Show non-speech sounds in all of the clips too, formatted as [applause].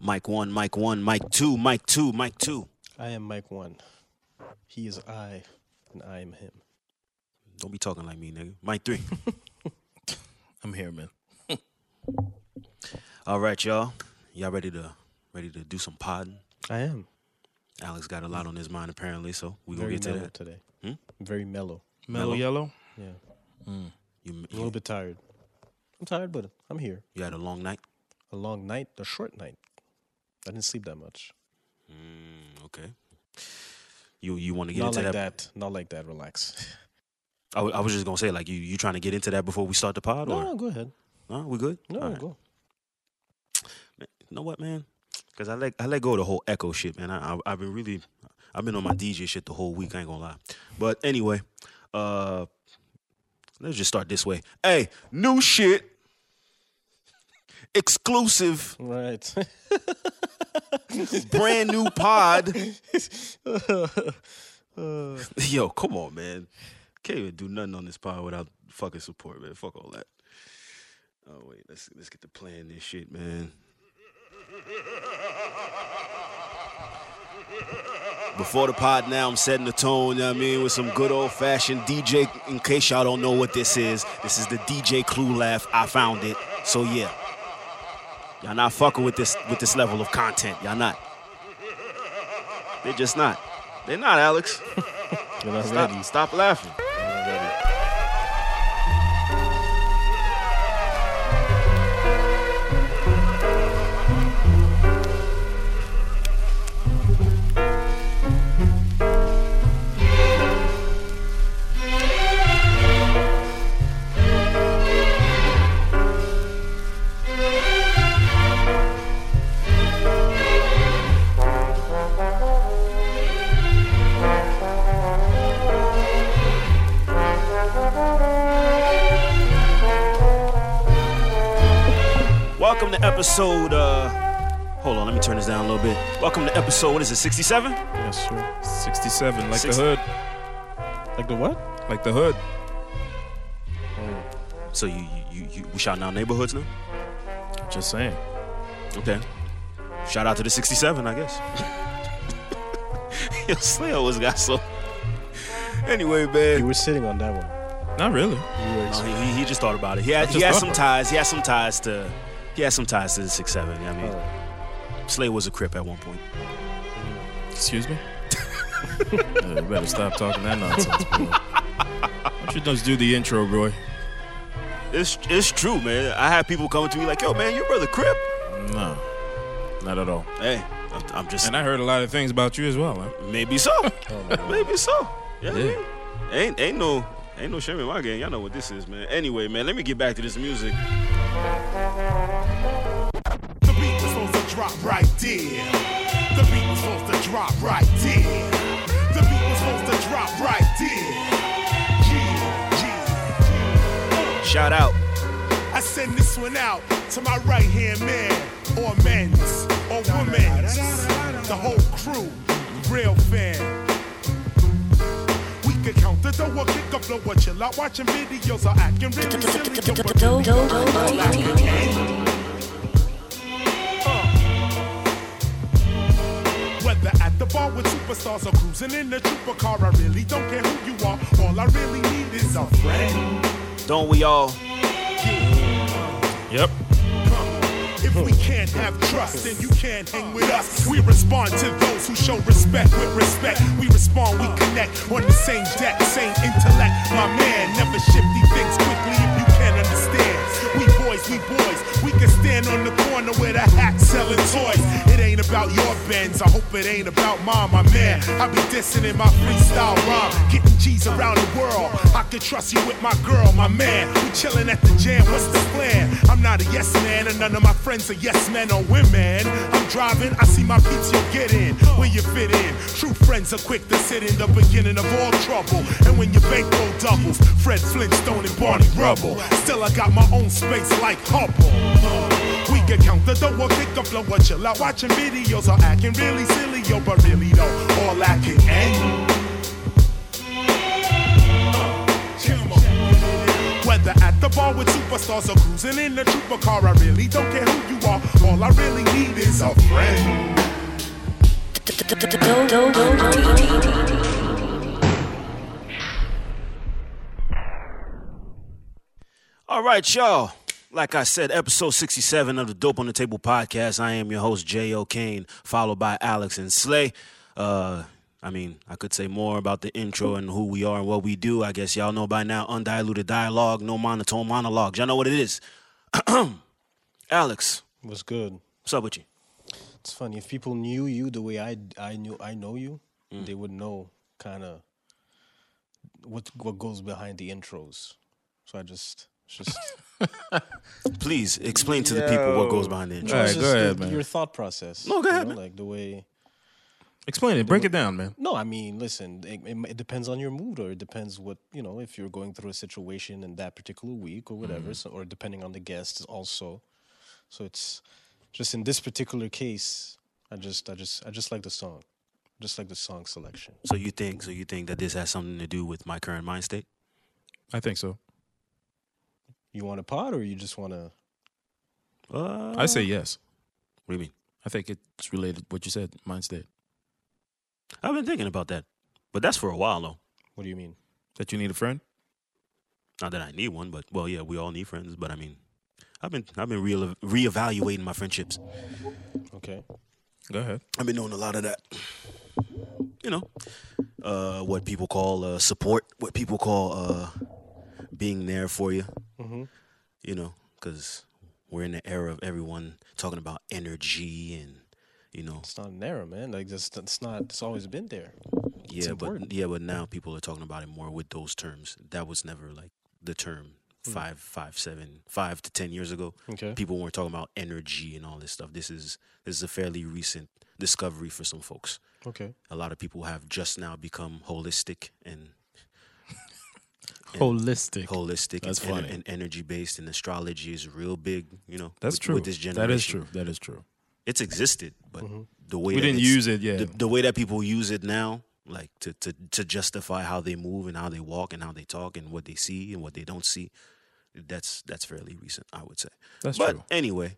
Mike one, Mike one, Mike two, Mike two, Mike two. I am Mike One. He is I, and I am him. Don't be talking like me, nigga. Mike [laughs] three. I'm here, man. All right, y'all. Y'all ready to ready to do some podding? I am. Alex got a lot on his mind apparently, so we gonna Very get to mellow that. today. Hmm? Very mellow. Mellow, Mellow. yellow. Yeah. You, A little you, bit tired. I'm tired, but I'm here. you had a long night. A long night, a short night. I didn't sleep that much. Mm, okay. You you want to get Not into like that. that? Not like that. Relax. [laughs] I, wa- I was just gonna say like you you trying to get into that before we start the pod no, or no, go ahead. no? We good? No, All right. go. You know what, man? Because I let I let go of the whole echo shit, man. I, I I've been really I've been on my DJ shit the whole week. I ain't gonna lie. But anyway, uh, let's just start this way. Hey, new shit, exclusive, Right. [laughs] brand new pod. Uh, Yo, come on, man. Can't even do nothing on this pod without fucking support, man. Fuck all that. Oh wait, let's let's get to playing this shit, man. Before the pod now, I'm setting the tone, you know what I mean, with some good old fashioned DJ. In case y'all don't know what this is, this is the DJ Clue Laugh. I found it. So yeah. Y'all not fucking with this with this level of content. Y'all not. They're just not. They're not, Alex. you're not Stop, ready. stop laughing. Welcome to episode. Uh, hold on, let me turn this down a little bit. Welcome to episode. What is it? Sixty-seven. Yes, sir. 67, like Six- the hood. Like the what? Like the hood. So you you you, you we shouting out neighborhoods now? Just saying. Okay. Shout out to the sixty-seven, I guess. [laughs] Yo, Slay always got so. Anyway, You man. were sitting on that one. Not really. You were No, he, he- he just thought about it. He had I he just had thought some about ties. He had some ties to. He had some ties to the six-seven. I mean, Oh, Slay was a crip at one point. Excuse [laughs] me? Uh, you better stop talking that nonsense, bro. Why don't you just do the intro, Roy? It's it's true, man. I had people coming to me like, "Yo, man, your brother crip." No, not at all. Hey, I'm, I'm just. And I heard a lot of things about you as well, huh? Maybe so. [laughs] oh my God. Maybe so. Yeah. Yeah. man. Ain't ain't no ain't no shame in my game. Y'all know what this is, man. Anyway, man, let me get back to this music. The beat was supposed to drop right there. The beat was supposed to drop right there. The beat was supposed to drop right there. Yeah, yeah. Shout out. I send this one out to my right hand man, or men's, or women's, the whole crew, real fan. We could count the dough, or kick up, blow, or chill out, watching videos, or acting really silly. yo, but Dope, dope, dope. Whether at the bar with superstars or cruising in the trooper car, I really don't care who you are. All I really need is a friend. Don't we all? Yep. If we can't have trust, then you can't hang with us. We respond to those who show respect with respect. We respond, we connect on the same deck, same intellect. My man, never shifty things quickly if you can't understand. We boys, we boys, we can stand on the corner with a hat selling toys. It ain't about your bends, I hope it ain't about mine, my man. I be dissing in my freestyle rhyme, getting G's around the world. I can trust you with my girl, my man. We chilling at the jam, what's the plan? I'm not a yes man, and none of my friends are yes men or women. I'm driving, I see my peeps, you get in, where you fit in. True friends are quick to sit in the beginning of all trouble. And when your bankroll doubles, Fred Flintstone and Barney Rubble. Still, I got my own space like Hubble. We can count the dough, or kick a flow, or chill out, watching videos, or acting really silly, yo, but really though, all I can end. Whether at the bar with superstars or cruising in the trooper car, I really don't care who you are. All I really need is is a friend. All right, y'all. Like I said, episode 67 of the Dope on the Table podcast. I am your host, J.O. Kane, followed by Alex and Slay. Uh, I mean, I could say more about the intro and who we are and what we do. I guess y'all know by now undiluted dialogue, no monotone monologues. Y'all know what it is. [clears throat] Alex, was good. what's up with you? It's funny if people knew you the way I I knew I know you, Mm. they would know kind of what what goes behind the intros. So I just it's [laughs] just, Please explain to the people what goes behind the intro. All it's right, just go ahead, your, man. your thought process. No, go you ahead, know, man. Like the way. Explain it. Break it down, man. No, I mean, listen, it, it, it depends on your mood, or it depends what you know if you're going through a situation in that particular week or Mm. whatever, so, or depending on the guest also. So it's just in this particular case, I just, I just, I just like the song, just like the song selection. So you think so you think that this has something to do with my current mind state? I think so. You want a pod, or you just want to? Uh, I say yes. What do you mean? I think it's related what you said. Mine's dead. I've been thinking about that. But that's for a while though. What do you mean? That you need a friend? Not that I need one, but well, yeah, we all need friends. But I mean, I've been I've been re- reevaluating my friendships. Okay, Go ahead. I've been doing a lot of that. You know, uh, what people call uh, support, what people call uh, being there for you. You know, because we're in the era of everyone talking about energy and you know, it's not an error, man. Like it's, it's not. It's always been there. yeah, but important. yeah, but now people are talking about it more with those terms. That was never like the term Hmm. five, five, seven, five to ten years ago. Okay. people weren't talking about energy and all this stuff. This is this is a fairly recent discovery for some folks. Okay. A lot of people have just now become holistic and Holistic. holistic That's and, ener- funny. and energy based and astrology is real big, you know. That's with- true. With this generation. That is true. That is true. It's existed, but the way We that didn't it's- use it, yeah. The, the way that people use it now, like to, to to justify how they move and how they walk and how they talk and what they see and what they don't see, that's that's fairly recent, I would say. That's but true. anyway,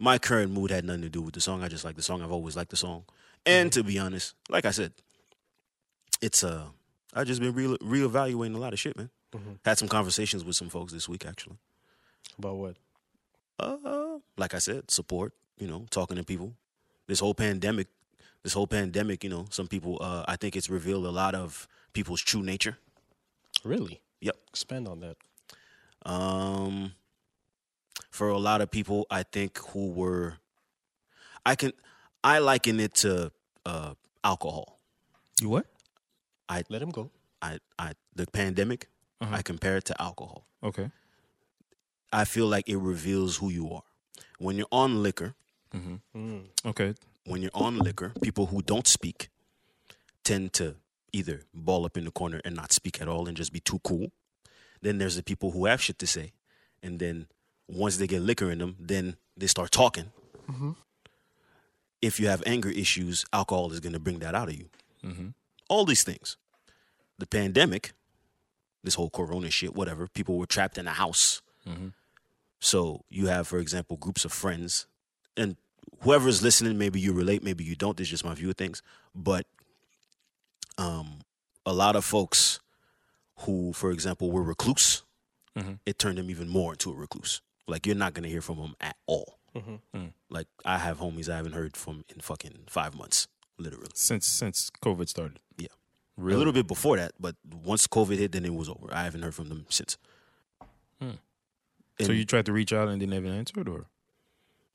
my current mood had nothing to do with the song. I just like the song. I've always liked the song. And Mm-hmm. to be honest, like I said, it's uh I just been re- reevaluating a lot of shit, man. Had some conversations with some folks this week actually. About what? Uh, like I said, support, you know, talking to people. This whole pandemic, this whole pandemic, you know, some people uh I think it's revealed a lot of people's true nature. Really? Yep. Expand on that. Um, for a lot of people, I think who were, I can, I liken it to uh, alcohol. You what? Let him go. I, I, the pandemic, Uh-huh. I compare it to alcohol. Okay. I feel like it reveals who you are. When you're on liquor, Okay. when you're on liquor, people who don't speak tend to either ball up in the corner and not speak at all and just be too cool. Then there's the people who have shit to say, and then once they get liquor in them, then they start talking. If you have anger issues, alcohol is going to bring that out of you. All these things. The pandemic, this whole corona shit, whatever, people were trapped in a house. So you have, for example, groups of friends, and whoever's listening, maybe you relate, maybe you don't. This is just my view of things. But um, a lot of folks who, for example, were recluse, Mm-hmm. it turned them even more into a recluse. Like you're not gonna hear from them at all. Mm-hmm. Mm. Like I have homies I haven't heard from in fucking five months, literally. Since since COVID started. Yeah. Really? A little bit before that, but once COVID hit, then it was over. I haven't heard from them since. Hmm. so you tried to reach out and they never answered or?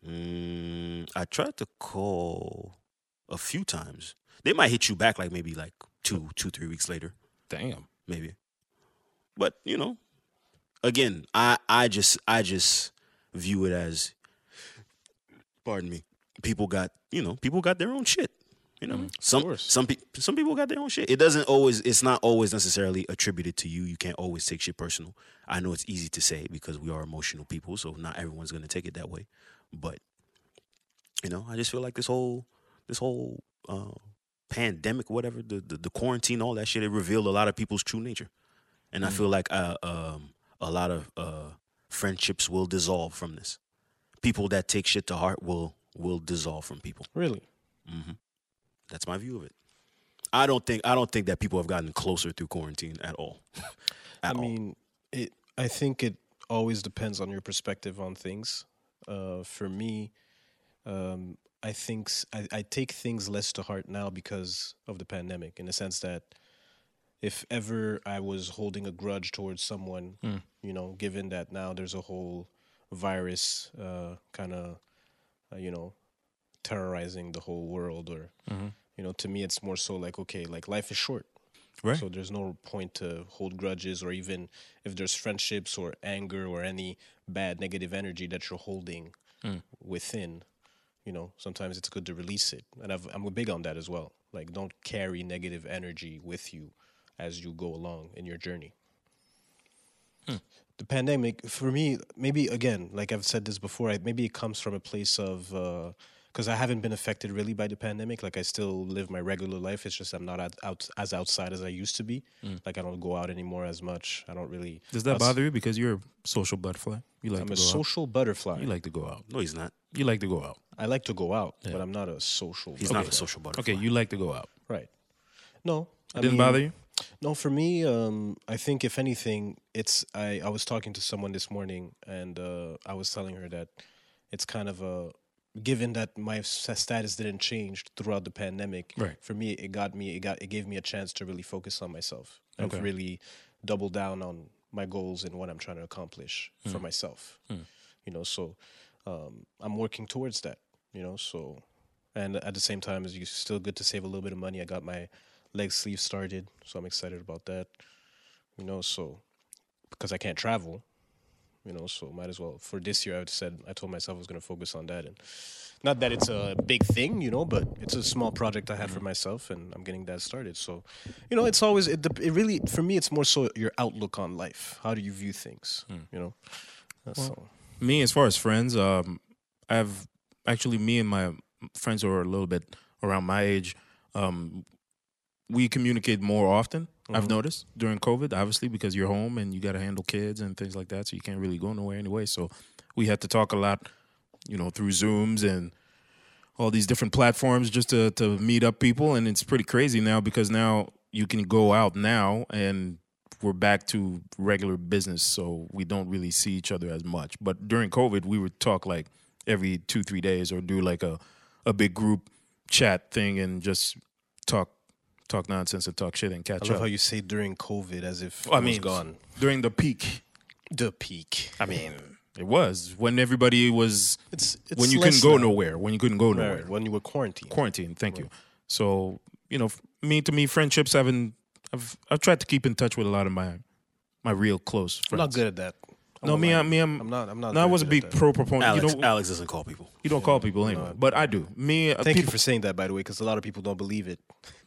Mm, I tried to call a few times. They might hit you back like maybe like two, two, three weeks later, Damn. maybe. But you know, again, I, I just, I just view it as, pardon me, people got, you know, people got their own shit. You know, what I mean? some course. some people some people got their own shit. It doesn't always. It's not always necessarily attributed to you. You can't always take shit personal. I know it's easy to say because we are emotional people, so not everyone's gonna take it that way. But you know, I just feel like this whole this whole uh, pandemic, whatever the, the the quarantine, all that shit, it revealed a lot of people's true nature, and I feel like uh, um, a lot of uh, friendships will dissolve from this. People that take shit to heart will will dissolve from people. Really? That's my view of it. I don't think I don't think that people have gotten closer through quarantine at all. I mean, it. I think it always depends on your perspective on things. Uh, for me, um, I think s- I, I take things less to heart now because of the pandemic. In the sense that, if ever I was holding a grudge towards someone, you know, given that now there's a whole virus uh, kind of, uh, you know, terrorizing the whole world, or you know, to me it's more so like okay, like life is short. Right. So there's no point to hold grudges or even if there's friendships or anger or any bad negative energy that you're holding within, you know, sometimes it's good to release it. And I've, I'm big on that as well. Like don't carry negative energy with you as you go along in your journey. Hmm. The pandemic for me, maybe again, like I've said this before, I, maybe it comes from a place of because I haven't been affected really by the pandemic. Like I still live my regular life. It's just I'm not out, out as outside as I used to be. Like I don't go out anymore as much. I don't really. Hmm. Does that outs- bother you? Because you're a social butterfly. You like I'm to a go out. social butterfly. You like to go out. No, he's not. You like to go out. I like to go out, but I'm not a social. He's not a social butterfly. Okay, you like to go out. Right. No. It didn't bother you? No, for me, um, I think if anything, it's I, I was talking to someone this morning and uh, I was telling her that it's kind of a given that my s- status didn't change throughout the pandemic. Right. For me, it got me it got it gave me a chance to really focus on myself and really double down on my goals and what I'm trying to accomplish for Hmm. myself. You know, so um, I'm working towards that. You know, so and at the same time, it's still good to save a little bit of money. I got my leg sleeve started, so I'm excited about that. You know, so because I can't travel, you know, so might as well. For this year, I would said I told myself I was going to focus on that, and not that it's a big thing, you know, but it's a small project I had for myself, and I'm getting that started. So, you know, it's always it. dep- It really for me, it's more so your outlook on life. How do you view things? You know, that's all. Me, as far as friends, um, I've actually me and my friends who are a little bit around my age, um, we communicate more often. I've noticed during COVID, obviously because you're home and you got to handle kids and things like that, so you can't really go nowhere anyway. So we had to talk a lot, you know, through Zooms and all these different platforms just to to meet up people, and it's pretty crazy now because now you can go out now and we're back to regular business, so we don't really see each other as much. But during COVID, we would talk like every two three days or do like a a big group chat thing and just talk talk nonsense and talk shit and catch I love up. how you say during COVID as if I it was mean, gone during the peak. the peak. I mean, it was when everybody was It's, it's when you less couldn't go now. nowhere. When you couldn't go nowhere. Right, when you were quarantined. quarantine. Thank you. So you know, f- me to me, friendships haven't. I've I've tried to keep in touch with a lot of my my real close I'm friends. not good at that. uh, I No, won't me, lie. I, me, I'm, I'm not- I'm not No, I very wasn't good big at that. pro proponent. Alex, you don't, Alex doesn't call people. you don't call people anyway, but I do. Me, uh, Thank people, you for saying that, by the way, because a lot of people don't believe it.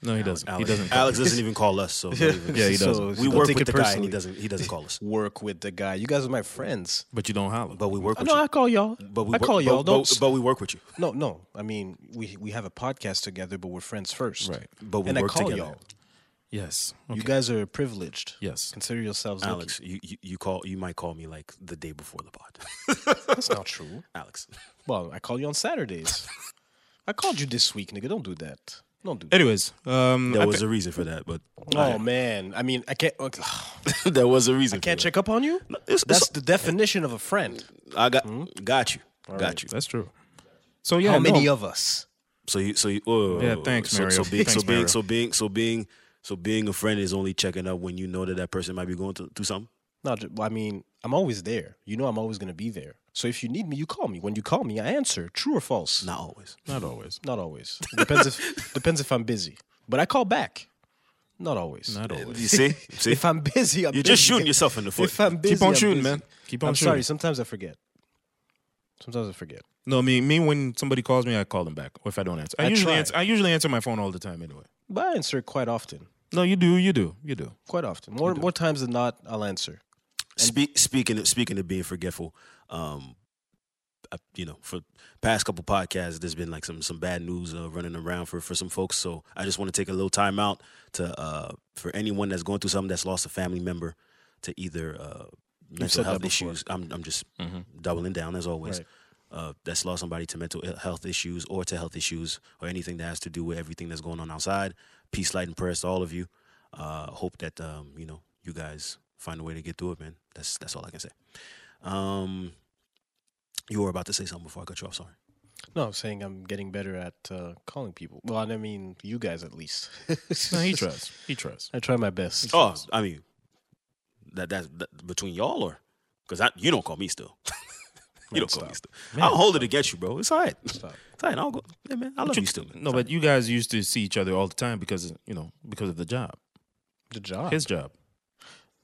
No, he doesn't. Alex, He doesn't. call Alex doesn't even call us. So yeah, Yeah, he does. we don't work take with the it guy and he personally. doesn't he doesn't call us. Work with the guy. You guys are my friends. but you don't holler. But we work with no, you. I call y'all. but we I work- call y'all. But, don't. but, but we work with you. no, no. I mean, we we have a podcast together, but we're friends first. Right. But we and work I call together. y'all. yes. Okay. You guys are privileged. Yes. Consider yourselves lucky. Alex, you, you you call you might call me like the day before the pod. [laughs] That's not true. Alex, Well, I call you on [laughs] Saturdays. I called you this week, nigga. Don't do that. Don't do that. Anyways, um, I there thi- was a reason for that, but Oh man. I mean, I can't. ugh, [laughs] there was a reason. can't for check up on you. it's- That's the definition of a friend. That. I got Hmm? got you, got you. that's true. So yeah, How many no, of us? So you so you oh, Yeah, thanks, so, Mario. So being so Thanks, being Mario. so being so being so being a friend is only checking up when you know that that person might be going to do something. No, ju- well, I mean, I'm always there. You know, I'm always going to be there. So if you need me, you call me. When you call me, I answer. True or false? Not always. not always. Not always. Depends [laughs] if depends if I'm busy. But I call back. Not always. Not always. You [laughs] see, see, If I'm busy, I'm you're just busy. shooting yourself in the foot. If I'm busy, Keep on I'm shooting, busy. man. Keep on I'm shooting. sorry. Sometimes I forget. Sometimes I forget. No, me, me. When somebody calls me, I call them back, or if I don't answer, I, I usually try. answer. I usually answer my phone all the time anyway. But I answer quite often. No, you do, you do, you do. Quite often. More more times than not, I'll answer. Speak, speaking of, speaking of being forgetful, um, I, you know, for past couple podcasts, there's been like some some bad news uh, running around for for some folks. So I just want to take a little time out to uh, for anyone that's going through something that's lost a family member to either uh, mental said that health before. Mm-hmm. issues. I'm I'm just doubling down as always. Right. uh, that's lost somebody to mental ill- health issues or to health issues or anything that has to do with everything that's going on outside. Peace, light, and prayer to all of you. Uh, hope that um, you know you guys find a way to get through it, man. That's that's all I can say. Um, you were about to say something before I cut you off. Sorry. No, I'm saying I'm getting better at uh, calling people. Well, I mean, you guys at [laughs] least. [laughs] No, he tries. He tries. I try my best. Oh, I mean, that that's that, between y'all or because I you don't call me still. [laughs] you don't call me still. I don't hold it against you, bro. It's all right. It's all right. I'll go. Hey, man, I love you, still. man. No, but you guys used to see each other all the time because you know because of the job, The job. his job.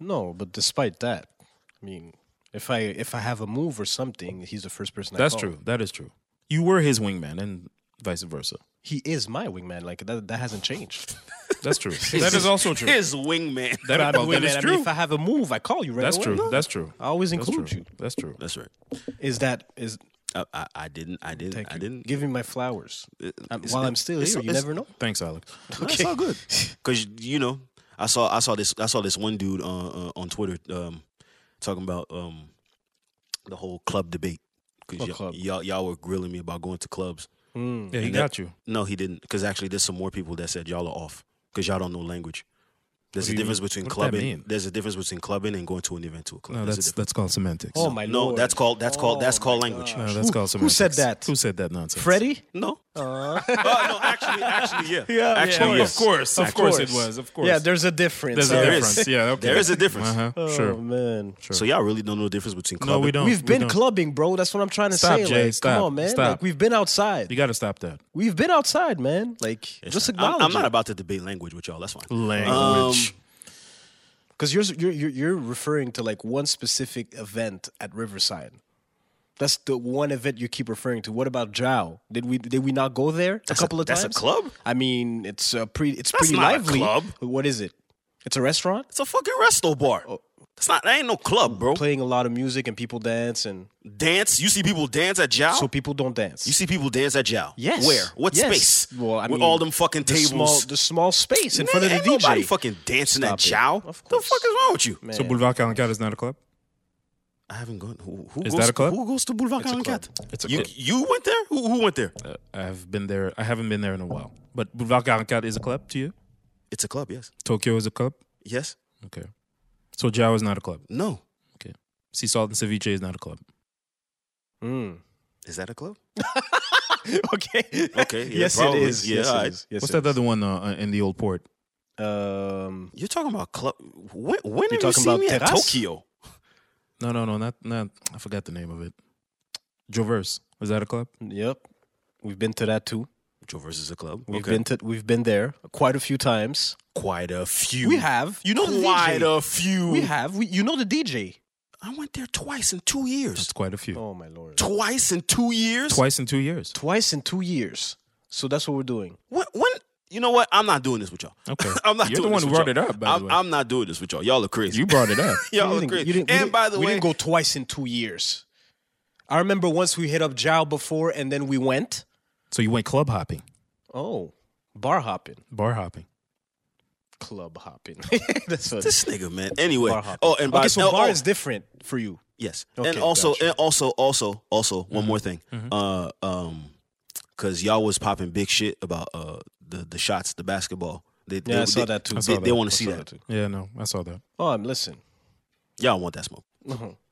No, but despite that, I mean, if I if I have a move or something, he's the first person. That's I call. true. That is true. You were his wingman and vice versa. He is my wingman. Like that, that hasn't [laughs] changed. [laughs] That's true. [laughs] that is also true. His [laughs] wingman. That- But I'm well, a that wingman. is I mean, true. if I have a move, I call you right That's away. true. No, That's true. I always That's include true. you. That's true. That's right. Is that is? I, I, I didn't. I didn't. Thank I you. didn't. Give me my flowers. Uh, I'm, while I'm still it's- here, you it's- never know. Thanks, Alex. No, It's all good. Cause you know, I saw I saw this I saw this one dude on uh, on Twitter um, talking about um, the whole club debate. Cause What y'all, club? y'all y'all were grilling me about going to clubs. Yeah, he And got that- you. No, he didn't. Because actually, there's some more people that said y'all are off because y'all don't know language. There's a you difference mean? between What does that clubbing. mean? There's a difference between clubbing and going to an event to a club. No, There's a that's difference. that's called semantics. Oh my no, lord. that's called that's called that's Oh called my language. No, that's Who- called who semantics. said that? Who said that nonsense? Freddie. No. [laughs] Oh, no, actually, actually, [laughs] yeah. Yeah, actually, yeah. yes. Uh-huh. Of course, of course it was. Of course. Yeah, there's a difference. There's a Uh, There is. difference. Yeah, okay. There is a difference. Uh-huh. Oh sure. man. So y'all really don't know the difference between clubbing. No, we don't. We've We been don't. clubbing, bro. That's what I'm trying to Stop, say. Jay. like, Stop. come on, man. Stop. Like, we've been outside. You got to stop that. We've been outside, man. Like, It's just fine. I'm- acknowledge. I'm, not about to debate language with y'all. That's fine. Um, Language. because you're, you're you're you're referring to like one specific event at Riverside. That's the one event you keep referring to. What about Jow? Did we did we not go there a That's a- couple of that's times? a club? I mean, it's a pretty it's That's pretty not a lively. club. What is it? It's a restaurant It's a fucking resto bar. Oh. It's not. That ain't no club, bro. playing a lot of music and people dance and Dance. You see people dance at Jow. so people don't dance. you see people dance at Jow. Yes. Where? What Yes. space? Well, I With mean, all them fucking the tables. small, the small space in Man, front of the ain't DJ. Nobody fucking dancing at Stop it. Jow. Of The course. fuck is wrong with you? Man. So Boulevard 44 is not a club? I haven't gone. Who, who Is goes, that a club? Who goes to Boulevard It's a club. 44? It's a you, club. You went there? Who, who went there? Uh, I have been there. I haven't been there in a while. But Boulevard 44 is a club to you? It's a club. Yes. Tokyo is a club? Yes. Okay. So Jao is not a club. No. Okay. Sea Salt and Ceviche is not a club. Mm. Is that a club? okay. [laughs] Okay, yeah, [laughs] yes, probably. it is. Yeah, yes, all it right. is. Yes, What's it that other one uh, uh, in the old port? is. Um, You're talking about club. When, when did you talking see about me at terrace? Tokyo? No, no, no. Not, not. I forgot the name of it. Joverse. Is that a club? yep. We've been to that too. Joverse is a club. We've been to we've been there quite a few times. quite a few. We have. You know the quite DJ. a few. We have. We, you know the DJ. I went there twice in two years. That's quite a few. Oh my lord. Twice in two years. Twice in two years. Twice in two years. So that's what we're doing. When, when? You know what? I'm not doing this with y'all. Okay. [laughs] I'm not You're the doing one this who with brought y'all. it up, by the I'm, way. I'm not doing this with y'all. Y'all are crazy. You brought it up. [laughs] y'all You are didn't- crazy. you didn't- we and didn't- by the we way, didn't go twice in two years. I remember once we hit up Jao before, and then we went. [laughs] So you went club hopping, Oh, bar hopping, bar hopping. club hopping. [laughs] that's what. [laughs] this nigga, man. [laughs] Anyway. Bar hopping. Oh, and by okay, so oh, bar oh, is different for you. Yes. Okay, and also gotcha. Mm-hmm. and also also also one more thing. Uh um cuz y'all was popping big shit about uh the the shots, the basketball. They, Yeah, they, I saw they- that too. I They, saw they that. want I to see saw that. that too. Yeah, no, I saw that. Oh, I'm listen. Y'all want that smoke.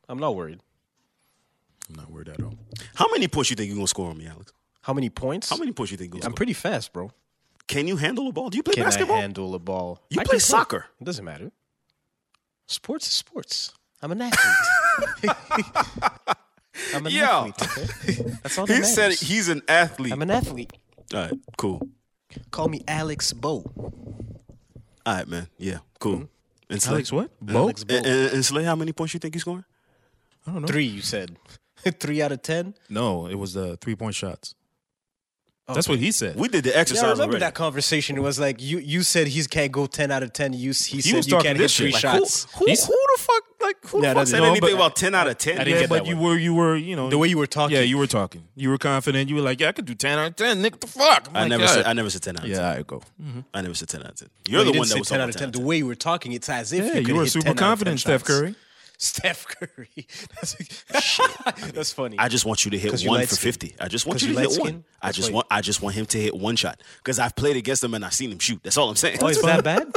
I'm not worried. I'm not worried at all. How many points you think you gonna score on me, Alex? How many points? How many points you think you gonna I'm score? pretty fast, bro. Can you handle a ball? Do you play Can basketball? I handle a ball? You I play can soccer. It doesn't matter. Sports is sports. I'm [laughs] an athlete. I'm an Yeah. athlete. okay? That's all that he matters. said he's an athlete. I'm an athlete. All right, cool. Call me Alex Bo. All right, man. Yeah, cool. And Slay, Alex, what? Bo? Alex Bo. and, and, and Slay, how many points you think you scoring? I don't know. Three, you said. [laughs] Three out of ten. No, it was the three point shots. That's what he said. Oh, We did the Yeah, exercise I remember already. that conversation. It was like you you said he can't go ten out of ten. You s- he, He said was you talking can't hit this three shit. Like, who, shots. who, who the fuck? Like who Yeah, the fuck that- said no, anything but- about ten out of ten? I didn't yeah, get but that you one. were, you were, you know, The way you were talking. Yeah, you were talking. You were confident. You were like, yeah, I could do ten out of ten. Nick, the fuck. I'm I like, never yeah. said I never said ten out of ten. Yeah, I go. I never said ten out of ten. You're You the didn't one say that was ten talking out of about ten. The way you were talking, it's as if Yeah, you, you, could were hit super 10 out of 10 confident, Steph shots. Curry. Steph Curry. [laughs] That's, that's [laughs] funny. I just want you to 'Cause hit you one for light-skinned. fifty. I just want 'Cause you you to hit light-skinned? one. I That's just why- want I just want him to hit one shot because I've played against him and I've seen him shoot. That's all I'm saying. oh, is that bad?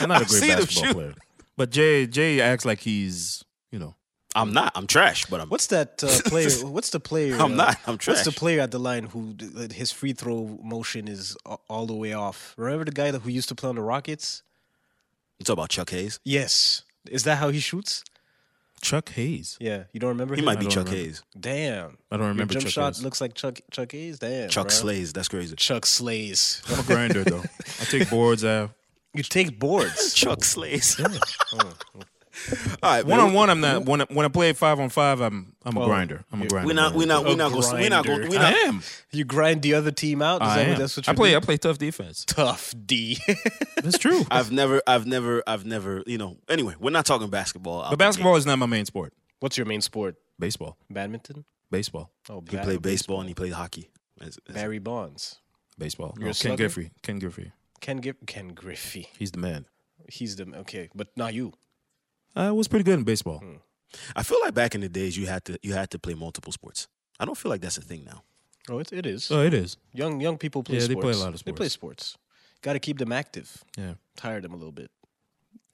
I'm not a [laughs] I've great seen him basketball shoot. player. But Jay Jay acts like he's you know I'm not. I'm trash, but I'm. What's that uh, [laughs] player? What's the player? I'm uh, not. I'm What's the trash. player at the line who d- that his free throw motion is a- all the way off? Remember the guy that who used to play on the Rockets? You talk about Chuck Hayes. Yes. Is that how he shoots? Chuck Hayes. Yeah. You don't remember? He him? might be don't Chuck remember. Hayes. Damn. I don't remember Your jump Chuck shot Hayes. looks like Chuck Chuck Hayes. Damn. Chuck bro. Slays. That's crazy. Chuck Slays. [laughs] I'm a grinder though. I take boards. I you take [laughs] boards. Chuck Slays. All right, one man. on one. I'm not when I, when I play five on five. I'm I'm a grinder. I'm a grinder. We're not. We're not. We're not going. We're not going. We're I not. am. you grind the other team out. Is I that what am. that's what I you play. do? I play tough [laughs] defense. Tough D. That's true. I've never. I've never. I've never. You know. Anyway, we're not talking basketball. but basketball is not my main sport. What's your main sport? Baseball. Badminton. Baseball. Oh, He bad- played baseball and he played hockey. That's- that's- Barry Bonds. Baseball. You're No, a Oh, Ken slugger? Griffey. Ken Griffey. Ken Gif- Ken Griffey. He's the man. He's the okay, but not you. I Uh, was pretty good in baseball. Mm, I feel like back in the days you had to you had to play multiple sports. I don't feel like that's a thing now. Oh, it, it is. Oh, it is. young young people play Yeah, they sports. play a lot of They play sports. Got to keep them active. Yeah. Tire them a little bit.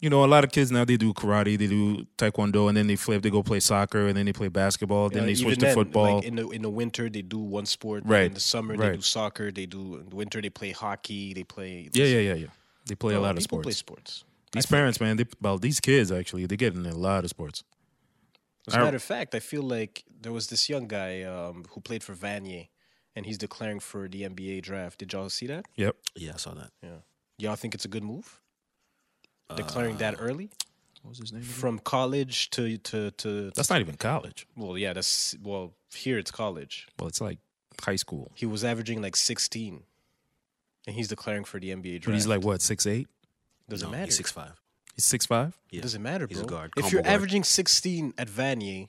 You know, a lot of kids now they do karate, they do taekwondo, and then they flip. They go play soccer, and then they play basketball. Then Uh, they even switch to then, football. Like in the in the winter, they do one sport. Right, In the summer, they right. do soccer. They do in the winter. They play hockey. They play. yeah, yeah, yeah, yeah. They play a lot of people sports. play sports. These parents, man, they, well, these kids actually, they get in a lot of sports. As a matter of fact, I feel like there was this young guy um, who played for Vanier, and he's declaring for the NBA draft. Did y'all see that? Yep. Yeah, I saw that. Uh, Y'all think it's a good move? Declaring that Uh, early mm-hmm. What was his name? from college to to to That's not even college. well, yeah, that's well here it's college. Well, it's like high school. He was averaging like 16, and he's declaring for the NBA draft. But he's like what, six eight? doesn't no, matter. He's six five. He's six five? Yeah. Doesn't matter, bro. He's a guard, if combo you're guard. averaging 16 at Vanier,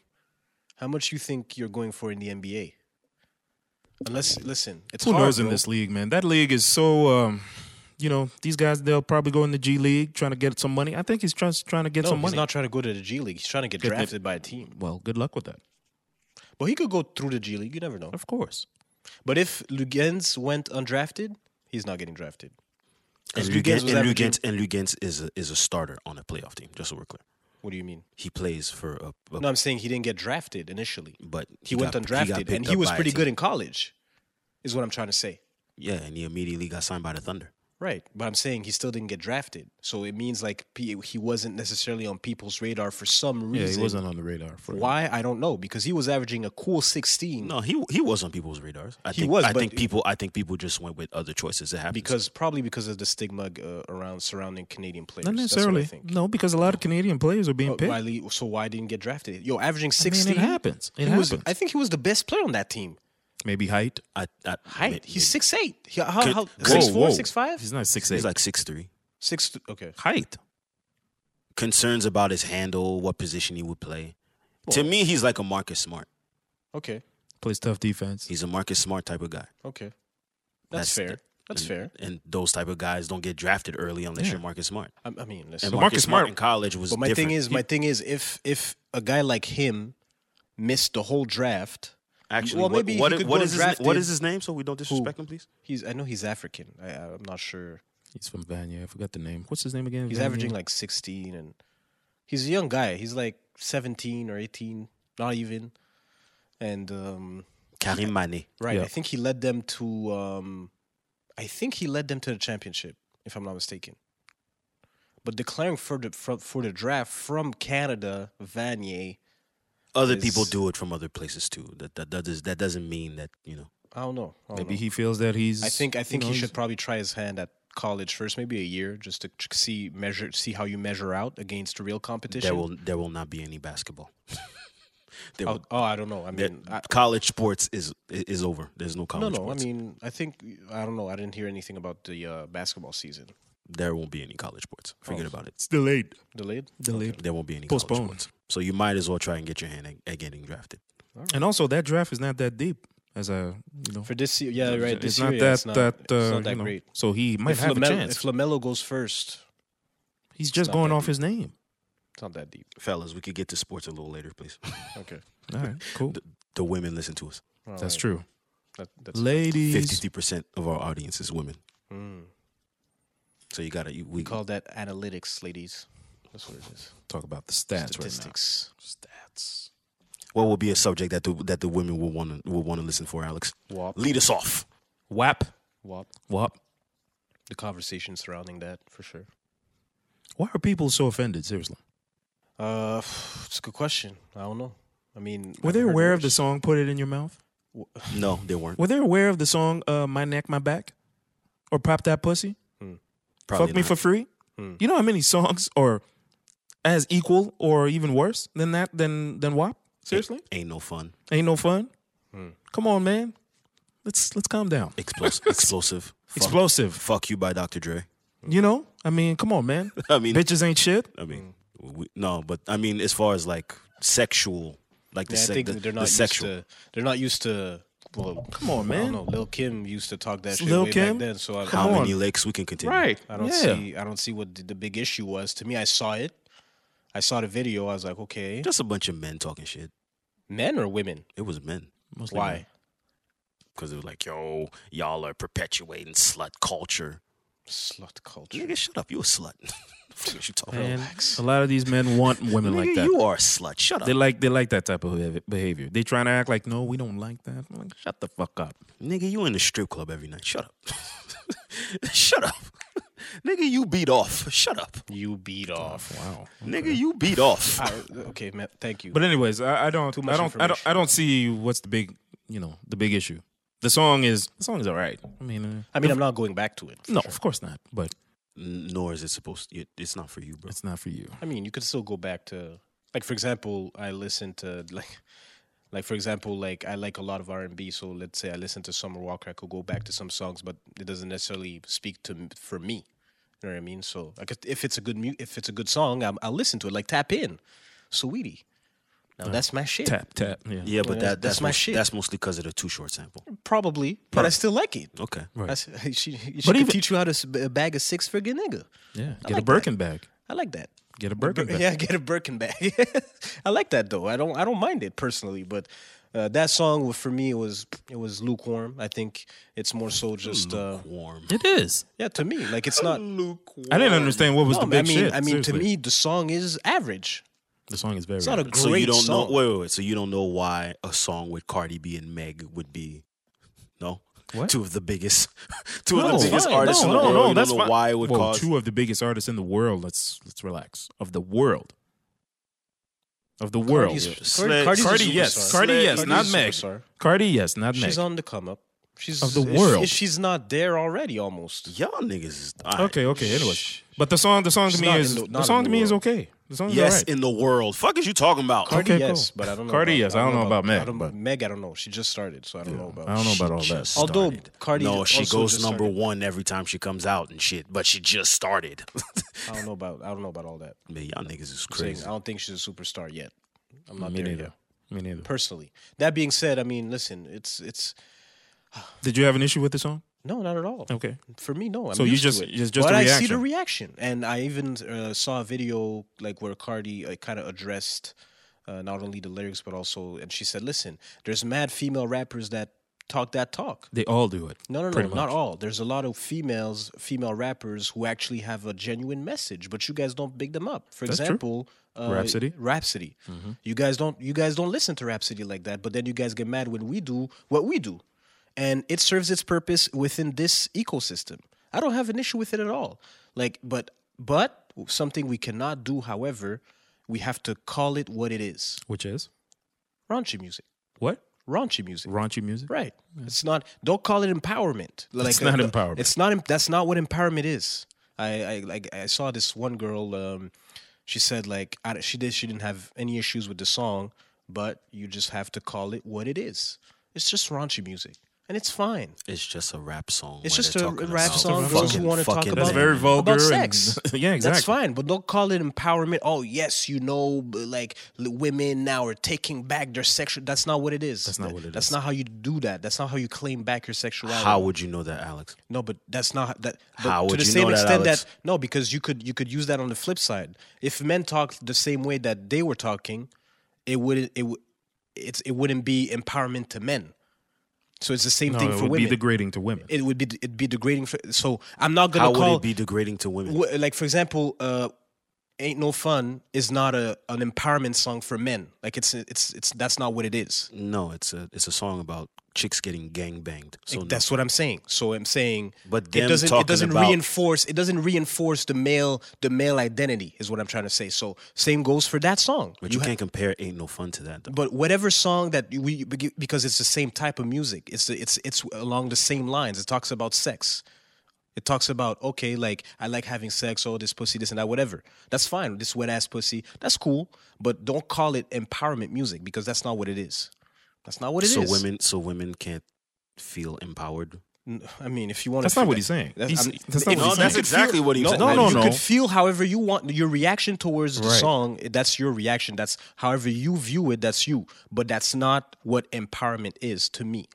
how much you think you're going for in the NBA? Unless listen, it's Who hard, knows in bro. this league, man? That league is so um, you know, these guys they'll probably go in the G League trying to get some money. I think he's trying trying to get No, some he's money. not trying to go to the G League. He's trying to get Good, but- drafted by a team. well, good luck with that. But he could go through the G League. You never know. Of course. But if Lugens went undrafted, he's not getting drafted. And 'Cause Lugens Lugens, was and averaging- Lugens, and Lugens is a, is a starter on a playoff team. Just so we're clear, What do you mean? he plays for a. a- No, I'm saying he didn't get drafted initially. but He, went got- got undrafted, and picked he up was by a pretty team. good in college, is what I'm trying to say. Yeah, and he immediately got signed by the Thunder. Right. But I'm saying he still didn't get drafted. So it means like P- he wasn't necessarily on people's radar for some Yeah, reason. he wasn't on the radar for Why? I don't know. Because he was averaging a cool 16 No, he he was on people's radars. I He think, was, I but- think people. I think people just went with other choices. It happens. because probably because of the stigma uh, around surrounding Canadian players. Not That's what I necessarily. think. No, because a lot of Canadian players are being But picked. Riley, so why didn't he get drafted? Yo, averaging I 16. mean, it happens. It He was- happens. I think he was the best player on that team. Maybe height. I, I, Height. may- he's six eight. He, how, Could- how, could- six Whoa, four, whoa. six five? He's not six eight. He's like six three. Six th- okay. height. Concerns about his handle, what position he would play. to me, he's like a Marcus Smart. Okay. Plays tough defense. He's a Marcus Smart type of guy. Okay. That's, fair. That's and, fair. And those type of guys don't get drafted early unless you're Marcus Smart. I, I mean, listen. And Marcus Marcus, Smart, Smart- in college was But my different. thing is, my thing is, if if a guy like him missed the whole draft, actually, well, what- maybe he what, could what go is his, na- what drafted- is his name? So we don't disrespect him, please. he's I know he's African. I, I- I'm not sure. He's from Vanier. I forgot the name. What's his name again? He's Vanier? averaging like 16, and he's a young guy. He's like 17 or 18, not even. And um, Karim Mane. right, Yeah. I think he led them to. Um, I think he led them to the championship, if I'm not mistaken. But declaring for the for, for the draft from Canada, Vanier, Other people [laughs] Is- do it from other places too. That that that, does, that doesn't mean that you know. I don't know. I don't Maybe know. he feels that he's. I think I you think know, he he's- should probably try his hand at college first, maybe a year, just to ch- see measure see how you measure out against the real competition. There will there will not be any basketball. [laughs] there oh, will, oh, I don't know. I there- mean, I, college sports is is over. There's no no, college no. I sports. mean, I think I don't know. I didn't hear anything about the uh, basketball season there won't be any college sports. Forget Oh. about it. It's delayed. delayed. Delayed. There won't be any Postponed. college sports. So you might as well try and get your hand at, at getting drafted. And also, that draft is not that deep. As a you know, For this year, yeah, right. it's This not year, that yeah, it's not, that it's uh, not that you know, great. So he might If have a Lamelo, chance. if Lamelo goes first, he's just not going that off deep. his name. It's not that deep. Fellas, we could get to sports a little later, please. Okay. All right, cool. The women listen to us. That's true. That, that's Ladies, 53% of our audience is women. Mm. So you got to, we We call that analytics, ladies. That's what it is. talk about the stats right Statistics. now. stats. What will be a subject that the, that the women will want to will want to listen for, Alex? WAP. Lead us off. WAP, WAP. WAP. The conversation surrounding that, for sure. Why are people so offended? Seriously, Uh, [sighs] it's a good question. I don't know. I mean, were I've they heard aware of the worse. song "Put It in Your Mouth"? No, they weren't. Were they aware of the song uh, "My Neck, My Back" or "Pop That Pussy"? Hmm. Probably Fuck me not. Hmm. for free. You know how many songs are as equal or even worse than that than than WAP? Seriously, Ain't no fun. ain't no fun. Hmm. Come on, man. Let's let's calm down. [laughs] Explosive. explosive. Fuck, Explosive. Fuck you by Dr. Dre. You know, I mean, come on, man. Hmm. [laughs] I mean, Bitches ain't shit. I mean, Hmm. we, no, but I mean, as far as like sexual, like the, Yeah, I sex, think the, the they're not used sexual. to. They're not used to. Well, Come on, I don't man. know. Lil Kim used to talk that It's shit Lil way Kim. back then. So I, how Come many on. lakes we can continue. I don't Yeah. see. I don't see what the, the big issue was. To me, I saw it. I saw the video. I was like, okay, Just a bunch of men talking shit. men or women? It was men. Mostly Why? Because it was like, yo, y'all are perpetuating slut culture. Slut culture. Nigga, shut up. You a slut. [laughs] the fuck is you talking men. about? Man, a lot of these men want women [laughs] like Nigga, that. you are a slut. Shut up. They like they like that type of behavi- behavior. They trying to act like no, we don't like that. I'm like, shut the fuck up. Nigga, you in the strip club every night. Shut up. shut up. [laughs] Nigga, you beat off. Shut up. You beat off. Wow. Nigga, you beat off. I- okay, man. Thank you. But anyways, I, I don't. much I don't. I don't. information. I don't see what's the big. You know, the big issue. The song is the song is all right. I mean, uh, I mean, I'm not going back to it. no, of course not. But N- Nor is it supposed to. It, it's not for you, bro. it's not for you. I mean, you could still go back to, like, for example, I listen to like, like for example, like I like a lot of R and B. So let's say I listen to Summer Walker, I could go back to some songs, but it doesn't necessarily speak to m- for me. You know what I mean? So like, if- if it's a good mu- if it's a good song, I'm, I'll listen to it. Like Tap In, Sweetie. Now that's my shit. Tap tap. Yeah. Yeah, but Yeah, that, that's, that's my most- shit. That's mostly because of the too short sample. Probably, but I still like it. Okay. Right. That's, [laughs] she she But could even- teach you how to s- b- bag a six figure nigga. Yeah. Get a like Birkin bag. I like that. Get a Birkin bag. Yeah, get a Birkin bag. [laughs] I like that though. I don't I don't mind it personally, but uh, that song wa- for me was it was lukewarm. I think it's more so just uh, Warm. It is. yeah to me like it's not. No, Lukewarm. I didn't understand what was I the mean big shit. I mean to seriously. me the song is average. the song is very. It's not a great So you don't song. know. Wait, wait, wait. So you don't know why a song with Cardi B and Meg would be no. What? Two of the biggest, [laughs] two No, of the biggest fine. artists no, in the no, world. No, you that's don't know fine. why it would Whoa, cause. two of the biggest artists in the world. Let's let's relax. Of the world. Of the world. Cardi's- Yes. Cardi- Cardi's a Cardi, yes. superstar. Cardi, Slay- yes. Cardi's Not a Meg. superstar. Cardi, yes. Not Meg. She's on the come up. She's Of the if- world. If she's not there already, almost. Y'all niggas is all right. okay, okay. Anyway, but the song, the song to She's me not is in the- the, not in song to the me is world. okay. The song Yes, is all right. in the world. Fuck is you talking about? Cardi, Okay, yes, cool. but I don't know. Cardi, about, yes. I don't know about Meg, I don't, but- Meg, I don't know. She just started, so I don't know about. I don't know She about all just that. Although started. Cardi no, she also goes just number started. one every time she comes out and shit. But she just started. [laughs] I don't know about. I don't know about all that. Man, y'all niggas is saying crazy. I don't think she's a superstar yet. I'm not Me there neither. yet. Me neither. Personally, that being said, I mean, listen, it's it's Did you have an issue with the song? no, not at all. Okay. For me, no. I'm So you used to just- it. it's just but a I see the reaction, and I even uh, saw a video like where Cardi uh, kind of addressed uh, not only the lyrics but also, and she said, "Listen, there's mad female rappers that talk that talk. They all do it. No, no, no, Pretty not much. all. There's a lot of females, female rappers who actually have a genuine message, but you guys don't big them up. For That's true. example, uh, Rhapsody? Mm-hmm. Rhapsody. You guys don't. You guys don't listen to Rhapsody like that. But then you guys get mad when we do what we do, and it serves its purpose within this ecosystem. I don't have an issue with it at all. Like, but but something we cannot do. However, we have to call it what it is. Which is Raunchy music. what Raunchy music. raunchy music. Right. It's not. Don't call it empowerment. Like, uh, It's not empowerment. It's not. em- That's not what empowerment is. I, I like. I saw this one girl. Um, she said like I, she did. She didn't have any issues with the song, but you just have to call it what it is. It's just raunchy music, and it's fine. It's just a rap song. It's where just they're a talking rap about song, fucking- girls who wanna talk fucking That's about- men. very vulgar. and- sex. [laughs] yeah, exactly. That's fine, but don't call it empowerment. Oh yes, you know, but, like l- women now are taking back their sexual. That's not what it is. That's not Th- what it that's is. not how you do that. That's not how you claim back your sexuality. How would you know that, Alex? No, but that's not that. But How to would the you same know that, extent Alex? that no, because you could you could use that on the flip side. If men talked the same way that they were talking, it wouldn't it would it's it wouldn't be empowerment to men. So it's the same No, thing it for would women. be degrading to women. it would be it'd be degrading. For, so I'm not gonna How call would it be degrading to women? w- like for example, uh, "Ain't No Fun" is not a an empowerment song for men. Like it's it's it's that's not what it is. No, it's a it's a song about chicks getting gang banged. So no. That's what I'm saying. So I'm saying, But it them doesn't talking it doesn't about- reinforce it doesn't reinforce the male the male identity is what I'm trying to say. So same goes for that song. but you ha- can't compare "Ain't No Fun" to that. Though. but whatever song that we because it's the same type of music it's it's it's along the same lines it talks about sex it talks about okay like i like having sex oh this pussy this and that whatever that's fine this wet ass pussy that's cool but don't call it empowerment music because that's not what it is that's not what it is. so women, so women can't feel empowered. i mean if you want That's to not what he's saying. He's- that's not what Oh, he's saying. exactly what he no, said. No, No, no, no, you no. could feel however you want your reaction towards the Right. song. That's your reaction. That's however you view it. That's you. But that's not what empowerment is to me.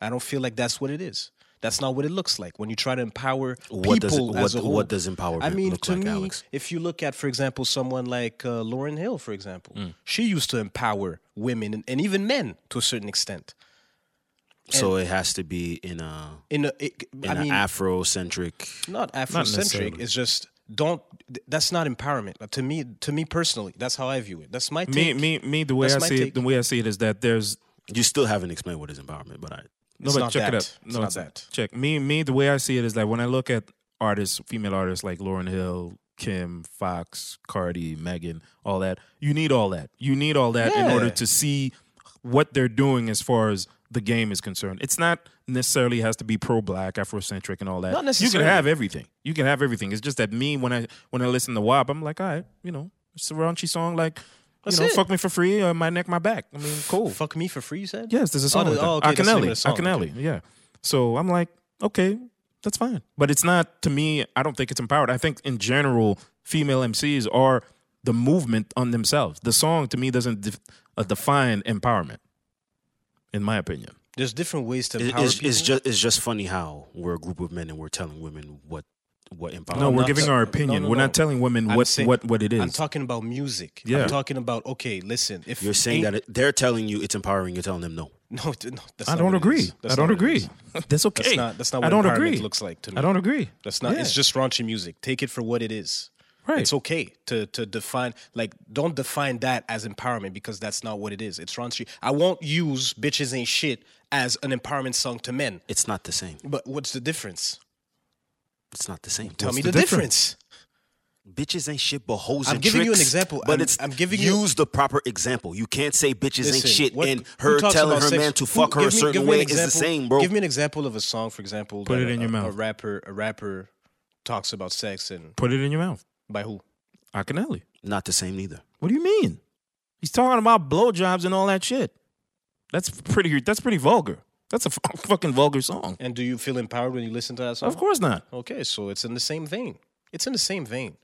I don't feel like that's what it is. That's not what it looks like when you try to empower What does it- people as what- a whole. what does empowerment I mean, look to like, me, Alex? if you look at, for example, someone like uh, Lauren Hill, for example, Mm. she used to empower women and, and even men to a certain extent. So it has to be in a In a, it, in I an mean, Afrocentric. not necessarily. Afrocentric. It's just don't. th- That's not empowerment. Like, to me, to me personally, that's how I view it. That's my Me, take. me, me. The way That's I my see take. it, the way I see it is that there's You still haven't explained what is empowerment, but I. No, It's but not check that. it out. It's No, not it's that. Check me. Me. The way I see it is that when I look at artists, female artists like Lauren Hill, Kim, Fox, Cardi, Megan, all that. You need all that. You need all that in order Yeah. to see what they're doing as far as the game is concerned. It's not necessarily has to be pro black, Afrocentric, and all that. Not You necessarily. can have everything. You can have everything. It's just that me when I when I listen to WAP, I'm like, all right, you know, it's a raunchy song like. You That's know, it. fuck me for free, or my neck, my back. I mean, cool. Oh, Fuck me for free, you said? Yes, there's a song Oh, like that. oh, okay, that's the name Akinelli. of the song, Akinelli, yeah. So I'm like, okay, that's fine. But it's not to me, I don't think it's empowered. I think in general, female MCs are the movement on themselves. The song to me doesn't def- uh, define empowerment, in my opinion. There's different ways to It- empower it's, people. it's just it's just funny how we're a group of men and we're telling women what what empowerment. No, we're no, giving no, our no, opinion. no, we're no. not telling women I'm what, saying- what, what it I'm is. talking about music. Yeah. I'm talking about okay. Listen, if You're saying that ain't- it, they're telling you it's empowering. You're telling them no. [laughs] no, d- no that's I not don't what it agree. is. I That's don't not what it agree. is. [laughs] That's okay. That's not. That's not what I don't empowerment agree. looks like to me. I don't agree. That's not. Yeah. It's just raunchy music. Take it for what it is. Right. It's okay to to define like don't define that as empowerment because that's not what it is. It's raunchy. I won't use bitches ain't shit as an empowerment song to men. It's not the same. But what's the difference? It's not the same. Tell me the the, difference? difference. bitches ain't shit but hoes I'm and giving you an tricks. example. But I'm- it's I'm giving use you- the proper example. You can't say bitches ain't Listen, shit what- and who her talks telling about her sex- man to who- fuck her give a me- certain give me an way is the example- same, bro. Give me an example of a song, for example. Put that it in a, your a- A mouth. rapper, a rapper talks about sex and Put it in your mouth. by who? Akinelli. not the same neither. What do you mean? He's talking about blowjobs and all that shit. That's pretty. That's pretty vulgar. That's a [laughs] f- fucking vulgar song. And do you feel empowered when you listen to that song? Of course not. Okay, so it's in the same vein. It's in the same vein.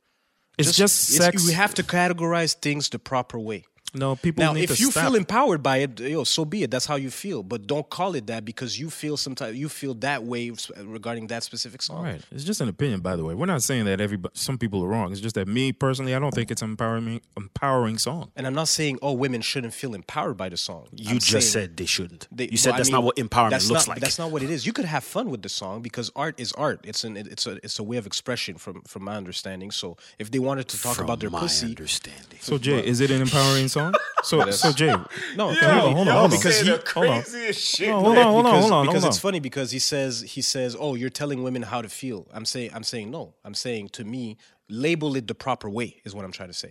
It's just, it's- sex. you have to categorize things the proper way. no people Now, need if to you stop. feel empowered by it, yo, so be it. That's how you feel. But don't call it that because you feel sometimes you feel that way regarding that specific song. All right. It's just an opinion, by the way. We're not saying that everybody. Some people are wrong. It's just that me personally, I don't think it's an empowering empowering song. And I'm not saying oh women shouldn't feel empowered by the song. You I'm just saying- said they shouldn't. They- you said well, I that's not mean, what empowerment that's looks not- like. That's not what it is. You could have fun with the song because art is art. It's an it's a it's a way of expression from from my understanding. So if they wanted to talk From about their my pussy, understanding. So Jay, is it an [laughs] empowering song? So so Jay, no, hold on, hold on, hold on. because Say he, the hold on. shit. No, hold on, Oh, hold on, because, hold on, because hold it's on. funny because he says he says, "Oh, you're telling women how to feel." I'm saying I'm saying no. I'm saying to me, label it the proper way is what I'm trying to say.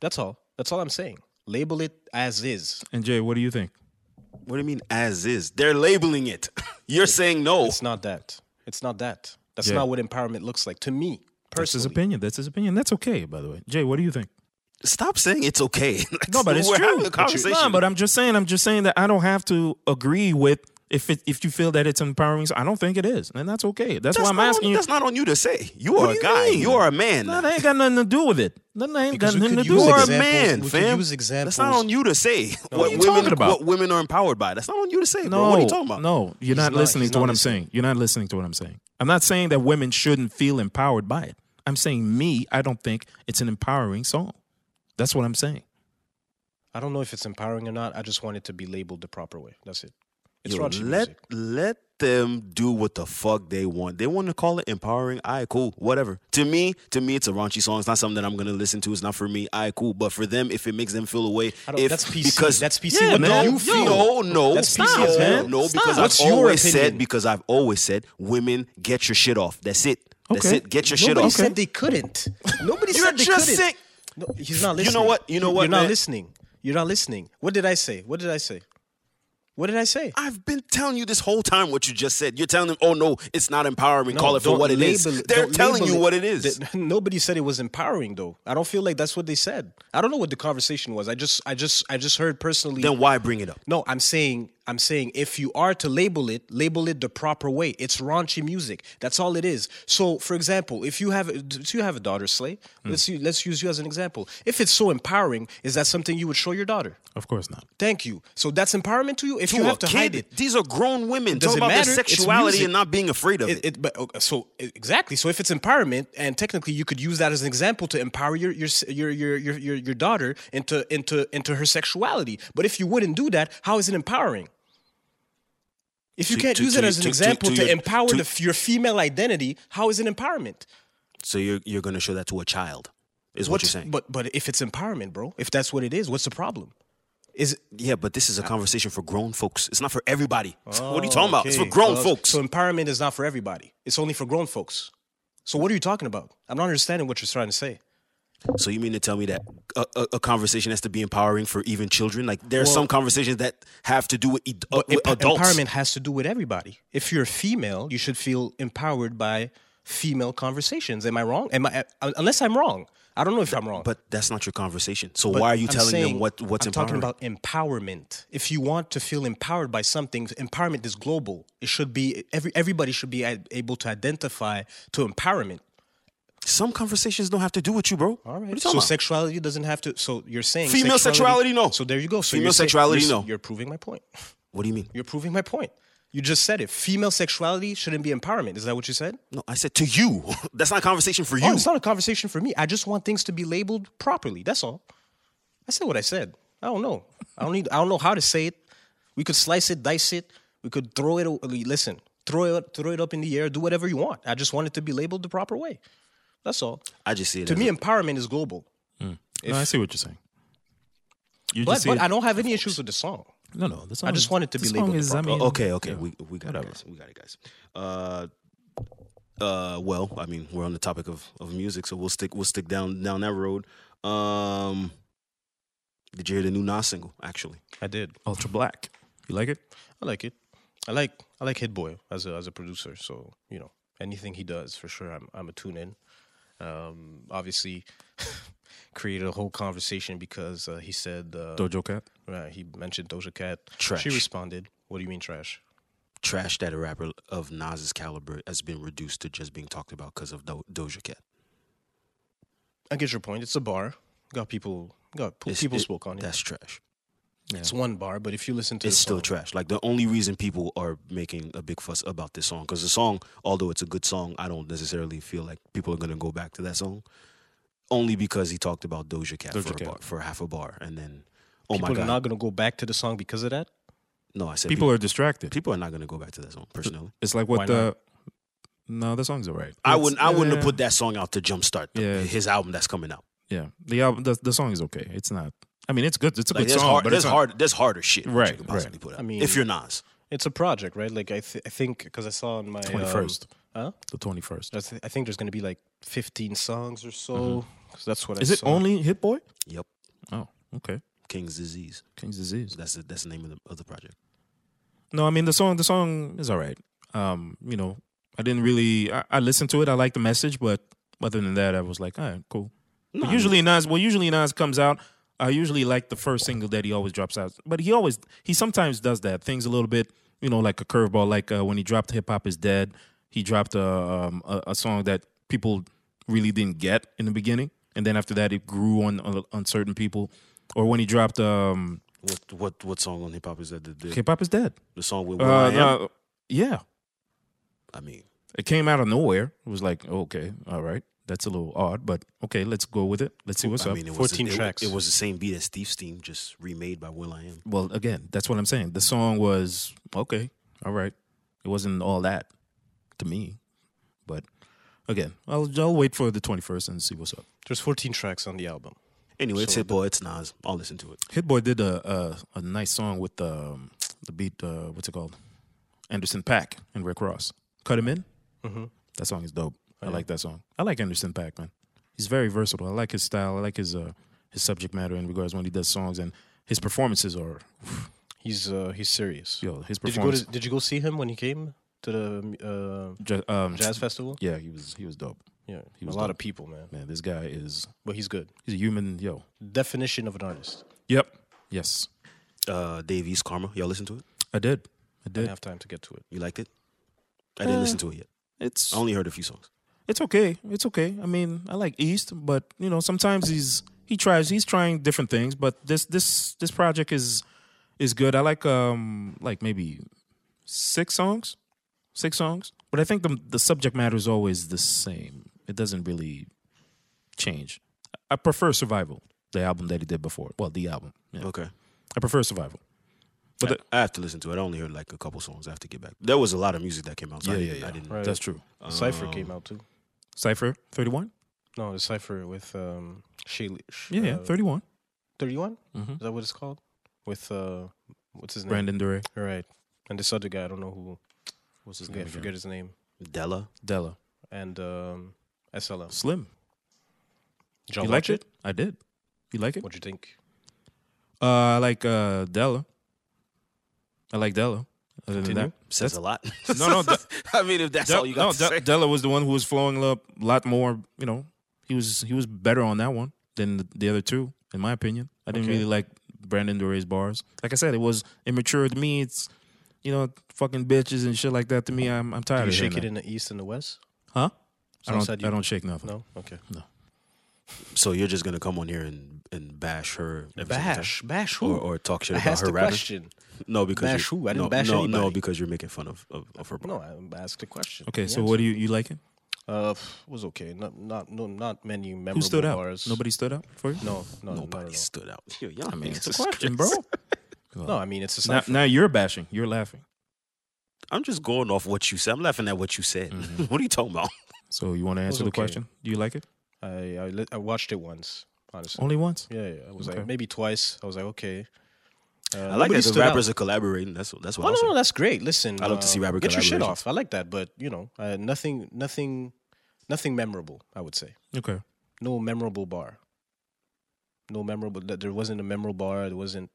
That's all. That's all I'm saying. Label it as is. And Jay, what do you think? What do you mean as is? They're labeling it. [laughs] You're saying no. It's not that. It's not that. That's Yeah. not what empowerment looks like to me That's his personally. opinion. That's his opinion. That's okay, by the way. Jay, what do you think? Stop saying it's okay. [laughs] Like, No, but it's we're true. having a But you- conversation. No, but I'm just saying. I'm just saying that I don't have to agree with If it, if you feel that it's empowering, I don't think it is, and that's okay. That's, why I'm not asking on, you. That's not on you to say. You What are do a you guy. mean? You are a man. No, now. that ain't got nothing to do with it. Nothing ain't Because got we nothing to could do use You with are a it. examples- man, we could fam. use That's not examples. on you to say what are what you women talking about? what women are empowered by. That's not on you to say, No, bro. What are you talking about? no, you're not, not- listening he's to not what listening. I'm saying. You're not listening to what I'm saying. I'm not saying that women shouldn't feel empowered by it. I'm saying me, I don't think it's an empowering song. That's what I'm saying. I don't know if it's empowering or not. I just want it to be labeled the proper way. That's it. It's Yo, raunchy let music. let them do what the fuck they want. They want to call it empowering. All right, cool, whatever. To me, to me, it's a raunchy song. It's not something that I'm gonna listen to. It's not for me. All right, cool. But for them, if it makes them feel away, I don't- if that's PC. because That's PC Yeah, what man. you Yo, feel. No, no, That's no, PC as hell. No, Stop. because What's I've your always said opinion? because I've always said women get your shit off. That's it. That's Okay. it. Get your Nobody shit off. said they couldn't. Nobody You're said they just couldn't. sick. No, he's not You know listening. what? You know what, You're not man? listening. You're not listening. What did I say? What did I say? What did I say? I've been telling you this whole time what you just said. You're telling them, oh no, it's not empowering. No, Call it for don't what it is. label it- They're don't telling label you it. what it is. Th- [laughs] Nobody said it was empowering though. I don't feel like that's what they said. I don't know what the conversation was. I just I just I just heard personally Then why bring it up? No, I'm saying I'm saying if you are to label it, label it the proper way. It's raunchy music. That's all it is. So, for example, if you have so you have a daughter, Slay, Hmm. let's u- let's use you as an example. If it's so empowering, is that something you would show your daughter? Of course not. Thank you. So that's empowerment to you. If To you a have to kid, hide it, These are grown women Does talking it about their matter? It's sexuality music. and not being afraid of it. it, it, but okay, so e- exactly. So if it's empowerment, and technically you could use that as an example to empower your your s- your your your, your, your daughter into into into her sexuality. But if you wouldn't do that, how is it empowering? If you To- can't to- use to- it as to- an to- example to to, your- empower to- the f your female identity, how is it empowerment? So you're you're gonna show that to a child, is what What's- you're saying. But but if it's empowerment, bro, if that's what it is, what's the problem? Is yeah, but this Ah. is a conversation for grown folks. It's not for everybody. what are you talking about? It's for grown so, folks. Oh, Uh, So empowerment is not for everybody. It's only for grown folks. So what are you talking about? I'm not understanding what you're trying to say. So you mean to tell me that a, a, a conversation has to be empowering for even children? Like there are some conversations that have to do with, ed- uh, with Emp- adults. Empowerment has to do with everybody. If you're a female, you should feel empowered by female conversations. Am I wrong? Am I? uh, Unless I'm wrong, I don't know if I'm wrong. But that's not your conversation. So But why are you I'm telling saying- them what what's I'm empowering? talking about empowerment. If you want to feel empowered by something, empowerment is global. It should be every everybody should be a- able to identify to empowerment. Some conversations don't have to do with you, bro. What are you So talking about? sexuality doesn't have to. So you're saying Female sexuality, no. So there you go. So Female you're say- sexuality, you're s- no. You're proving my point. What do you mean? You're proving my point. You just said it. Female sexuality shouldn't be empowerment. Is that what you said? No, I said to you. [laughs] that's not a conversation for you. Oh, it's not a conversation for me. I just want things to be labeled properly. That's all. I said what I said. I don't know. I don't need. I don't know how to say it. We could slice it, dice it. We could throw it. a- Listen, throw it, throw it up in the air. Do whatever you want. I just want it to be labeled the proper way. That's all. I just see it. To as me, a- empowerment is global. no, I see what you're saying. You But, just see but it- I don't have any issues with the song. no, no. The song I just is- want it to the be song labeled the Is, I proper- mean, okay, okay, we we got it, Whatever. guys. We got it, guys. Uh, uh, well, I mean, we're on the topic of, of music, so we'll stick we'll stick down down that road. Um, did you hear the new Nas single? Actually, I did. Ultra Black. You like it? I like it. I like I like Hit Boy as a as a producer. So you know anything he does for sure, I'm I'm a tune in. Um, obviously, [laughs] created a whole conversation because uh, he said uh, Dojo Cat. right, he mentioned Doja Cat. Trash. She responded, "What do you mean trash?" trash that a rapper of Nas's caliber has been reduced to just being talked about because of Do- Doja Cat. I get your point. It's a bar. Got people. Got po- It's- people it- spoke on it. That's trash. It's one bar, but if you listen to it's the still song- trash. Like the only reason people are making a big fuss about this song because the song, although it's a good song, I don't necessarily feel like people are gonna go back to that song, only because he talked about Doja Cat, Doja for, a Cat. bar, for half a bar, and then oh my people god, are not gonna go back to the song because of that. no, I said People people, are distracted. people are not gonna go back to that song personally. It's like Why not? what the. No, the song's alright. I It's- wouldn't. I wouldn't have yeah, put that song out to jumpstart the, Yeah. his album that's coming out. Yeah, the album, the, the song is okay. It's not. I mean, it's good. It's a Like good there's song, hard, but there's it's not- hard, there's harder shit. that Right, you could right. possibly put out. I mean- if you're Nas, It's a project, right? Like I th- I think because I saw on my um, 21st. huh? The twenty first. I, th- I think there's going to be like 15 songs or so. 'cause that's what Mm-hmm. Is I it saw. only Hit Boy? yep, Oh, okay. King's Disease. King's Disease. That's the, that's the name of the of the project. No, I mean the song. The song is all right. Um, you know, I didn't really. I, I listened to it. I liked the message, but other than that, I was like, all right, cool. But usually Nas. Well, usually Nas comes out. I usually like the first single that he always drops out. But he always he sometimes does that. Things a little bit you know, like a curveball. Like uh, when he dropped "Hip Hop Is Dead," he dropped a, um, a a song that people really didn't get in the beginning, and then after that, it grew on on, on certain people. Or when he dropped um, What what what song on hip hop is that? The, the, "Hip Hop Is Dead," the song with uh, Will I Am? uh, yeah, I mean, it came out of nowhere. It was like, okay, all right, that's a little odd, but okay, let's go with it. Let's see what's I up. mean, it was 14 it- tracks. It, was the same beat as Steve Steam, just remade by Will I Am. well, again, that's what I'm saying. The song was okay, all right. It wasn't all that to me, but again, I'll I'll wait for the 21st and see what's up. There's 14 tracks on the album. Anyway, it's Hit Boy, it's Nas. I'll listen to it. Hit Boy did a a, a nice song with um, the beat. Uh, what's it called? Anderson Pack and Rick Ross. Cut him in. Mm-hmm. That song is dope. Oh, I like that song. I like Anderson Pack, man. He's very versatile. I like his style. I like his uh, his subject matter in regards when he does songs and his performances are He's uh, he's serious. yo his Did you go performance. to, Did you go see him when he came to the uh, Ju- um, jazz festival? Yeah, he was he was dope. Yeah, a He was lot dope. of people, man. Man, this guy is But he's good. he's a human. Yo. Definition of an artist. Yep. Yes, Uh, Dave East Karma, y'all listen to it? I did. I I didn't did. have time to get to it. You liked it? I didn't listen to it yet. It's I only heard a few songs. it's okay. It's okay. I mean, I like East, but you know, sometimes he's he tries. He's trying different things, but this this this project is is good. I like um like maybe six songs, six songs. But I think the the subject matter is always the same. It doesn't really change. I prefer Survival, the album that he did before. Well, the album. Yeah. Okay. I prefer Survival. But the- I have to listen to it. I only heard like a couple songs. I have to get back. There was a lot of music that came out. So I Yeah, didn't, yeah, yeah. I didn't. um, Right. that's true. Cipher came out too. Cipher thirty one. No, the Cipher with um, Shaylee. Sh- Yeah, yeah, uh, mm-hmm. thirty one. 31? Mhm. Is that what it's called? With uh, what's his name? Brandon Duray. Right. And this other guy, I don't know who. What's I forget his name. Della. Della And um, SLM. Slim. Did y'all you watch liked it? I did. You like it? What'd you think? Uh, I like uh, Della. I like Della. Other than that, Says a lot. [laughs] No, no, that- I mean, if that's Del- all you got no, to De- say. Della was the one who was flowing up a lot more. You know, he was he was better on that one than the, the other two, in my opinion. I didn't Okay. really like Brandon Duray's bars. Like I said, it was immature to me. It's you know, fucking bitches and shit like that to me. I'm I'm tired Did you of shake it hearing in the East and the West? that. Huh? I Someone don't. said I you- don't shake nothing. No? Okay. so you're just gonna come on here and, and bash her? every single time? Bash. Bash who? Or, or talk shit I about asked her the rather? question. No, because Bash you- who? I didn't no, bash no, no, anybody. because you're making fun of of, of her. No, I asked the question. Okay, The so answer. what do you you like it? Uh, pff, was okay. Not not no not many memorable Who stood out? bars. Nobody stood out for you. No, no, Nobody nobody. stood out. Yo, y'all I mean, it's niggas a is question, bro. crazy. [laughs] No, I mean it's a Now, cipher. now you're bashing. You're laughing. [laughs] I'm just going off what you said. I'm laughing at what you said. Mm-hmm. [laughs] what are you talking about? So you want to answer the okay. question? Do you like it? I I, li- I watched it once, honestly. Only once. Yeah, yeah. I was Okay. like maybe twice. I was like, okay. Uh, I like nobody that the stood out. rappers are collaborating. That's what that's what Oh I'm no, saying. no, that's great. Listen, uh, I love to see rapper Get your shit collaborations. off. I like that, but you know, uh, nothing, nothing, nothing memorable. I would say Okay. no memorable bar. No memorable. th- There wasn't a memorable bar. There wasn't.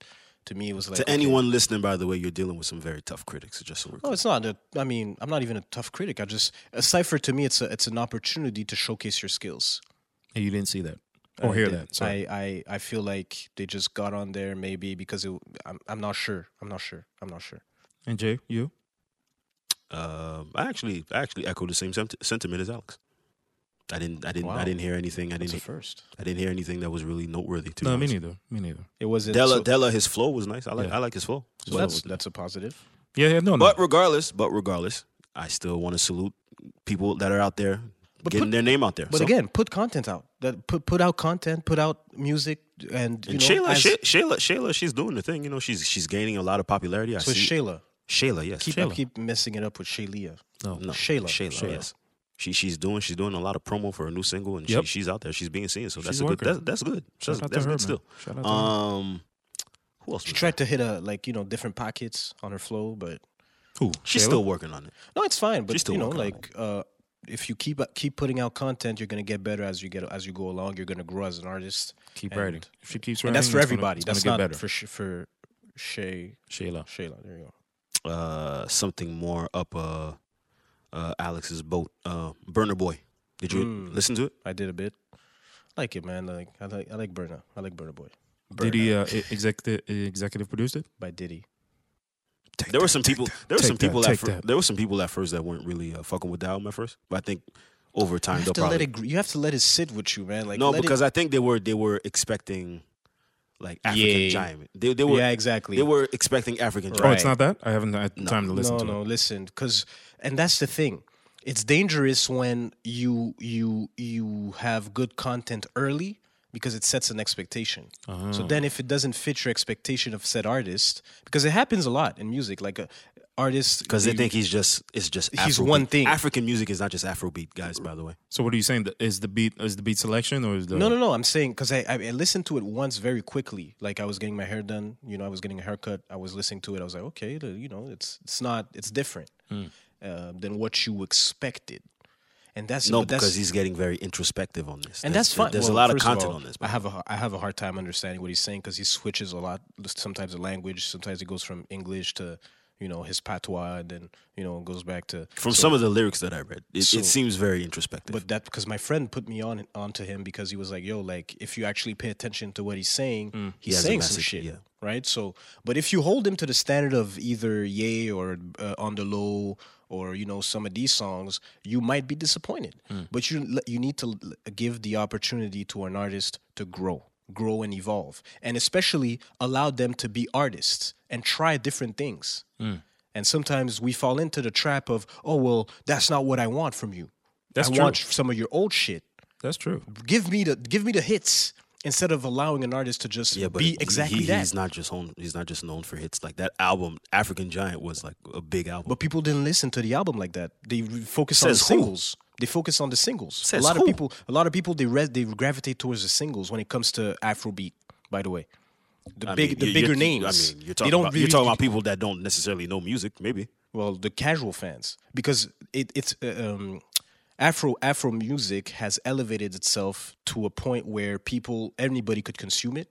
To me, it was like to okay. anyone listening, by the way, you're dealing with some very tough critics. Just so we're No, clear. it's not. A, I mean, I'm not even a tough critic. I just a cipher to me, it's a, it's an opportunity to showcase your skills. And you didn't see that I or Oh, hear didn't. that. Sorry. I, I I feel like they just got on there maybe because it, I'm I'm not sure. I'm not sure. I'm not sure. and Jay, you? Um, I actually I actually echo the same sent- sentiment as Alex. I didn't I didn't I Wow. didn't hear anything. I It's didn't a he- first. I didn't hear anything that was really noteworthy. To No, be me honest. neither. Me neither. It wasn't. Della so- Della his flow was nice. I like Yeah. I like his flow. so that's that's a positive. Yeah, yeah, no, no. But regardless, but regardless, I still want to salute people that are out there But getting put- their name out there. But So- again, put content out. That put put out content, put out music, and you and know, Shayla, as- Shay, Shayla, Shayla, she's doing the thing. You know, she's she's gaining a lot of popularity. I so it's see. Shayla. Shayla, yes, Keep Shayla. I keep messing it up with Shaylia. no. no, Shayla. Shayla, Shayla. yes. She she's doing she's doing a lot of promo for her new single, and Yep. she, she's out there. She's being seen, so that's She's a good. working. That's, that's good. That's, Shout out to that's good her, man. still. Shout out to her. Um, who else? She was tried to hit a like you know different pockets on her flow, but Who? there? She's Shayla? still working on it. no, it's fine. But She's still you know, working on like uh, if you keep keep putting out content, you're gonna get better as you get as you go along. You're gonna grow as an artist. keep and- writing. If she keeps writing, and that's for it's gonna- everybody. it's that's gonna not get for Sh- for Shay Shayla. Shayla. There you go. Uh, something more up. Uh, uh, Alex's boat. Uh, Burner Boy. Did you listen to it? I did a bit. like it, man. Like I like I like Burna. I like Burna Boy e-, Did he uh, executive executive produced it? by Diddy. There were some people. There were Take some that, people take at fir- that. there were some people at first that weren't really uh, fucking with the album at first, but I think over time You they'll have to let probably it. gr- You have to let it sit with you, man. Like no let it- because I think they were they were expecting like African Yeah. giant. They they were yeah, exactly. they were expecting African Oh, giant. it's not that. I haven't had time to listen no, to no, it. listen, because and that's the thing. It's dangerous when you you you have good content early because it sets an expectation. Ah. So then, if it doesn't fit your expectation of said artist, because it happens a lot in music, like uh, artists Because they think he's just it's just He's Afrobeat. one thing. African music is not just Afrobeat, guys. By the way, So what are you saying? The- Is the beat is the beat selection or is the No, no, no. I'm saying because I, I I listened to it once very quickly. Like I was getting my hair done. You know, I was getting a haircut. I was listening to it. I was like, okay, the- you know, it's it's not it's different Hmm. uh, than what you expected. And that's no, but that's, because he's getting very introspective on this, and There's- that's fine. There's Well, a lot of first content all, on this. I but- have a h- I have a hard time understanding what he's saying because he switches a lot. Sometimes the language. Sometimes he goes from English to you know his patois, and then you know goes back to From some of the lyrics that I read, it, so- it seems very introspective. But that because my friend put me on onto him because he was like, "Yo, like if you actually pay attention to what he's saying, he's Mm. has a saying some message, shit, yeah. right?" So, but if you hold him to the standard of either Yay or uh, On the Low or you know some of these songs, you might be disappointed. Hmm. But you l- you need to l- give the opportunity to an artist to grow, grow and evolve, and especially allow them to be artists and try different things. Hmm. And sometimes we fall into the trap of, oh well, that's not what I want from you. That's I true. want some of your old shit. That's true. Give me the give me the hits instead of allowing an artist to just yeah, but be he- exactly he- that. He's not just home, he's not just known for hits. Like that album, African Giant was like a big album. but people didn't listen to the album like that. They re- focus on the Says who? singles. They focus on the singles. Says a lot who? of people, a lot of people, they re- they gravitate towards the singles when it comes to Afrobeat. By the way, the I big mean, the you- bigger you're- you- names. I mean, you're they talking, don't about, really you're talking about people that don't necessarily know music, maybe. well the casual fans because it, it's uh, um, afro afro music has elevated itself to a point where people anybody could consume it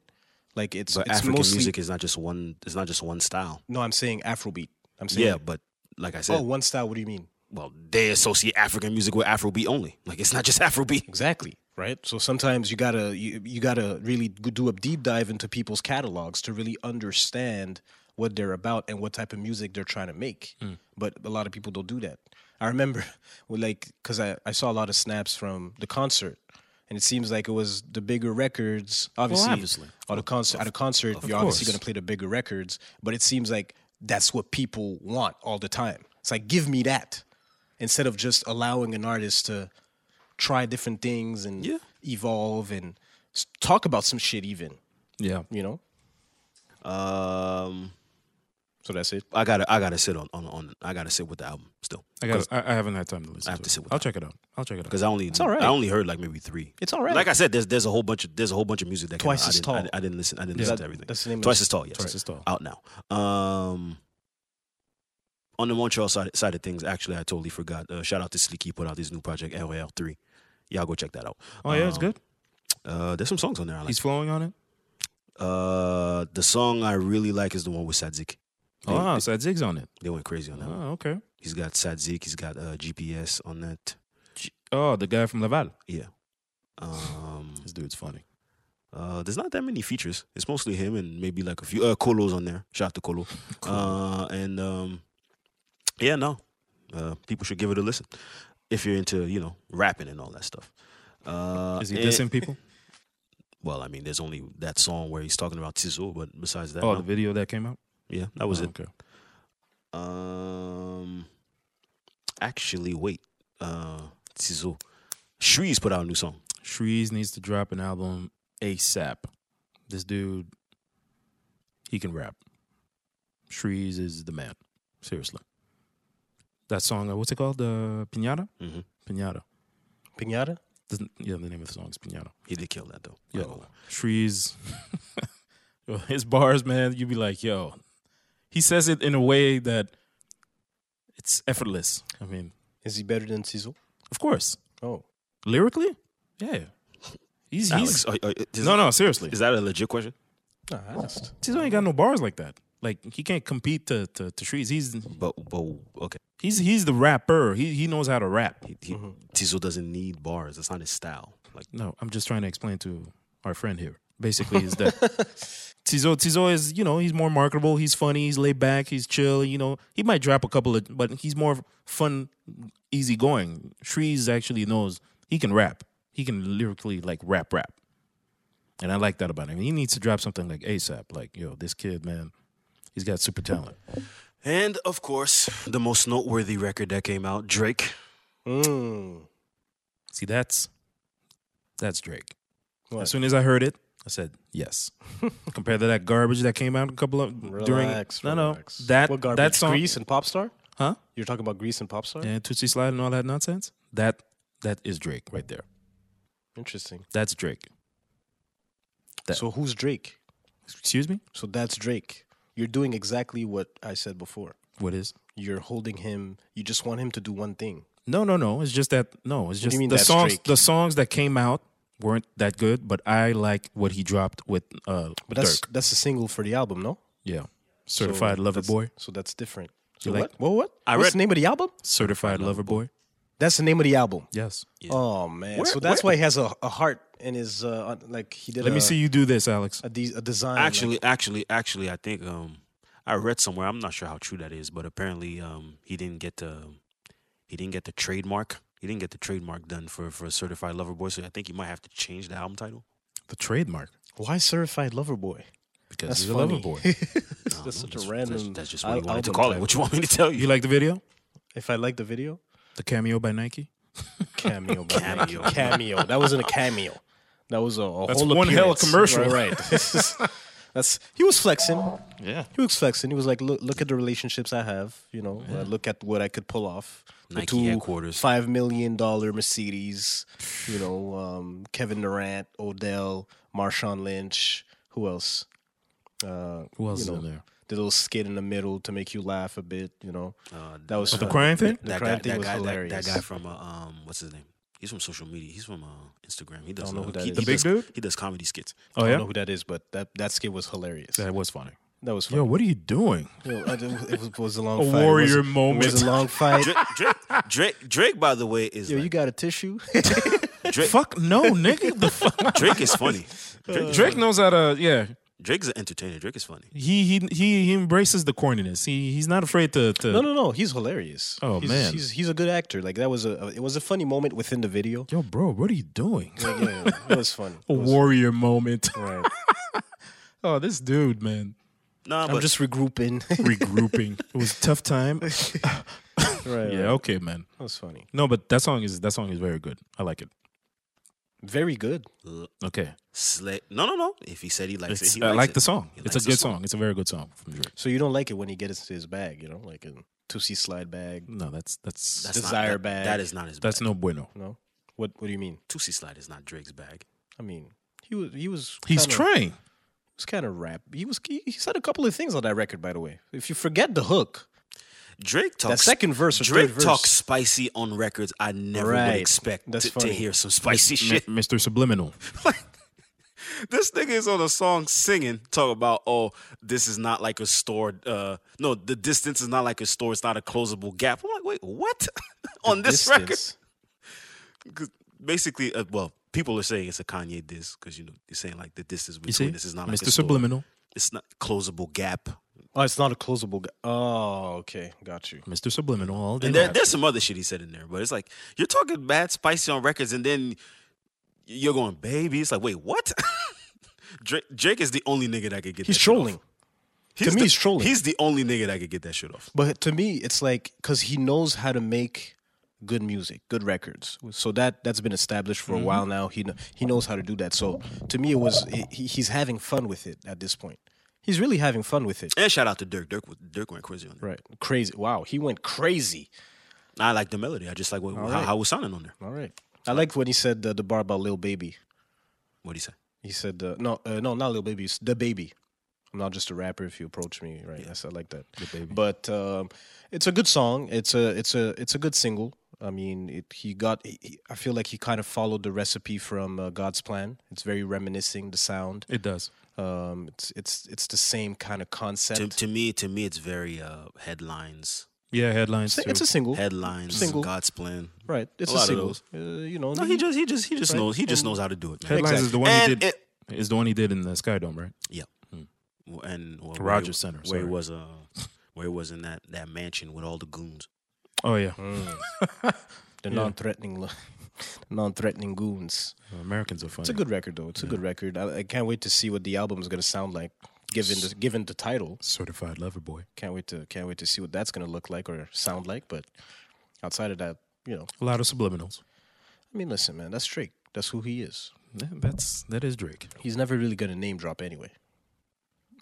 like it's But it's African mostly music is not just one. It's not just one style. no i'm saying afrobeat i'm saying Yeah, but like I said, oh one style what do you mean well, they associate African music with Afrobeat only. Like it's not just [laughs] Afrobeat. exactly right so sometimes you gotta you, you gotta really g- do a deep dive into people's catalogs to really understand what they're about and what type of music they're trying to make but a lot of people don't do that i remember [laughs] well, like because I, I saw a lot of snaps from the concert and it seems like it was the bigger records obviously, obviously. At, a concert, at a concert you're obviously going to play the bigger records but it seems like that's what people want all the time it's like give me that instead of just allowing an artist to try different things and Yeah. evolve and s- talk about some shit even Yeah. you know Um, so that's it I gotta, I gotta sit on, on, on. I gotta sit with the album still. I got. I, I haven't had time to listen. I have to, to it. sit with I'll that. check it out. I'll check it out. because I only all right. I only heard like maybe three. It's all right. Like I said, there's there's a whole bunch of there's a whole bunch of music that came Twice out. I as didn't- I Tall. di- I, didn't listen. I didn't listen to everything. that's the name of Twice the- as tall. Yes. Twice as Tall. Out now. Um, on the Montreal side, side of things, actually, I totally forgot. Uh, shout out to Sleeky put out this new project LL three. Y'all go check that out. oh yeah, it's Um, good. Uh, there's some songs on there. I like. He's flowing on it. Uh, the song I really like is the one with Sadzik. They, Ah, Oh, so that Zig's on it. they went crazy on that. one. Oh, okay. He's got Sadzik. He's got uh, GPS on that. G- Oh, the guy from Laval. Yeah. Um, This dude's funny. Uh, there's not that many features. It's mostly him and maybe like a few uh, Colo's on there. Shout out to Colo. Uh, and um, yeah, no, uh, people should give it a listen if you're into you know rapping and all that stuff. Uh, Is he and- dissing people? Well, I mean, there's only that song where he's talking about Tizo, but besides that, Oh, eh, no. the video that came out. yeah, that was Oh, it. Okay. Um, actually, wait, uh, Tizo, Shree's put out a new song. Shreeze needs to drop an album ASAP. This dude, he can rap. Shreeze is the man. Seriously. That song, uh, what's it called? Uh, Pinata? Mhm. Pinata. pinata Doesn't, yeah, the name of the song is Pinata. He did kill that though. I don't Yo, know. Shreeze, [laughs] yo, his bars, man, you'd be like, yo, he says it in a way that it's effortless. I mean, is he better than Tizo? of course. oh Lyrically? Yeah. He's, Alex, he's, are- are- is- no, no, seriously. is that a legit question? no, I asked. He's only got no bars like that. Like he can't compete to to, to Shreeze. He's But but okay. he's he's the rapper. He he knows how to rap. He, he, Tizo doesn't need bars. That's not his style. Like No, I'm just trying to explain to our friend here basically is that. Tizo Tizo is you know he's more marketable. He's funny. He's laid back. He's chill. You know he might drop a couple of, but he's more fun, easygoing. Shrees actually knows he can rap. He can lyrically like rap rap, and I like that about him. He needs to drop something like ASAP. Like yo, this kid man, he's got super talent. And of course, the most noteworthy record that came out, Drake. Mm. See that's that's Drake. What? As soon as I heard it, I said [laughs] yes. Compared to that garbage that came out a couple of during Relax, no no relax. that what garbage? that song Grease and Popstar? huh You're talking about Grease and Popstar? and Tootsie Slide and all that nonsense that that is Drake right there. Interesting. That's Drake. That- So who's Drake? Excuse me. So that's Drake. You're doing exactly what I said before. What is? You're holding him. You just want him to do one thing. No no no. It's just that no. It's you just mean the that's songs Drake? the songs that came out weren't that good, but I like what he dropped with uh But that's Dirk. that's a single for the album, no? Yeah, So certified lover that's- boy. So that's different. So You like- what? What? What? I What's read- the name of the album? Certified lover boy. That's the name of the album. Yes. Oh man! Where- so that's where- why he has a, a heart in his uh, on- like he did. Let a, me see you do this, Alex. a, de- a design. like- Actually, actually, actually, I think um, I read somewhere. I'm not sure how true that is, but apparently, um, he didn't get the he didn't get the trademark. He didn't get the trademark done for for Certified Lover Boy. So I think he might have to change the album title. The trademark why certified lover boy? because That's he's a funny. lover boy. [laughs] I that's don't such know, a random. That's, that's just what you al- wanted to album call it. title. What you want me to tell You you? like the video? If I like the video, The cameo by Nike? cameo, by Nike. Cameo. cameo. That wasn't a cameo. That was a, a That's whole one hell of appearance. commercial. Right. [laughs] right. that's he was flexing. Yeah. He was flexing. He was like, look, look at the relationships I have. You know, uh, look at what I could pull off. Nike headquarters. five million dollar Mercedes. You know, um, Kevin Durant, Odell, Marshawn Lynch. Who else? Uh, Who else you know, is in there? The little skit in the middle to make you laugh a bit. You know, Uh, that was Oh, The fun. crying thing? [laughs] The that crime guy, thing that was guy, that, that hilarious. guy from uh, um, what's his name? He's from social media. He's from uh, Instagram. He does. don't know uh, who that he, is. he The big does, dude? He does comedy skits. I Oh, don't yeah? know who that is, but that that skit was hilarious. That was funny. That was Yo, fun. what are you doing? Yo, I- it was, it was a long A fight. warrior it was, It was moment. a [laughs] long fight. Drake, Drake, Drake, Drake, by the way, is Yo, you like- got a tissue? Drake, Fuck no, nigga. [laughs] The fuck? Drake is funny. [laughs] Drake, is Drake funny. knows how to yeah. Drake's an entertainer. Drake is funny. He he he he embraces the corniness. He he's not afraid to, [laughs] to no, no, no. He's hilarious. Oh, he's, man. he's he's a good actor. Like that was a it was a funny moment within the video. Yo, bro, what are you doing? Like, yeah, [laughs] it was funny. A It was- warrior moment. [laughs] Right. Oh, this dude, man. Nah, I'm but just [laughs] regrouping. Regrouping. it was a tough time. [laughs] right. Yeah, okay, man. That was funny. No, but that song is that song is very good. I like it. Very good. Okay. Slay. No, no, no. If he said he likes It's- it, he I likes like it. the song. He It's a likes good the song. It's a very good song from Drake. So you don't like it when he gets into his bag, you know, like a two C slide bag. No, that's that's that's, That's not- Desire that- bag. That is not his. bag. no bueno. No. What What do you mean? Tootsie Slide is not Drake's bag. I mean, he was he was He's kinda- trying. He was kind of rap. He was he, he said a couple of things on that record, by the way. If you forget the hook, Drake that talks. second verse or Drake third verse, talks spicy on records. I never would Right. expect That's to, to funny. hear some [laughs] spicy Mi- shit. Mr. Subliminal. Like, this nigga is on a song singing, talk about, oh, this is not like a store. Uh, no, the distance is not like a store. It's not a closable gap. I'm like, wait, what? [laughs] on this record, distance. 'Cause basically, uh, well, people are saying it's a Kanye diss because you know you're saying like the distance between this is not like Mr. a store. Subliminal. It's not closable gap. Oh, it's not a closable. Ga- oh, okay, got you. Mr. Subliminal. All day And there, long. there's some other shit he said in there, but it's like you're talking bad spicy on records, and then you're going, baby. It's like, wait, what? [laughs] Drake, Drake is the only nigga that could get. He's that shit off. trolling, He's me, the- he's trolling. He's the only nigga that could get that shit off. but to me, it's like because he knows how to make good music, good records. So that that's been established for a while now. He kn- he knows how to do that. So to me, it was he, he's having fun with it at this point. He's really having fun with it. And shout out to Dirk. Dirk, was- Dirk went crazy on there. Right, crazy. Wow, he went crazy. I like the melody. I just like what, how, right. how it was sounding on there. All right, I liked when he said uh, the bar about Lil Baby. What do you say? He said, uh, "No, uh, no, not little baby. It's the baby. I'm not just a rapper. If you approach me, right? Yes, I like that. The baby. But um, it's a good song. It's a, it's a, it's a good single. I mean, it, he got. He, he- I feel like he kind of followed the recipe from uh, God's Plan. It's very reminiscing the sound. it does. Um, it's, it's, it's the same kind of concept. To, to me, to me, it's very uh, headlines. Yeah, headlines. It's a- it's a single, Headlines. Single. God's plan. right? It's a a, lot of single. Uh, you know, No, he just, he just, he just knows, he just knows how to do it. Man. Headlines is the one he Mm-hmm. and did. It, It's the one he did in the Sky Dome, right? Yeah. Well, And well, where he- Rogers Center. where sorry. he was uh where he was in that that mansion with all the goons. Oh yeah, The Yeah. non-threatening, lo- [laughs] non-threatening goons. Americans are funny. It's a good record, though. It's a good record. I, I can't wait to see what the album is gonna sound like, given the, given the title. certified lover boy. Can't wait to can't wait to see what that's gonna look like or sound like. But outside of that, you know, A lot of subliminals. I mean, listen, man, that's Drake. That's who he is. Yeah, that's that is Drake. He's never really gonna name drop anyway.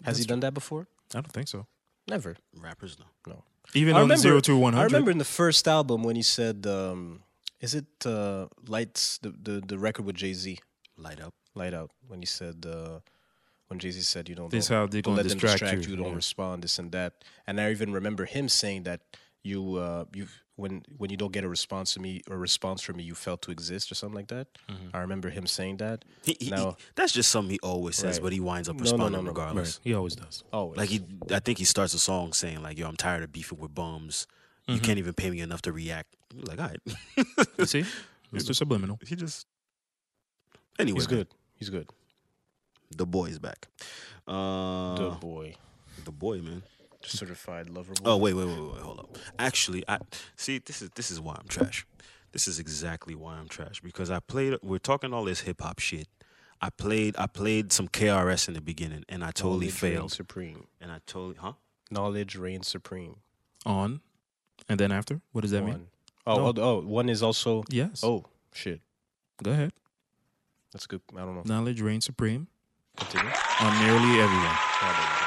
Has he done that before? I don't think so. Never. Rappers though. No. Even I on the remember- zero to one I hundred. remember in the first album when he said, um, "Is it uh, lights?" The, the the record with Jay Z, Light up. "Light Out." When he said, uh, when Jay Z said, "You know, This don't- how they don't gonna let them distract you. you. Don't Yeah. respond. This and that." And I even remember him saying that you uh, you when when you don't get a response to me or response from me, you fail to exist or something like that. Mm-hmm. I remember him saying that. He, he, No. he- that's just something he always says, Right. but he winds up No, no, no, responding no. regardless. He always does. Always. Like he, I think he starts a song saying like, "Yo, I'm tired of beefing with bums. Mm-hmm. Mm-hmm. You can't even pay me enough to react." You're like, all right, [laughs] [laughs] You see, Mr. Subliminal. he just. Anyway, he's man, good. He's good. The boy is back. Uh, Good boy. the boy, man. Certified lover boy. Oh wait, wait, wait, wait, wait, hold up. Actually, I see. This is this is why I'm trash. This is exactly why I'm trash because I played. We're talking all this hip hop shit. I played. I played some KRS in the beginning, and I totally Knowledge reigns failed. Supreme. And I totally, huh? Knowledge reigns supreme. On, and then after. What does that One. mean? Oh, No. oh, oh, one is also. Yes. Oh shit, go ahead. that's good. I don't know. Knowledge reigns supreme Continue. on nearly everyone. Oh,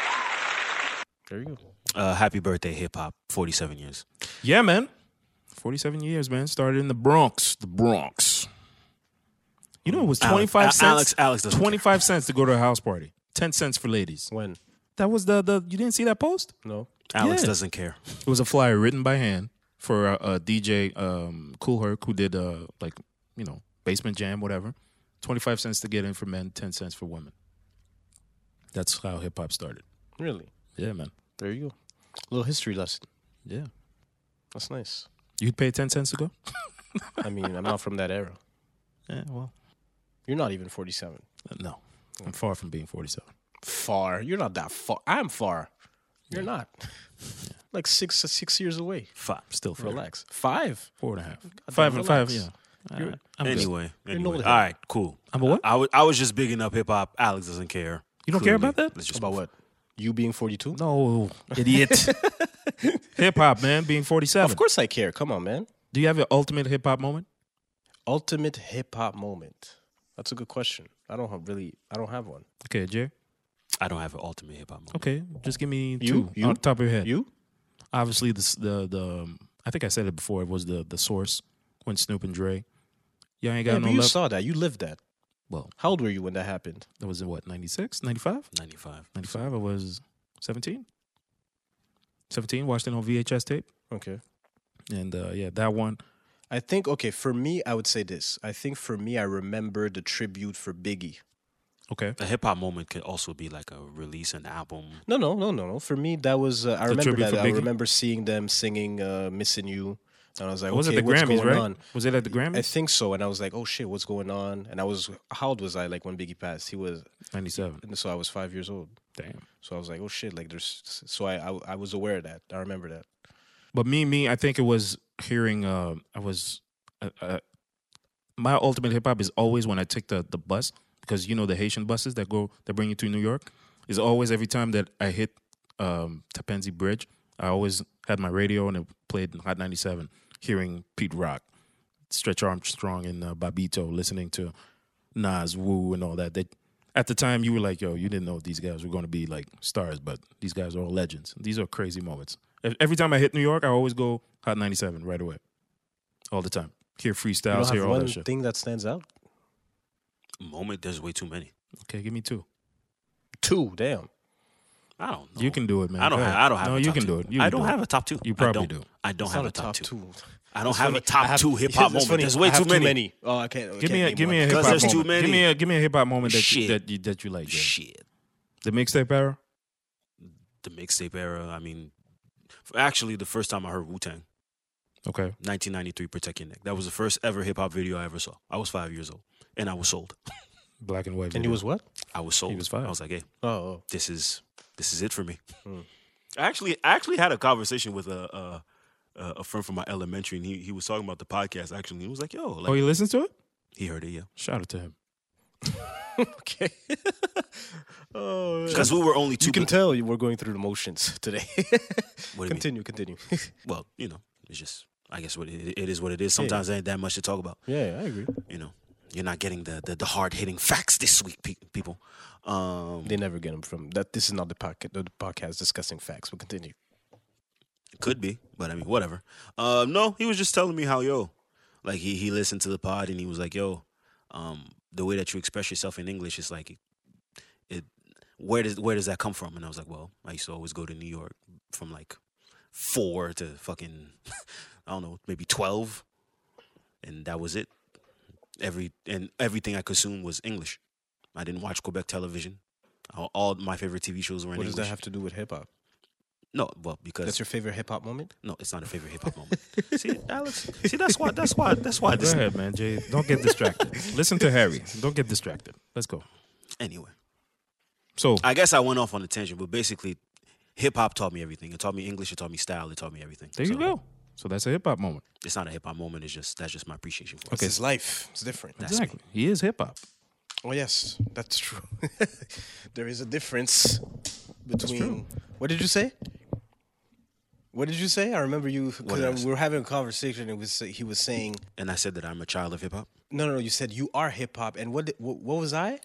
there you go. There you go. Uh, happy birthday, hip hop. Forty-seven years. Yeah, man. 47 years, man. Started in the Bronx. The Bronx. You know, it was Alex- 25 Al- cents. Alex- Alex doesn't care. 25 cents to go to a house party. 10 cents for ladies. When? That was the, the you didn't see that post? No. Alex Yeah. doesn't care. It was a flyer written by hand for a, a DJ, um, Cool Herc, who did, uh, like, you know, basement jam, whatever. 25 cents to get in for men, 10 cents for women. That's how hip hop started. Really? Yeah, man. There you go. little history lesson. Yeah. That's nice. You'd pay 10 cents to go? I mean, I'm not from that era. Yeah, well, You're not even 47. no. I'm far from being 47. Far. You're not that far. I'm far. You're not. like six six years away. Five. Still far. Relax. Five. Four and a half. five and five. Yeah. relax. All right. I'm good. Anyway, an anyway. old all head. right, cool. I'm a what? I, I was I was just bigging up hip hop. Alex doesn't care. You don't care about that? Let's just About what? You being 42? No, [laughs] idiot. hip hop, man. Being forty-seven. Of course I care. Come on, man. Do you have your ultimate hip hop moment? Ultimate hip hop moment. That's a good question. I don't have really. I don't have one. Okay, Jay. I don't have an ultimate hip hop. moment. Okay, just give me You? two You? on top of your head. You? Obviously, the s- the the. um, I think I said it before. It was the the source when Snoop and Dre. Y'all ain't got Yeah, no but you love. saw that. You lived that. well, How old were you when that happened? that was in what 96, 95? Ninety-five. 95, I was 17. 17, watched it on VHS tape. Okay. And uh, yeah, that one. I think okay. For me, I would say this. I think for me, I remember the tribute for Biggie. Okay. A hip hop moment could also be like a release an album. No, no, no, no, no. For me, that was. Uh, I remember tribute that. for I Biggie? remember seeing them singing uh, "Missing You," and I was like, was okay, it the what's Grammys, going right? on? Was it at the Grammys? I think so. And I was like, oh shit, what's going on? And I was, how old was I? Like when Biggie passed, he was. 97. So I was five years old. Damn. So I was like, oh shit, like there's. So I, I, I was aware of that. I remember that. But me, me, I think it was hearing. Uh, I was uh, uh, my ultimate hip hop is always when I take the the bus because you know the Haitian buses that go that bring you to New York is always every time that I hit um, Tapenzi Bridge, I always had my radio and it played Hot 97, hearing Pete Rock, Stretch Armstrong, and uh, Babito, listening to Nas, Wu, and all that. That at the time you were like, yo, you didn't know these guys were going to be like stars, but these guys are all legends. These are crazy moments. Ev- Every time I hit New York, I always go Hot 97 right away, all the time. Hear You freestyles, don't hear have all one that shit. thing that stands out. Moment, there's way too many. Okay, give me two. Two, damn. I don't know. You can do it, man. I don't Go have. ahead. I don't have. No, a you top can two. do it. You I can don't do have it. a top two. You I probably don't. do. I don't It's have not a top, two. two. I don't It's have funny. a top I have- two [laughs] hip hop It's moment. funny. There's way I have too many. Oh, I can't. I Give can't me a name give me a one. hip hop Because there's moment. too Give me many. a give me a hip hop moment that you, Shit. that you that you like. Jay. Shit. The mixtape era. The mixtape era. I mean, f- actually, the first time I heard Wu Tang, Okay. 1993, Protect Your Neck. That was the first ever hip hop video I ever saw. I was five years old, and I was sold. Black and white. And he video. was what? I was sold. was five. I was like, hey, Oh, oh. this is this is it for me. Hmm. I actually I actually had a conversation with a. a a friend from my elementary, and he, he was talking about the podcast. Actually, he was like, "Yo, like, Oh, you listened to it? he heard it, yeah." Shout out to him. okay. [laughs] oh, man. Because we were only two. you can bl- tell you were going through the motions [laughs] today. What do you mean? continue, continue. [laughs] Well, you know, it's just I guess what it, it is. What it is. Sometimes there ain't that much to talk about. yeah, I agree. You know, you're not getting the the, the hard hitting facts this week, pe- people. Um, They never get him from that. This is not the pocket. The podcast discussing facts. But continue. Could be, but I mean, whatever. Uh, no, he was just telling me how yo, like he he listened to the pod and he was like, yo, um, the way that you express yourself in English is like, it, where does where does that come from? And I was like, well, I used to always go to New York from like four to fucking, [laughs] I don't know, maybe twelve, and that was it. Every and everything I consumed was English. I didn't watch Quebec television. All- All my favorite TV shows were in What English. does that have to do with hip hop? no, well, because That's your favorite hip hop moment. no, it's not a favorite hip hop moment. see, Alex. See, that's why. That's why. That's why. Go This, ahead, man. Jay, don't get [laughs] distracted. Listen to Harry. Don't get distracted. Let's go. anyway, So I guess I went off on a tangent, but basically, hip hop taught me everything. It taught me English. It taught me style. It taught me everything. there you So, go. So that's a hip hop moment. It's not a hip hop moment. It's just that's just my appreciation for It's it. his life. It's different. Exactly. He is hip hop. Oh yes, that's true. [laughs] there is a difference between. What did you say? What did you say? I remember you. 'cause did I I- say? we were having a conversation, and was he was saying, And I said that I'm a child of hip hop. "No, no, no." You said you are hip hop, and what, did, what? What was I?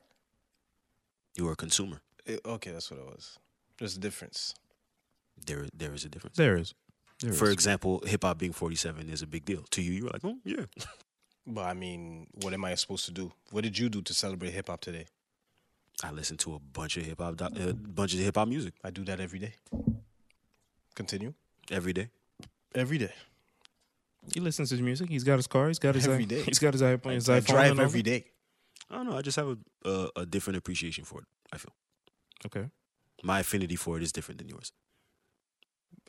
You are a consumer. Uh, okay, that's what it was. There's a difference. There, there is a difference. There is. There is. For example, hip hop being 47 is a big deal to you. You're like, oh yeah. But I mean, what am I supposed to do? What did you do to celebrate hip hop today? I listen to a bunch of hip hop, doc- a bunch of hip hop music I do that every day. Continue. every day. Every day. he listens to his music. He's got his car. He's got his Every i- day. He's got his iPhone. His I iPhone drive and all every that. day. I don't know. I just have a, a, a different appreciation for it. I feel Okay. my affinity for it is different than yours.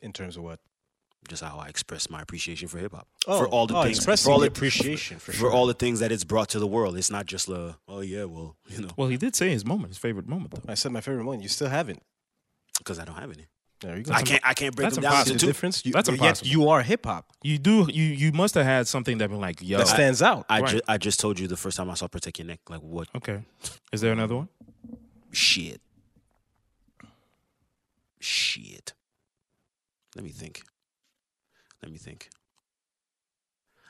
In terms of what? just how I express my appreciation for hip hop. for all the oh, things, expressing for all the the, appreciation for, for sure. all the things that it's brought to the world. It's not just a oh yeah, well [laughs] you know, Well, he did say his moment, his favorite moment though. I said my favorite one. You still haven't. because I don't have any. There you go. I can't I can't break that's them down See into two. the impossible. difference. You, That's yet impossible. you are hip hop. You do. You you must have had something that been like, yo. That stands out. I, Right. ju- I just told you the first time I saw Protect Your Neck. Like what okay. Is there another one? shit, shit. Let me think. Let me think.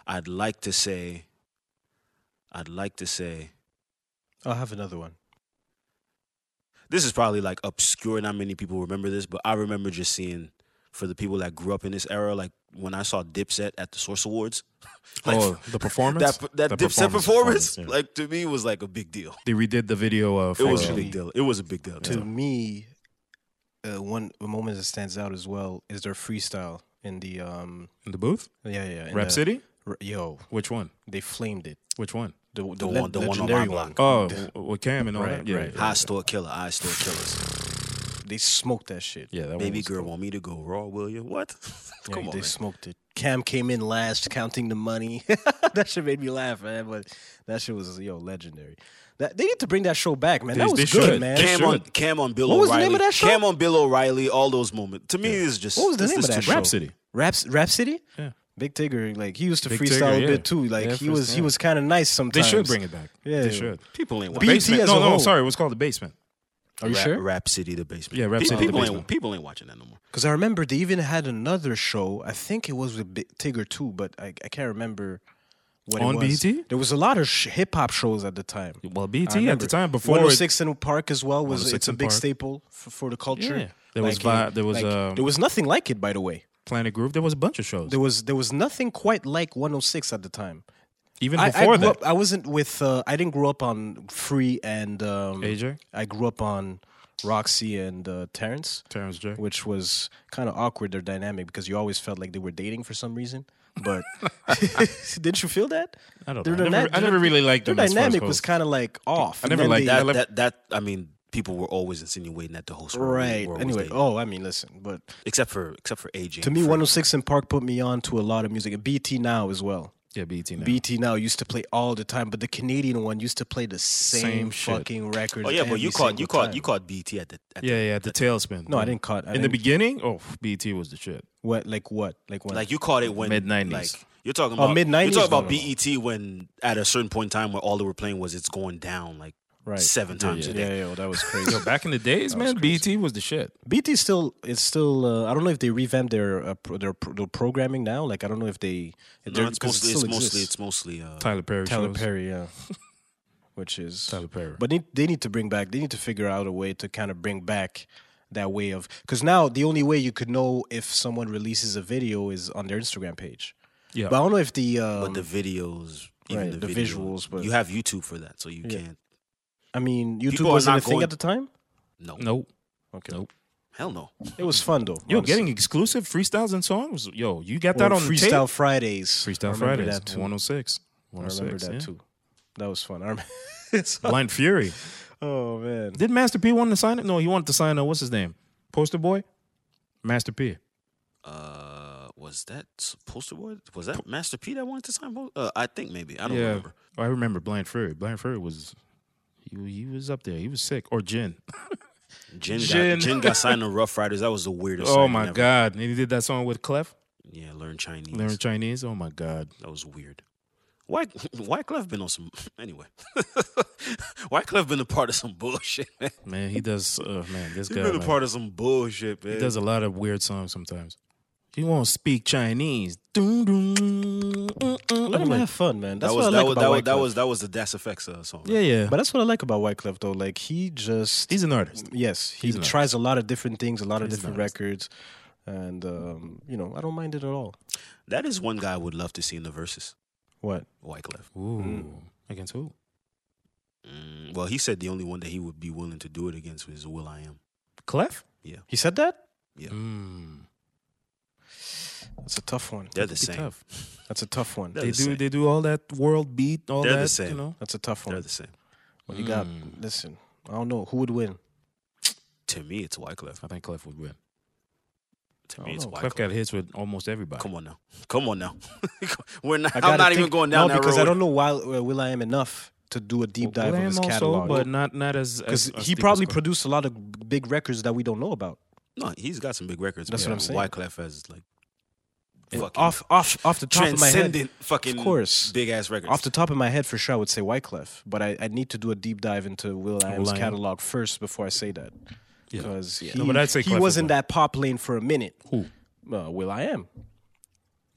I'd like to say. I'd like to say. I'll have another one. this is probably like obscure. Not many people remember this, but I remember just seeing for the people that grew up in this era, like when I saw Dipset at the Source Awards, [laughs] like oh, the performance. that that The Dipset performance, yeah. like to me was like a big deal. they redid the video of. It was uh, a big deal. It was a big deal. To too. me, uh, one a moment that stands out as well is their freestyle in the um in the booth. yeah yeah in the- Rap City. r- yo, Which one? they flamed it. Which one? The, the, one- le- the one on my legendary block. Oh, with Cam and all Right, that. Yeah, right. yeah. High store killer, I store killers. They smoked that shit. Yeah, that Baby one. girl want me to go raw, will you? What? [laughs] Yeah, Come they on, man. smoked it. Cam came in last, counting the money. [laughs] that shit made me laugh, man. But that shit was yo legendary. That they need to bring that show back, man. that They- was they good, should. man. They Cam on, should. Cam on Bill What was the O'Reilly. name of that show? Cam on Bill O'Reilly. All those moments. To me, it's just What was the it's name of just that too show? much. Rhapsody. Raps, Rap City. Yeah. Big Tigger, like he used to Big freestyle Tigger, a yeah. bit too. Like Yeah, he was, he freestyle. was kind of nice They sometimes. should bring it back. Yeah, they yeah. should. People ain't watching. BT Basement. as No, a no. whole. Sorry, it was called the basement. Are you Rap, sure? Rhapsody the basement. Yeah, Pe- Rhapsody of the people ain't Basement. people ain't watching that no more. Because I remember they even had another show. I think it was with Big Tigger too, but I, I can't remember what On it was. BET? There was a lot of sh- hip hop shows at the time. Well, I BT at remember. the time before it- 106 in Park as well was 106 it's a in big Park. staple for, for the culture. Yeah. There was uh, vi- there was, like, um, there was nothing like it by the way. Planet Groove. There was a bunch of shows. There was there was nothing quite like 106 at the time. Even I, I before grew that, up- I wasn't with. Uh, I didn't grow up on Free and um, AJ? I grew up on Roxy and uh, Terrence, Terrence J. which was kind of awkward their dynamic because you always felt like they were dating for some reason. [laughs] But [laughs] didn't you feel that? I don't know. Their I never- dyna- I never really liked their them as far as dynamic was hosts. kind of like off. I and never then they- liked that. that, left- that that I mean, people were always insinuating that the hosts were [laughs] Right. were always Anyway, dating. oh, I mean, listen, but except for except for AJ. to me, 106 and Park put me on to a lot of music. And BT Now as well. Yeah, BT now. BT Now used to play all the time, but the Canadian one used to play the same, Same shit. fucking record. Oh yeah, but you caught you caught time. you caught BT at the at yeah, yeah, at the tailspin. No, I didn't caught. I In the didn't- beginning, oh, BT was the [laughs] shit. what like what like when Like you caught it when Mid 90s. Like, you're talking about Oh, mid-nineties? You're talking about No, no, no. BET when at a certain point in time where all they were playing was it's going down like right seven times Yeah, a day. yeah, well, [laughs] that was crazy. Yo, back in the days, man, BT was the shit. BT still it's still uh, I don't know if they revamped their uh, pro, their pro- their programming now. Like I don't know if they No, if they're- it's 'cause it mostly it's still mostly exists. it's mostly uh, Tyler Perry. Tyler shows. Perry, yeah, [laughs] which is Tyler Perry. But they, they need to bring back. They need to figure out a way to kind of bring back that way of because now the only way you could know if someone releases a video is on their Instagram page. Yeah. But I don't know if the, um, but the videos, even right, the, the video- visuals, but- you have YouTube for that, so you Yeah. can't. I mean YouTube people are wasn't not a thing going- at the time. No, Nope. Okay, Nope. hell no. it was fun though. Yo, honestly. getting exclusive freestyles and songs. Yo, you got Or that on the tape? Freestyle Fridays. I Freestyle remember Fridays. That too. 106. I remember 106. that yeah. too. That was fun. I [laughs] remember. Blind Fury. oh man. Did Master P want to sign it? No, he wanted to sign a what's his name? Poster Boy? Master P. Uh, was that poster boy? Was that Master P that wanted to sign? Post- Uh, I think maybe I don't yeah. remember. Oh, I remember Blind Fury. Blind Fury was he, he was up there. He was sick. Or Jin. Jin, Got, Jin. Jin got signed to Rough Riders. That was the weirdest. Oh signing my ever. God. And he did that song with Clef. Yeah, learn Chinese. Learn Chinese. Oh my God. That was weird. Why why Clef been on some anyway? [laughs] why Clef been a part of some bullshit, man? Man, he does uh, man, this He's guy. been a man. part of some bullshit, man. He does a lot of weird songs sometimes. He won't speak Chinese. Doom, doom, mm, mm, mm. Let I'm him like, have fun, man. That's that was what that, I like was, about that, was, Wyclef. that was that was the Das Effects uh, song. yeah, yeah. but that's what I like about Wyclef, though. Like he just He's an artist. yes, he he's an tries a lot of different things, a lot of different an records, and um, you know I don't mind it at all. That is one guy I would love to see in the verses. What? Wyclef. Ooh. Against who? Mm, well, he said the only one that he would be willing to do it against was Will I Am. Clef? He said that? Mm. That's a tough one. They're the Be same. tough. That's a tough one. They're They the same. do they do all that world beat, all They're the that, you same. know. That's a tough They're one. the same. When you got Mm. listen, I don't know who would win. To me, it's Wyclef. I think Clef would win. To I me, don't it's know. Oh, Clef Wyclef. got hits with almost everybody. Come on now. Come on now. [laughs] We're not. I I'm gotta not even think- going down no, that because road. I don't know why uh, Will I am enough to do a deep dive Glam of his also, catalog. but not not as because as- as he deep probably as Clef. produced a lot of big records that we don't know about. no, he's got some big records. That's but what I'm saying. Wyclef has like fucking Off, off, off the top of my head, transcendent fucking Of course. big ass records. off the top of my head, for sure, I would say Wyclef. But I, I need to do a deep dive into Will I Am's Will.i.am. catalog first before I say that, because he, No, but I'd say he Clef was in would win. that pop lane for a minute. Who? Uh, Will I Am,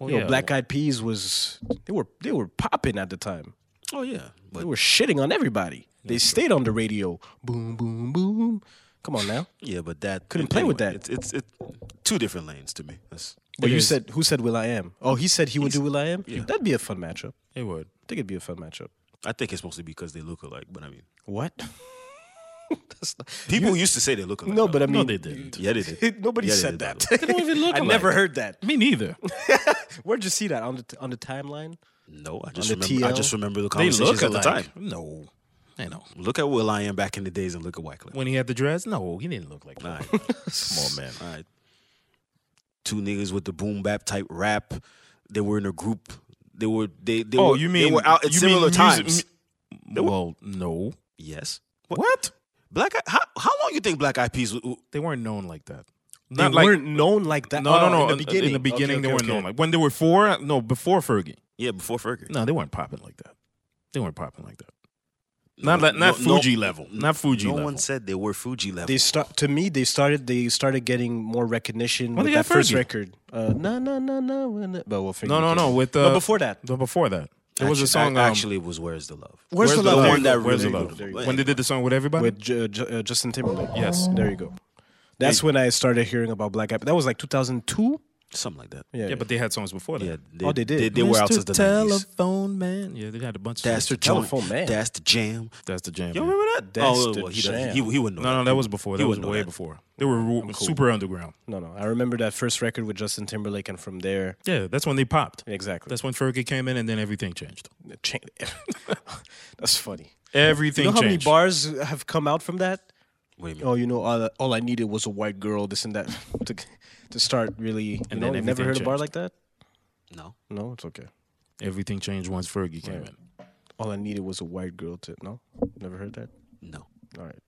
Well, you know, yeah. Black Eyed Peas was they were they were popping at the time. oh yeah, but They were shitting on everybody. They stayed on the radio. Boom, boom, boom. Come on now. yeah, but that Couldn't play with that. It's it's it, two different lanes to me. That's [laughs] But It you is. said who said Will I Am? Oh, he said he would do Will I Am. That'd be a fun matchup. It would. I think it'd be a fun matchup. I think it's mostly because they look alike. But I mean, [laughs] What? That's not, people used to say they look alike. no, but I mean, No, they didn't. yeah, they did. [laughs] nobody Yeah, they did, said by that. the way. I never heard that. Me neither. [laughs] Where'd you see that on the t- on the timeline? No, I just the remember. I TL? just remember the they conversations look at the alike. time. No, I know. Look at Will I Am back in the days and look at Wyclef. When he had the dreads, no, he didn't look like All [laughs] that. right, Come on, man. all right. Two niggas with the boom bap type rap. They were in a group. They were they they Oh, were you mean they were out at you similar mean music- times. mu- well, no. yes. What? Black Eye- how how long you think Black Eyed Peas w- w- They weren't known like that. They Not like- weren't known like that. no, no, Oh, no. In the beginning, in the beginning Okay, they okay, weren't okay. known like when they were four. No, before Fergie. yeah before Fergie? No, they weren't popping like that. They weren't popping like that. Not like not no- Fuji level. Not Fuji no level. one said they were Fuji level. They start to me. They started. They started getting more recognition When with they that got first Fergie. record. Uh, no, no, no, no. when it- But we'll figure. no, it no, out. no. With uh, no, before that, no, before that, there was a Actu- song. a- um, actually, it was "Where's the Love." Where's the the Love? one There you that go, Where's there the really- you go, love? there you go. When they did the song with everybody. with J- J- uh, Justin Timberlake. Oh. Yes. there you go. That's when I started hearing about Black Eyed. That was like 2002. something like that? yeah, but they had songs before that. Yeah, Oh, they did. They, they were out since the nineties. Telephone Man. Yeah, they had a bunch That's of the shit. Telephone Man. That's the jam. That's the jam. You man. remember that? That's oh, the well, he, doesn't- jam. he, he wouldn't know. No, no, that was before. That You was wouldn't know way that. before. They were ru- super underground. No, no. I remember that first record with Justin Timberlake, and from there, Yeah, that's when they popped. exactly. That's when Fergie came in, and then everything changed. That's, [laughs] That's funny. Everything You know how many changed. bars have come out from that? What do you mean? oh, you know, all, all I needed was a white girl, this and that, [laughs] to, to start really. You And know, then you never everything heard a bar changed. like that? No. No, it's okay. Everything changed once Fergie came in. All I needed was a white girl to. No, never heard that. No. All right.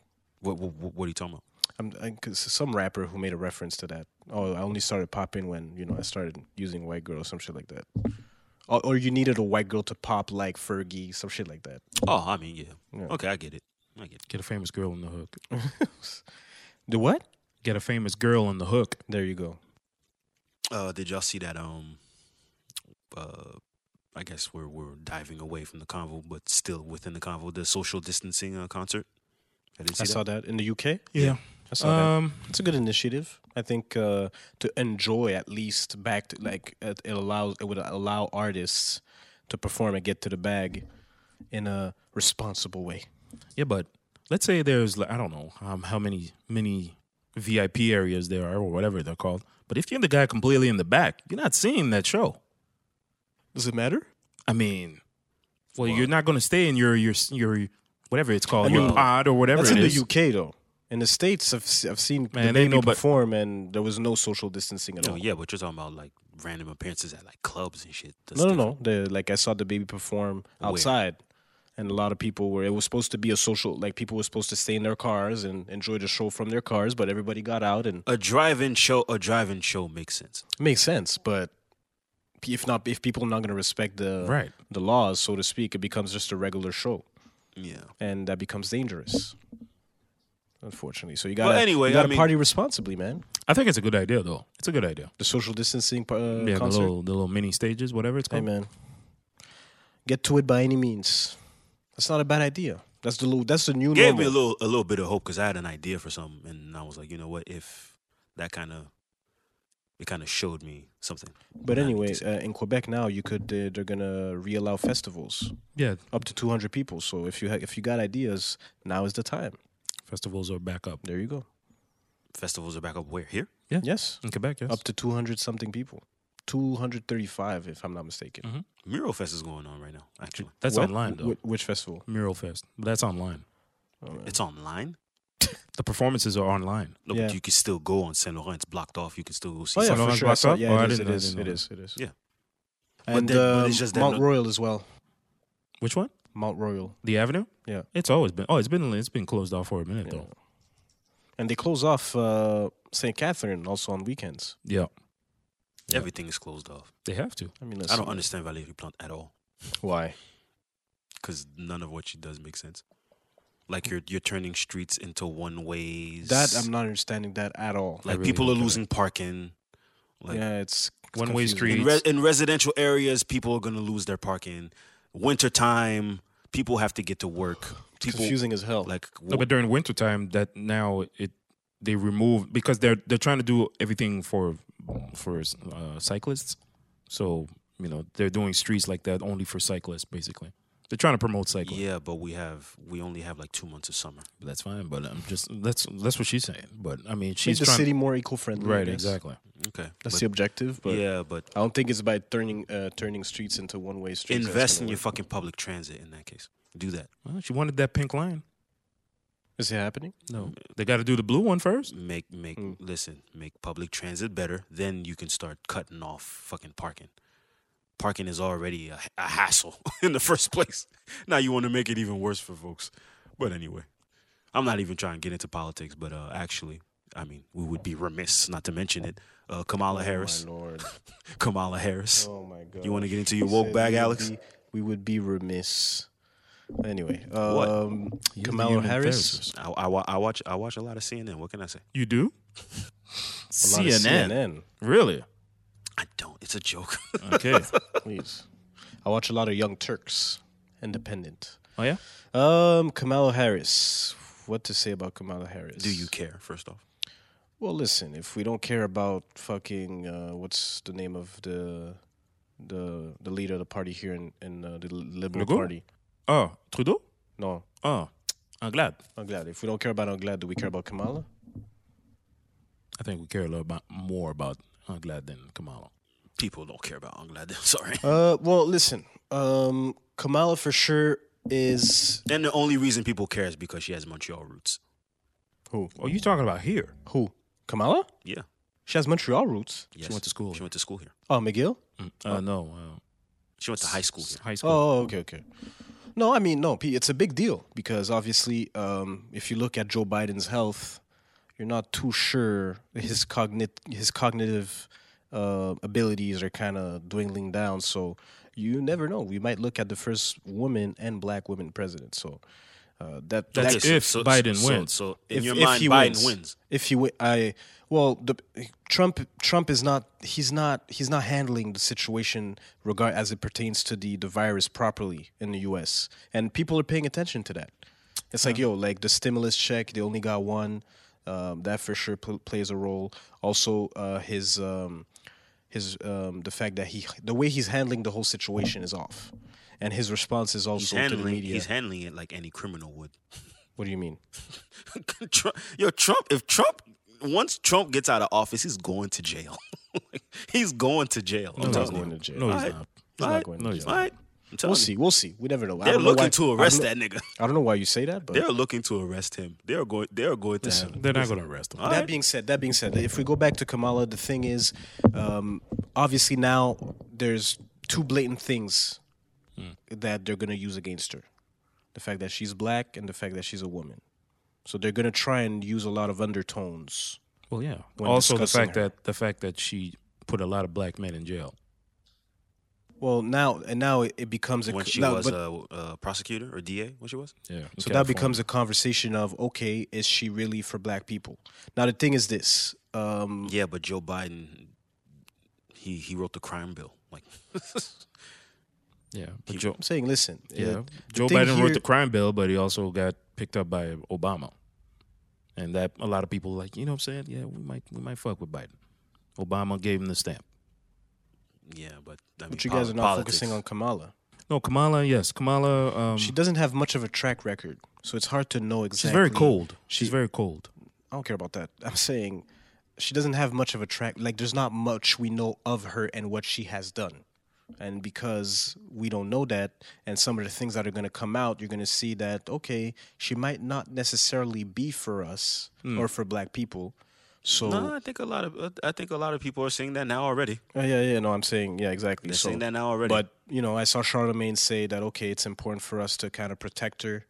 What, what, what what are you talking about? I'm I, cause some rapper who made a reference to that. Oh, I only started popping when you know I started using white girl, some shit like that. Or, or you needed a white girl to pop like Fergie, some shit like that. Oh, I mean, yeah. Okay, I get it. I get it. Get a famous girl on the hook. The what? Get a famous girl on the hook. There you go. Uh, did y'all see that? Um, uh, I guess we're we're diving away from the convo, but still within the convo, the social distancing uh, concert. I didn't see I that. saw that in the UK. Yeah. I saw that. Um, It's a good initiative. I think uh, to enjoy at least back to, like it, it allows it would allow artists to perform and get to the bag in a responsible way. yeah, but let's say there's like, I don't know um, how many many VIP areas there are or whatever they're called. But if you're the guy completely in the back, you're not seeing that show. Does it matter? I mean, well, you're not going to stay in your your your whatever it's called, I your mean, pod or whatever That's it in is. the UK though. In the states, I've se- I've seen Man, the they baby know, but- perform, and there was no social distancing at No, all. Oh, yeah, but you're talking about like random appearances at like clubs and shit. That's no, no, different. no. The, like I saw the baby perform outside, and a lot of people were. It was supposed to be a social. Like people were supposed to stay in their cars and enjoy the show from their cars, but everybody got out, and A drive-in show, a drive-in show makes sense. it makes sense. But p- if not, if people are not going to respect the Right. the laws, so to speak, it becomes just a regular show, Yeah. and that becomes dangerous. Unfortunately, so you Well, gotta anyway, I you gotta mean- party responsibly, man. I think it's a good idea though. It's a good idea. The social distancing pa- uh, Yeah, the concert. little the little mini stages, whatever it's Hey called. man, get to it by any means. That's not a bad idea. That's the lo- that's the new Gave me a normal. little a little bit of hope because I had an idea for something, and I was like, you know what? If that kind of it kind of showed me something. but that I need anyway, to see. uh, in Quebec now, you could uh, they're gonna reallow festivals Yeah, up to 200 people. So if you ha- if you got ideas, now is the time. festivals are back up There you go. festivals are back up. Where here? Yes, in Quebec. Yes. up to 200 something people. 235, if I'm not mistaken. Mural Fest is going on right now. Actually, That's What? online though. Wh- wh- which festival? Oh, Mural Fest. But that's online. uh, it's online. The performances are online. No, Yeah. but you can still go on Saint Laurent. It's blocked off. You can still go see. Oh yeah, some- for Laurent's sure. I Black saw, Up? yeah, Oh, I it, is, it didn't know, I is. didn't It know. is. It is. Yeah. But And then- but it's um, just that Mount no- Royal as well. Which one? Mount Royal. The Avenue. Yeah. It's always been. Oh, it's been it's been closed off for a minute though. And they close off uh, St. Catherine also on weekends. Yeah. Everything is closed off. They have to. I mean, let's I don't understand Valérie Plante at all why. because none of what she does makes sense. Like you're you're turning streets into one ways. That I'm not understanding that at all. like really people are don't get it. losing parking. Like yeah, it's, it's One-way confusing. street. in, re- in residential areas, people are gonna lose their parking. Wintertime, people have to get to work. It's People confusing as hell. like No, but during wintertime, that now it they remove because they're they're trying to do everything for for uh, cyclists. So you know they're doing streets like that only for cyclists. Basically, they're trying to promote cycling. yeah, but we have we only have like two months of summer. That's fine, but I'm just that's that's what she's saying. But I mean, Make she's the trying city more eco-friendly. I right guess. exactly. Okay, That's but- the objective, but yeah, but I don't think it's by turning uh, turning streets into one-way streets. that's invest gonna in your work. fucking public transit. In that case, do that. Well, she wanted that pink line. Is it happening? No, they got to do the blue one first. Make make Hmm. listen. Make public transit better. Then you can start cutting off fucking parking. Parking is already a, a hassle [laughs] in the first place. Now you want to make it even worse for folks. But anyway, I'm not even trying to get into politics. But uh, actually, I mean, we would be remiss not to mention it. Uh, Kamala Harris. Oh, My lord. Kamala Harris. Oh my god. you want to get into your woke Said bag, we would Alex? be- we would be remiss. Anyway, What? um, You're the Kamala human Harris. therapist. I, I, wa- I watch I watch a lot of CNN. What can I say? You do? A lot of CNN. CNN. Really? I don't. It's a joke. [laughs] [laughs] Okay. Please. I watch a lot of Young Turks, independent. oh yeah. Um, Kamala Harris. What to say about Kamala Harris? Do you care? First off, Well, listen. If we don't care about fucking uh, what's the name of the the the leader of the party here in in uh, the Liberal Legault? Party, Oh Trudeau. no, Oh, I'm glad. I'm glad. If we don't care about Anglade, do we care about Kamala? I think we care a little bit more about Anglad than Kamala. people don't care about Anglade. I'm [laughs] sorry. Uh, well, listen. Um, Kamala for sure is And the only reason people care is because she has Montreal roots. Who? Oh, you talking about here? Who? Kamala? Yeah. She has Montreal roots. Yes. went to school She here. went to school here. Oh, McGill? Uh, no, She went to high school here. uh, high school. Oh, okay, okay. No, I mean, no, P- it's a big deal because obviously, um, if you look at Joe Biden's health, you're not too sure his cognit his cognitive uh, abilities are kind of dwindling down. So you never know. We might look at the first woman and black woman president. So uh, that That's that- it. if Biden wins. So, in your mind, Biden wins. If he, wi- I well, the, Trump Trump is not he's not he's not handling the situation regard as it pertains to the the virus properly in the U.S. and people are paying attention to that. It's like yo, like the stimulus check, they only got one. Um, that for sure pl- plays a role. Also, uh, his um, his um, the fact that he the way he's handling the whole situation is off, and his response is He's also to the handling. media. He's handling it like any criminal would. [laughs] what do you mean? Trump, yo, Trump. If Trump once Trump gets out of office, he's going to jail. [laughs] Like, he's going to jail. I'm He's not telling going you. to jail. No, he's Alright. not. He's All not right. going No, to he's jail. All right. I'm telling We'll you. see. We'll see. We never know. I They're don't know looking why- to I don't arrest know- that nigga. I don't know why you say that, but They're looking to arrest him. They're going. They're going to. have him. They're not going to arrest him. All that right. being said, that being said, if we go back to Kamala, the thing is, um, obviously now there's two blatant things Hmm. that they're gonna use against her: the fact that she's black and the fact that she's a woman. So they're gonna try and use a lot of undertones. Well, yeah. When also, the discussing fact her. that the fact that she put a lot of black men in jail. Well, now and now it, it becomes a when co- she now- was but- a uh, prosecutor or DA, when she was. Yeah. So that becomes a conversation of okay, is she really for black people? Now the thing is this: um, Yeah, but Joe Biden, he he wrote the crime bill. Like, [laughs] yeah. But Joe, I'm saying, listen, yeah. uh, the Joe thing Biden here- wrote the crime bill, but he also got picked up by Obama, and that a lot of people like you know what I'm saying. Yeah, we might we might fuck with Biden. Obama gave him the stamp. yeah, but I mean, But you guys poli- are not politics. focusing on Kamala. No, Kamala. Yes, Kamala. Um, She doesn't have much of a track record, so it's hard to know exactly. she's very cold. She's she- very cold. I don't care about that. I'm saying she doesn't have much of a track. Like, there's not much we know of her and what she has done. And because we don't know that, and some of the things that are going to come out, you're going to see that, okay, she might not necessarily be for us Hmm. or for black people. So, No, I think a lot of uh, I think a lot of people are saying that now already. Uh, yeah, yeah, no, I'm saying, yeah, exactly. They're so, saying that now already. But you know, I saw Charlemagne say that okay, it's important for us to kind of protect her,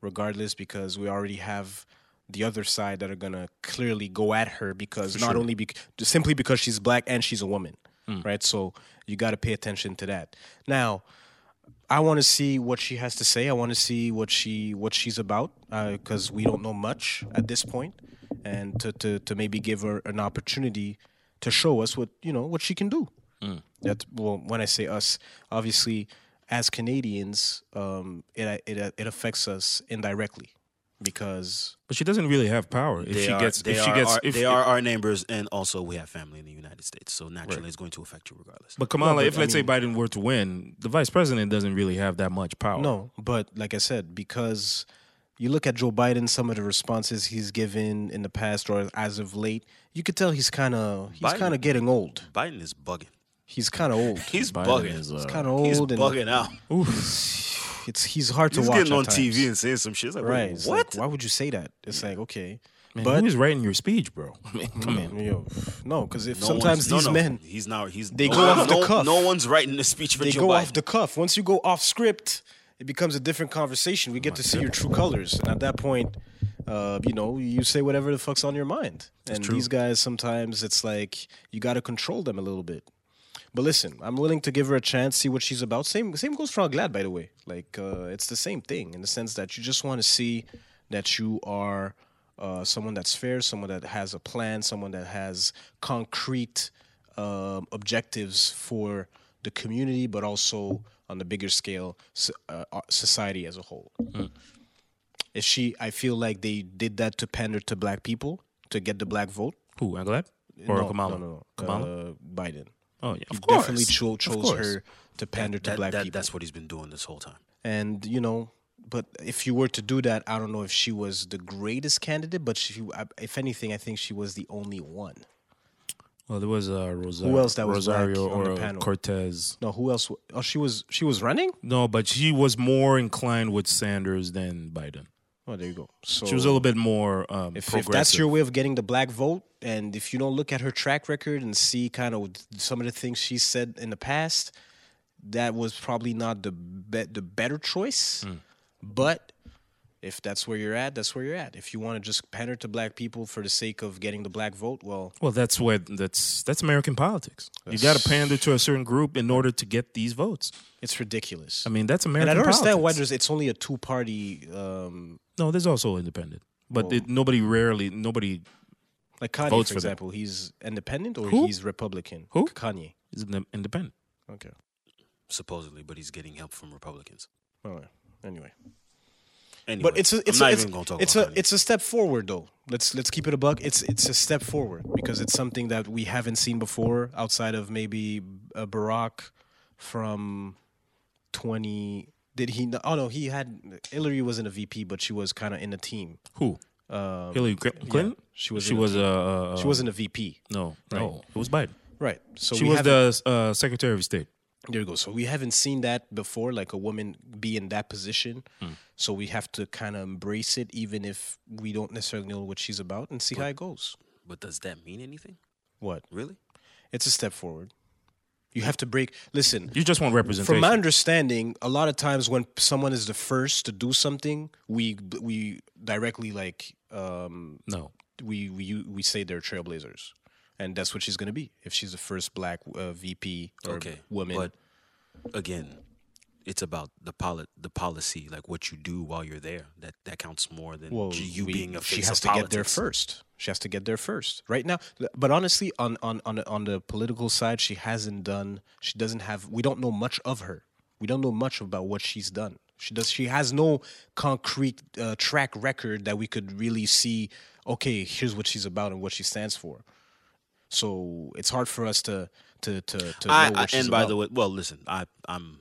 regardless, because we already have the other side that are gonna clearly go at her because not only bec simply because she's black and she's a woman, right? So you got to pay attention to that. Now, I want to see what she has to say. I want to see what she what she's about because we don't know much at this point, and to, to to maybe give her an opportunity to show us what you know what she can do. That well, when I say us, obviously as Canadians, um, it it it affects us indirectly because But she doesn't really have power if They she are, gets they if she are gets our, if they are our neighbors, and also we have family in the United States, so naturally it's going to affect you regardless. But Kamala, if let's say Biden were to win, the vice president doesn't really have that much power. No, but like I said, because you look at Joe Biden, some of the responses he's given in the past or as of late, you could tell he's kind of he's Biden- kind of getting old. Biden is bugging. He's kind of old. He's Biden bugging. is uh, kind of He's old and bugging out. it's he's hard to He's watch. getting at on times. TV and saying some shit. It's Like, wait, right? it's like, What? why would you say that? It's like okay, man, but who is writing your [laughs] speech, bro? I mean, come on. yo, no, because if No sometimes one's- no, these no, men He's not. He's they no, go no, off the no- cuff. No one's writing the speech for they Joe go Biden. off the cuff. Once you go off script, it becomes a different conversation. Oh We get to see your true colors, and at that point, uh, you know, you say whatever the fuck's on your mind. and these guys, sometimes it's like you got to control them a little bit. But listen, I'm willing to give her a chance, see what she's about. Same same goes for Glad, by the way. Like uh, it's the same thing in the sense that you just want to see that you are uh, someone that's fair, someone that has a plan, someone that has concrete um, objectives for the community, but also on the bigger scale, so- uh, uh, society as a whole. Hmm. Is she? I feel like they did that to pander to black people to get the black vote. Who? Anglad or no, No, Kamala? no, no. Kamala. Uh, Biden. oh yeah, He of course. definitely cho- chose course. her to pander to That- black that- people. That's what he's been doing this whole time. And you know, but if you were to do that, I don't know if she was the greatest candidate, but she, I- if anything, I think she was the only one. Well, there was uh, Rosario, Who else that was black Rosario on the or uh, panel? Cortez. No, who else? wa- Oh, she was she was running. No, but she was more inclined with Sanders than Biden. Oh, there you go. So She was a little bit more um, if, if progressive. that's your way of getting the black vote, and if you don't look at her track record and see kind of some of the things she said in the past, that was probably not the be- the better choice. Hmm. But if that's where you're at, that's where you're at. If you want to just pander to black people for the sake of getting the black vote, well, Well, that's what that's that's American politics. you got to pander to a certain group in order to get these votes. it's ridiculous. I mean, that's American. and I don't understand why politics. there's it's only a two party. Um, No, there's also independent, but it, nobody rarely nobody like Kanye, Votes for for them. example, he's independent or Who? he's Republican. Who? Kanye. is inde- independent. Okay. supposedly, but he's getting help from Republicans. All right. Anyway. Anyway, But it's a it's I'm a, not it's, even gonna talk it's about a Kanye. it's a step forward though. Let's let's keep it a buck. It's it's a step forward because it's something that we haven't seen before outside of maybe uh, Barack from twenty. Did he? Oh no, he had Hillary wasn't a VP, but she was kind of in the team. Who? Hillary Cl- Clinton. Um, she was She in a- was a. Uh, uh, Oh. She wasn't a VP, no, no. It was Biden. right? So She we was haven't- the uh, Secretary of State. There you go. So we haven't seen that before, like a woman be in that position. Hmm. So we have to kind of embrace it, even if we don't necessarily know what she's about, and see how it goes. but does that mean anything? What? Really? It's a step forward. You have to break. Listen, You just want representation. from my understanding, a lot of times when someone is the first to do something, we we directly like um, no, we we u- we say they're trailblazers, and that's what she's gonna be if she's the first black uh, VP or okay, woman. But again, it's about the poli- the policy, like what you do while you're there. That that counts more than well, you we- being a face she has of to get there politics. first. She has to get there first. Right now, but honestly, on on on on the political side, she hasn't done. She doesn't have. We don't know much of her. We don't know much about what she's done. She does. She has no concrete uh, track record that we could really see. Okay, here's what she's about and what she stands for. So it's hard for us to to to to know I, what I, she's and by the about. way, well, listen, I I'm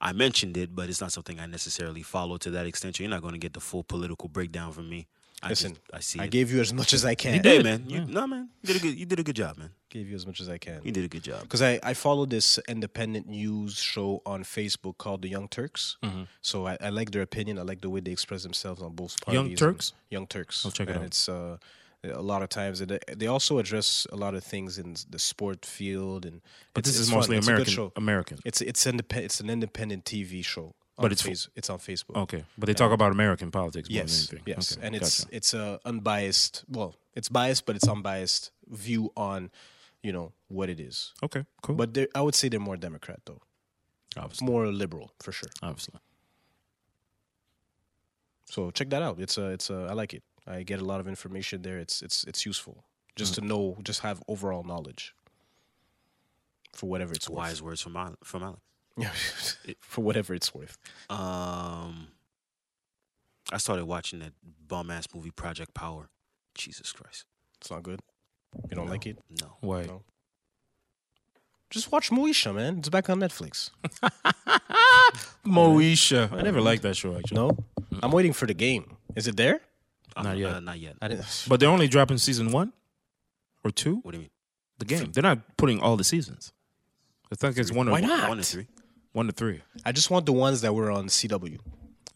I mentioned it, but it's not something I necessarily follow to that extent. You're not going to get the full political breakdown from me. I just- listen, I see. I it. gave you as much as I can. Hey man, you, no man, you did a good you did a good job, man. Gave you as much as I can. You did a good job. because I, I follow this independent news show on Facebook called The Young Turks. Mm-hmm. So I, I like their opinion. I like the way they express themselves on both parties. Young and- Turks? Young Turks. I'll check it and out. It's uh, a lot of times it, they also address a lot of things in the sport field and. but it's- this it's is fun. mostly It's a good American. show. American. It's it's independent. It's an independent TV show. But on it's fu- Face- it's on Facebook. Okay, but they talk about American politics. More Yes, than anything. yes, Okay, and it's gotcha. it's a unbiased. Well, it's biased, but it's unbiased view on, you know, what it is. okay, cool. But they're- I would say they're more Democrat though. obviously, more liberal for sure. obviously, So check that out. It's a, it's a, I like it. I get a lot of information there. It's, it's, it's useful Mm. just to know, just have overall knowledge for whatever it's [laughs] Wise words from Al- from Alan. worth. for whatever it's worth. Um, I started watching that bum ass movie Project Power. Jesus Christ, It's not good. You don't like it? no. why? No. Just watch Moesha, man. It's back on Netflix. Moesha. I never liked that show actually. No, Mm. I'm waiting for the game. Is it there? I'm Not yet. Uh, not yet. [laughs] I didn't. But they're only dropping season one or two. What do you mean? The game. They're not putting all the seasons. I think it's one. Why or, not? One and three. One to three. I just want the ones that were on CW.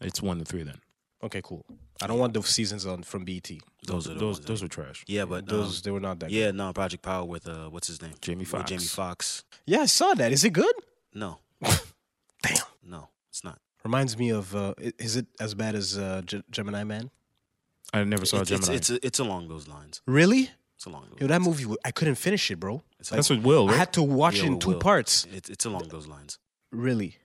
It's one to three then. Okay, cool. I don't want the seasons on from BT. Those are the Those ones. those are trash. yeah, but Those those. they were not that. yeah, no. Project Power with uh, what's his name? Jamie With Foxx. Jamie Fox. good. yeah, I saw that. Is it good? No, Damn. no, it's not. Reminds me of uh, i- is it as bad as uh, G- Gemini Man? I never saw it's, it's, Gemini. it's it's along those lines. Really? It's along those. Yo, that movie wa- I couldn't finish it, bro. It's That's what Will. Right? I had to watch Yeah, it in we two will. parts. It's it's along those lines. Really?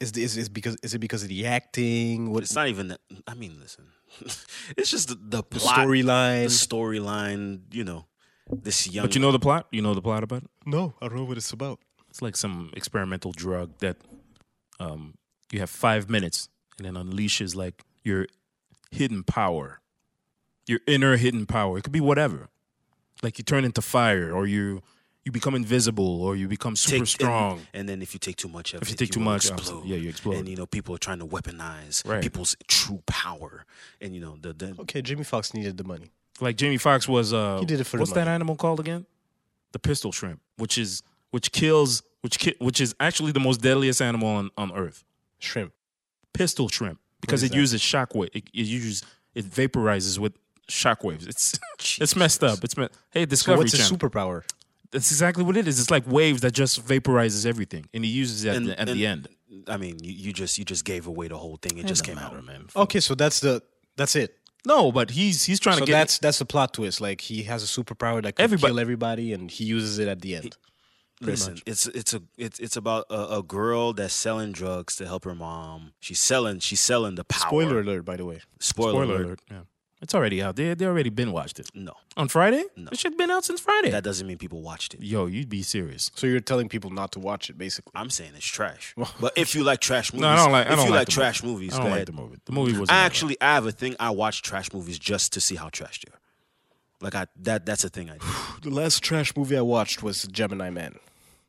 Is the, is, is because is it because of the acting? What It's not even. That, I mean, listen. [laughs] it's just the, the the plot, the storyline? storyline. You know, this young. but you know the plot. You know the plot about it. No, I don't know what it's about. It's like some experimental drug that um, you have five minutes and then unleashes like your hidden power, your inner hidden power. It could be whatever. Like you turn into fire, or you you become invisible, or you become take- super and- strong. And, then if you take too much of If you it, take too will much, obviously, yeah, you explode. And you know, people are trying to weaponize Right. people's true power. And you know, the, the Okay, Jimmy Fox needed the money. like Jamie Foxx was. Uh, He did it for the what's that money. animal called again? The pistol shrimp, which is which kills, which ki- which is actually the most deadliest animal on, on earth. Shrimp. Pistol shrimp. because it uses shockwave. It, it uses it vaporizes with shockwaves. It's [laughs] it's messed up. It's me- hey Discovery What's his Channel. superpower? That's exactly what it is. It's like waves that just vaporizes everything, and he uses it at, And- the, at and- the end. I mean, you, you just you just gave away the whole thing. It just came out, man. Okay, so that's the that's it. No, but he's he's trying So to get. that's that's a plot twist. Like he has a superpower that can Everybody- kill everybody, and he uses it at the end. Listen, it's it's a it's it's about a, a girl that's selling drugs to help her mom. She's selling she's selling the power. Spoiler alert, by the way. Spoiler, spoiler alert. alert. Yeah, it's already out. They they already been watched it No, on Friday. It should been out since Friday. that doesn't mean people watched it. Yo, you'd be serious. So you're telling people not to watch it, basically. I'm saying it's trash. But if you like trash movies, [laughs] No, I don't like. I if don't you like, the trash movie. movies, I go don't like ahead. the movie. The movie was I actually I have a thing. I watch trash movies just to see how trash they are. Like I that that's a thing I do. The last trash movie I watched was Gemini Man.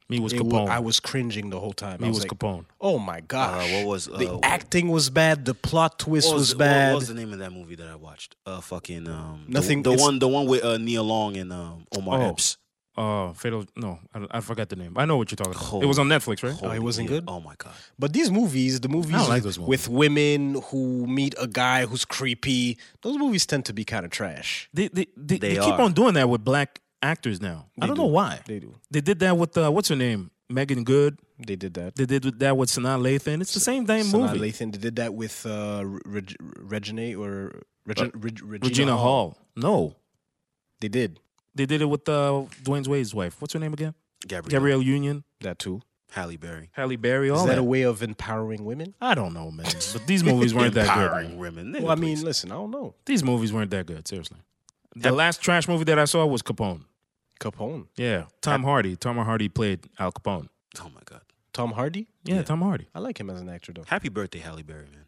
me was It wa- Capone. I was cringing the whole time. Me I was, was like, Capone. Oh my gosh! Uh, what was, the uh, acting was bad. The plot twist What was, the- bad. What was the name of that movie that I watched? Uh, fucking um, the- Nothing- The, it's- one, the one with uh, Nia Long and um, Omar Oh. Epps. Uh, Fatal. No, I, I forgot the name. I know what you're talking about. Hold- it was on Netflix, right? it wasn't Yeah. good? Oh my god. But these movies, the movies, like those with women who meet a guy who's creepy, those movies tend to be kind of trash. They they They they, they keep are. on doing that with black actors now. I don't know why. They do. They did that with uh, what's her name, Megan Good. They did that. They did that with Sanaa Lathan. It's the same damn Sanaa movie. Lathan they did that with uh, Reg- Regina or Reg- Reg- Regina, Uh, Regina Hall. No, They did they did it with uh, Dwayne Wade's wife. What's her name again? Gabrielle. Gabrielle Union, that too. Halle Berry. Halle Berry. All Is that that. a way of empowering women? I don't know, man. But these movies weren't that good. man. Empowering women. Nigga, Well, I mean, please. listen, I don't know. These movies weren't that good. Seriously, the last trash movie that I saw was Capone. Capone, Yeah, Tom Hardy. Tom Hardy played Al Capone. oh my god. Tom Hardy. Yeah, Tom Hardy. I like him as an actor though. Happy birthday, Halle Berry, man.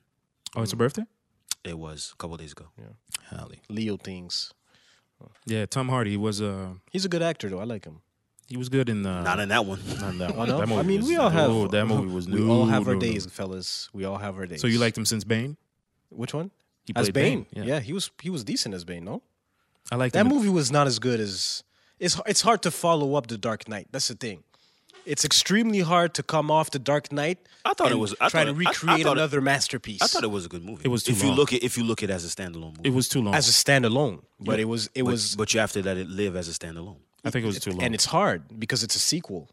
Oh, it's her birthday. It was a couple days ago. Halle. Leo things. Yeah, Tom Hardy was uh He's a good actor though. I like him. he was good in uh, Not in that one. not in that Oh, one. no? That movie I mean, was- we all have. no, that movie was [laughs] We all no, have our no, no. days, fellas. We all have our days. So you liked him since Bane? which one? He as played Bane. Bane, Yeah. yeah. he was he was decent as Bane. No, I liked that him. in- movie was not as good as it's. It's hard to follow up the Dark Knight. That's the thing. It's extremely hard to come off the Dark Knight. [laughs] I thought it and was- I try thought to it- I- I recreate thought it- another masterpiece. I thought it was a good movie. It was too if you long. look at if you look at it as a standalone movie. It was too long. as a standalone, but it was it but, was but you have to let it live as a standalone. I think it was too long. and it's hard because it's a sequel,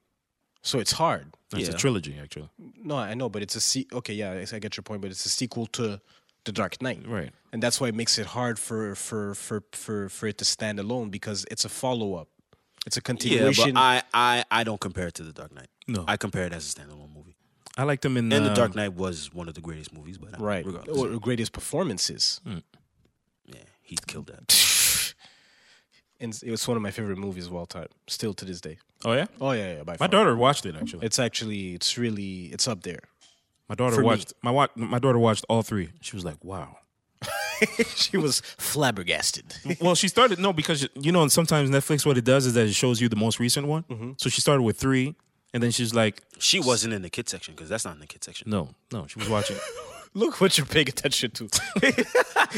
so it's hard. It's yeah. a trilogy actually. No, I know, but it's a se- okay. Yeah, I I get your point, but it's a sequel to the Dark Knight, Right. And that's why it makes it hard for for for for for it to stand alone because it's a follow up. It's a Yeah, continuation. but I, I I don't compare it to The Dark Knight. No. I compare it as a standalone movie. I liked him in And uh, The Dark Knight was one of the greatest movies, but uh, right. regardless. Or greatest performances, Hmm. Yeah, he killed that. and it was one of my favorite movies of all time, still to this day. Oh yeah. Oh yeah, yeah. By My far. daughter watched it actually. It's actually, it's really, it's up [laughs] there. My daughter for me. watched my wa- my daughter watched all three. She was like, "Wow." she was [laughs] flabbergasted. well, she started no because you know sometimes Netflix what it does is that it shows you the most recent one. Mm-hmm. So she started with 3 and then she's like, She wasn't in the kid section because that's not in the kid section. "No, no, she was [laughs] watching." Look what you're paying attention to.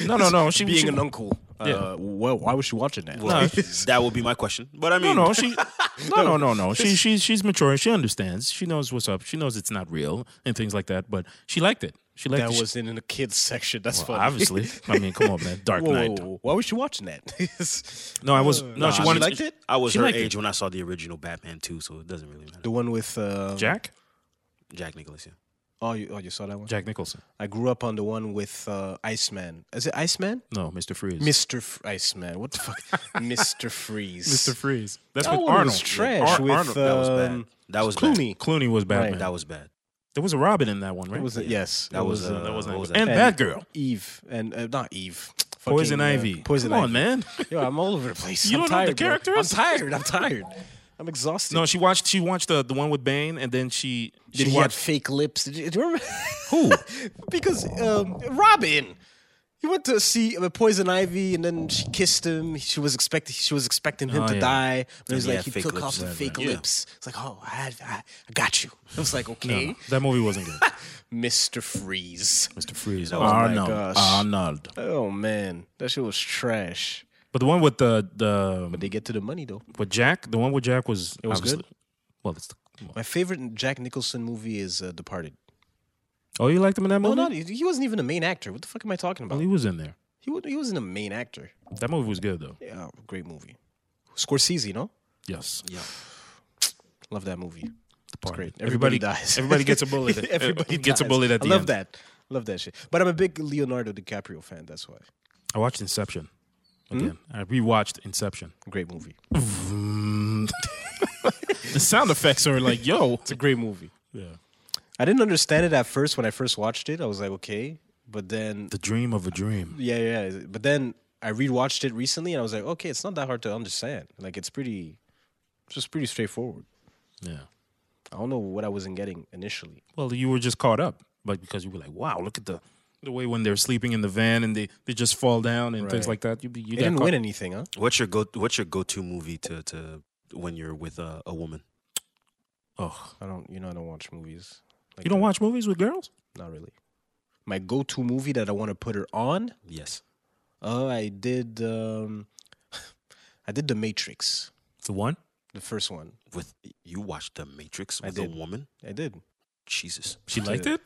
[laughs] no, no, no. She Being she, an uncle. Yeah. Uh, well, why was she watching that? Well, [laughs] that would be my question. But I No, mean, no, she, [laughs] no, no, no, no. She, she's, she's mature. She understands. She knows what's up. She knows it's not real and things like that. But she liked it. She liked that it. was in the kids section. That's Well, funny. [laughs] obviously. I mean, come on, man. Dark Whoa, Knight. whoa, whoa. Why was she watching that? [laughs] No, I was. No, Nah, she I wanted. mean, liked it? I was She her liked it. age when I saw the original Batman too, so it doesn't really matter. the one with uh, Jack. Jack Nicholson. Oh, you, oh, you saw that one. Jack Nicholson. I grew up on the one with uh, Iceman. Is it Iceman? No, Mr. Freeze. Mister F- Iceman. What the fuck? [laughs] Mister Freeze. Mr. Freeze. That's That with one was Arnold. trash Ar- with, Arnold. That was bad. Um, That was Clooney. Clooney was Batman. Bad. That was bad. There was a Robin in that one, right? It was yes. That it was, uh, uh, that wasn't. what was and and Batgirl. Eve and uh, not Eve. Poison Fucking, uh, Ivy. Poison Come Ivy. on, man. Yo, I'm all over the place. You I'm don't know the tired, bro. characters? I'm tired. I'm tired. I'm exhausted. No, she watched. She watched uh, the the one with Bane, and then she. she Did he have watched, fake lips? Did you, do you remember? [laughs] Who? because um, Robin. He went to see uh, Poison Ivy, and then she kissed him. She was expecting she was expecting him Oh, to yeah. die, but it was he like had he fake took lips, off the right, fake right. Yeah. lips. It's like, oh, I, I, I got you. [laughs] I was like, okay, that movie [laughs] wasn't good. Mister Freeze. Mr. Freeze. was- Oh my Arnold. gosh. Arnold. Oh man, that shit was trash. But the one with the the They get to the money though. with Jack, the one with Jack was it was obviously- Well, it's the, well, My favorite Jack Nicholson movie is uh, Departed. Oh, you liked him in that No, Mm-hmm. movie? not he, he wasn't even a main actor. What the fuck am I talking Well, about? he was in there. He wa- he wasn't a main actor. That movie was good though. Yeah, great movie. Scorsese, no? Yes. Love that movie. It's Pardon. great. Everybody, dies. [laughs] Everybody gets a bullet. everybody everybody gets dies. a bullet at I the love end. that. Love that shit. But I'm a big Leonardo DiCaprio fan. That's why. I watched Inception Hmm? again. I rewatched Inception. Great movie. The sound effects are like, yo. [laughs] It's a great movie. Yeah. I didn't understand it at first when I first watched it. I was like, okay, but then The dream of a dream. yeah, yeah. yeah. But then I rewatched it recently, and I was like, okay, it's not that hard to understand. Like it's pretty, it's just pretty straightforward. Yeah. I don't know what I wasn't getting initially. Well, you were just caught up, but because you were like, wow, look at the the way when they're sleeping in the van and they, they just fall down and things Right. like that. You be- you It got didn't caught- win anything, huh? What's your go? What's your go-to movie to to when you're with a, a woman? Oh, I don't. You know, I don't watch movies. Like you don't that. watch movies with girls? Not really. My go-to movie that I want to put her on. Yes. Oh, I did. Um, [laughs] I did The Matrix, The one? the first one. With you watched The Matrix I with a did. woman. I did. Jesus. She Yeah. liked it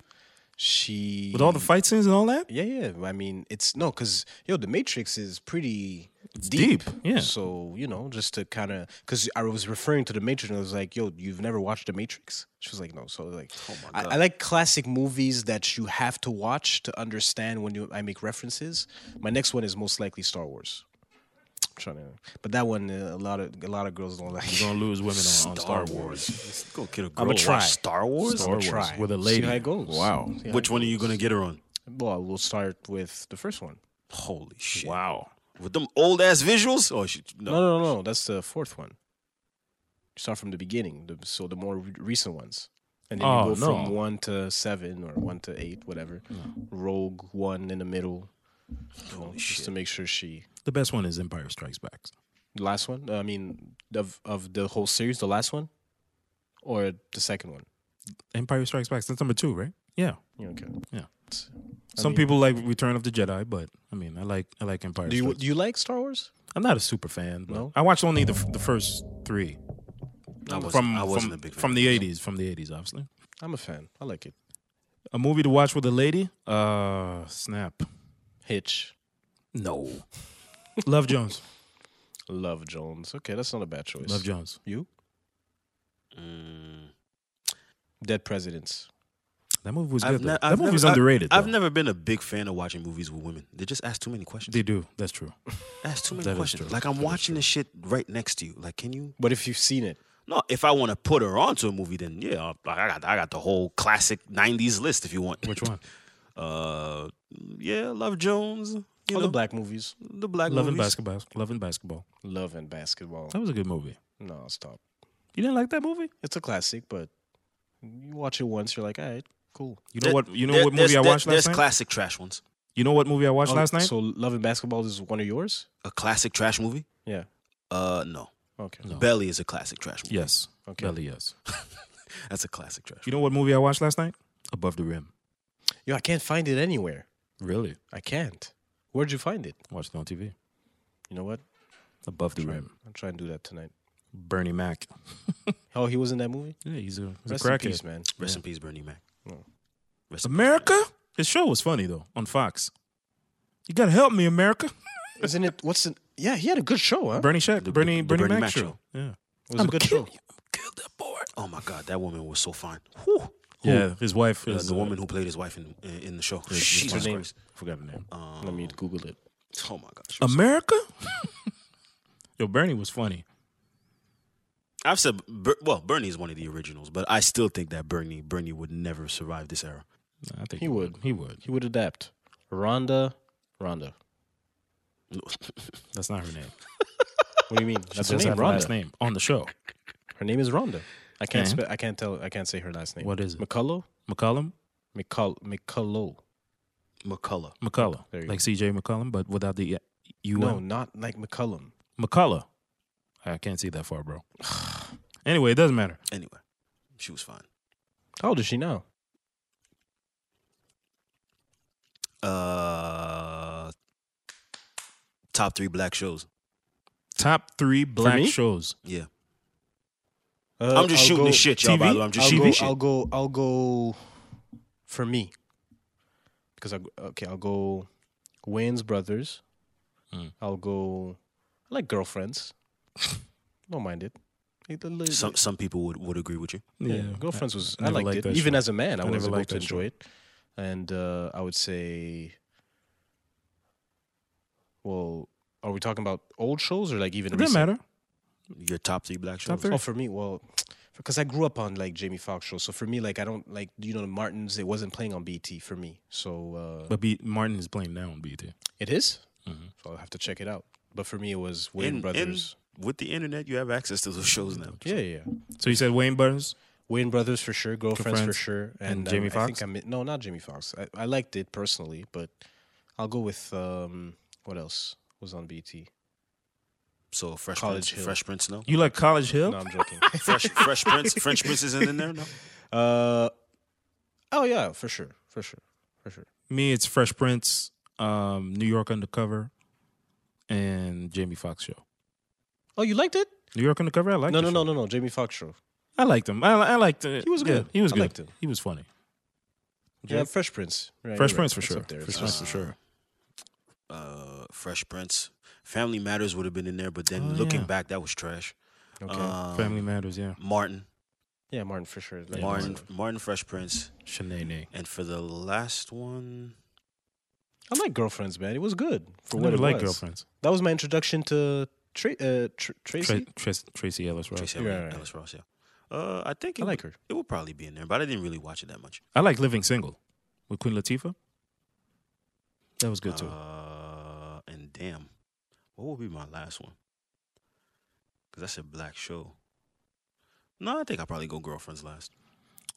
She with all the fight scenes and all that. Yeah, yeah. I mean, it's no, because yo, The Matrix is pretty deep. deep, yeah. So you know, just to kind of, because I was referring to The Matrix, and I was like, yo, you've never watched The Matrix? She was like, no. So like, I, I like classic movies that you have to watch to understand when you I make references. My next one is most likely Star Wars. I'm trying to, but that one uh, a lot of a lot of girls don't like. You're gonna lose women on, on Star Wars. Let's go get a girl. I'ma to watch try. Star Wars. Star Wars try. with a See lady. how it goes. Wow. Yeah. Which one are you gonna get her on? Well, we'll start with the first one. Holy shit! Wow. With them old ass visuals? Oh, she, no. No, no, no, no. That's the fourth one. You start from the beginning, the, so the more re- recent ones, and then Oh, you go from no. one to seven or one to eight, whatever. Rogue one in the middle, you Oh, know, just to make sure she. The best one is Empire Strikes Back. The last one. I mean, of of the whole series, the last one, or the second one. Empire Strikes Back. That's number two, right? Yeah. Yeah, Okay. Yeah. It's- I Some mean- people like Return of the Jedi, but I mean, I like I like Empire. Do you Strikes. do you like Star Wars? I'm not a super fan. But No? I watched only the f- the first three. I wasn't, from I wasn't from, a big fan. from the 80s, from the 80s, obviously. I'm a fan. I like it. A movie to watch with a lady? Uh, snap. Hitch, No. [laughs] Love Jones. Love Jones. Okay, that's not a bad choice. Love Jones. You Mm, Dead Presidents. That movie was I've good. ne- though. I've that movie's never- I- underrated. I've, though. never been a big fan of watching movies with women. They just ask too many questions. They do. That's true. ask too many That is questions. true. Like I'm That is watching this shit right next to you. Like, can you? But if you've seen it, No, if I want to put her onto a movie, then yeah, I'll- I got I got the whole classic '90s list. If you want, Which one? Uh, [laughs] yeah, Love Jones. You all know, the black movies, the black Love and movies. Basketball. Love and Basketball. Love and Basketball. That was a good movie. No, stop. You didn't like that movie? It's a classic, but you watch it once, you're like, all right, cool. You know There- what? You know there- what there's- movie I there- watched There's last night? classic trash ones. you know what movie I watched Oh, last night? So Love and Basketball is one of yours? A classic trash movie? Yeah. Uh, no. Okay. No. Belly is a classic trash movie. yes. Okay. Belly. Yes. That's a classic trash. You know what movie I watched last night? Above the Rim. Yo, I can't find it anywhere. Really? I can't. Where'd you find it? Watched it on TV. You know what? Above the Try- Rim. I'll try and do that tonight. Bernie Mac. Oh, he was in that movie? Yeah, he's a, he's a Rest in crackhead. peace, man. Rest in peace, Bernie Mac. Rest in peace, America? His show was funny though on Fox. You gotta help me, America. Isn't it? What's the? Yeah, he had a good show, huh? Bernie Shack, The- Bernie, the Bernie, Bernie Mac, Mac show. show. Yeah, It was a good show. Killed that boy. Oh my God, that woman was so fine. Whew. Yeah, his wife Uh, is the woman who played his wife in in in the show. Jesus What's her name? Christ. forgot her name. Let me Google it. Oh my gosh. [laughs] America. [laughs] Yo, Bernie was funny. I've said Ber- well, Bernie is one of the originals, but I still think that Bernie Bernie would never survive this era. I think He would. He [laughs] would. He would adapt. Rhonda. Rhonda. That's not her name. What do you mean? That's her That's name, her Rhonda. last name on the show. Her name is Rhonda. I can't. And? Spe- I can't tell. I can't say her last name. What is it? McCullough. McCollum. McCull. McCullough. McCullough. McCullough. There you Like C.J. McCollum, but without the uh, U. No, not like McCullum. McCullough. I can't see that far, bro. [sighs] anyway, it doesn't matter. Anyway, she was fine. How old is she now? Uh, top three black shows. Top three black me? shows. Yeah, Uh, I'm just shooting this shit, y'all. By TV? the way, I'm just I'll shooting go, this shit. I'll go. I'll go. For me, because I g- okay, I'll go Wayne's brothers. Hmm. Mm. I'll go. I [laughs] like girlfriends. Don't mind it. It- it- it- Some some people would, would agree with you. yeah, girlfriends was I, never liked liked it that even show. as a man. I, I was never able liked to that show. enjoy it, and uh, I would say, well, are we talking about old shows or like even It doesn't recent? matter. Your top three black Top shows. three. Oh, for me, well, because I grew up on like Jamie Foxx shows, so for me, like I don't like you know the Martins. It wasn't playing on BT for me, so uh, But B- Martin is playing now on BT. it is. Mhm. So I'll have to check it out. But for me, it was Wayne In- Brothers. in- with the internet, you have access to those shows now. yeah, yeah, yeah. So you said Wayne Burns. Wayne Brothers for sure, Girlfriends for Girlfriends sure, and and, Jamie um, I think Foxx? I mi- no, not Jamie Foxx. I, I liked it personally, but I'll go with um, what else was on E BT? So Fresh College Prince, Hill. Fresh Prince, [laughs] no. You like College Hill? No, I'm joking. Fresh Fresh Prince, French Prince isn't in [laughs] there, no. uh, oh yeah, for sure, for sure, for sure. Me, it's Fresh Prince, um, New York Undercover, and Jamie Foxx show. Oh, you liked it? New York Undercover, I like. no, no, no, no, no. Jamie Foxx show. I liked him. I, I liked. Uh, He was good. he was I good. liked him. He was funny. Yeah, Fresh Prince. Right, Fresh you're Prince right. for It's sure. up there. Fresh It's- Prince for sure. Uh, Fresh Prince, Family Matters would have been in there, but then Oh, looking yeah. back, that was trash. Okay. Um, Family Matters, yeah. Martin, yeah, Martin for sure. Like, Martin, Martin, Fresh Prince, Shanae. and for the last one, I like Girlfriends, man. It was good for I what never it liked was. girlfriends. That was my introduction to Tra- uh, Tr- Tracy. Tra- Tracy, Tracy Ellis Ross. Tracy Yeah, Ellis- right. Ellis Ross, yeah. Uh, I think it I like would- her. It would probably be in there, but I didn't really watch it that much. I like Living Single with Queen Latifah. That was good too. Uh, and damn, what would be my last one? Because that's a black show. No, I think I'll probably go girlfriends last.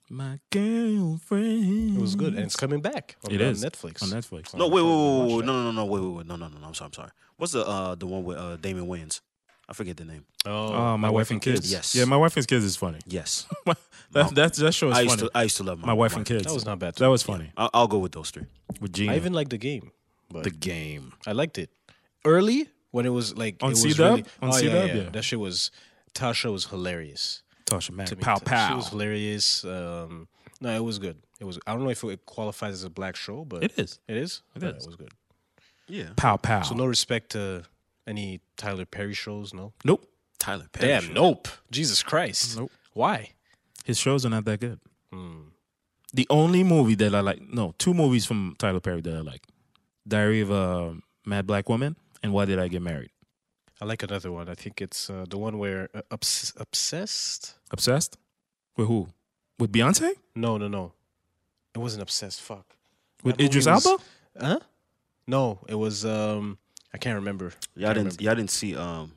My girlfriend. It was good, and it's coming back on, Mm. It on is. Netflix. on Netflix. No, I wait, wait, wait, totally watched wait, wait. that. no, no, no, no, wait, wait, wait, no, no, no, no. I'm sorry, I'm sorry. What's the uh the one with uh Damon Wayans? I forget the name. Oh, Uh, my wife and kids. Yes. Yeah, my wife and kids is funny. [laughs] Yes, That that, that show is I funny. used to I used to love my, my wife and kids. That was not bad. That was funny. I- I'll go with those three. With Gina. I even liked the game. But the game. I liked it early when it was like On it was C-Dub? really- On oh, C-Dub, yeah, yeah. yeah. That shit was. Tasha was hilarious. Tasha to Mack. me. Pow T- She pow. was hilarious. Um, no, it was good. It was. I don't know if it qualifies as a black show, but It is. It is. It Yeah, is. It was good. Yeah, Pow pow. So no respect to any Tyler Perry shows. No. nope. Tyler Perry. Damn. show. Nope. Jesus Christ. Nope. Why? His shows are not that good. The only movie that I like, no, two movies from Tyler Perry that I like Diary of a Mad Black Woman and Why Did I Get Married? I like another one. I think it's uh, the one where uh, obs- obsessed. Obsessed? With who? With Beyonce? No, no, no. It wasn't obsessed. Fuck. With That movie Idris was- Elba? Huh? No, it was. um I can't remember. Y'all didn't Can't remember. y'all didn't see um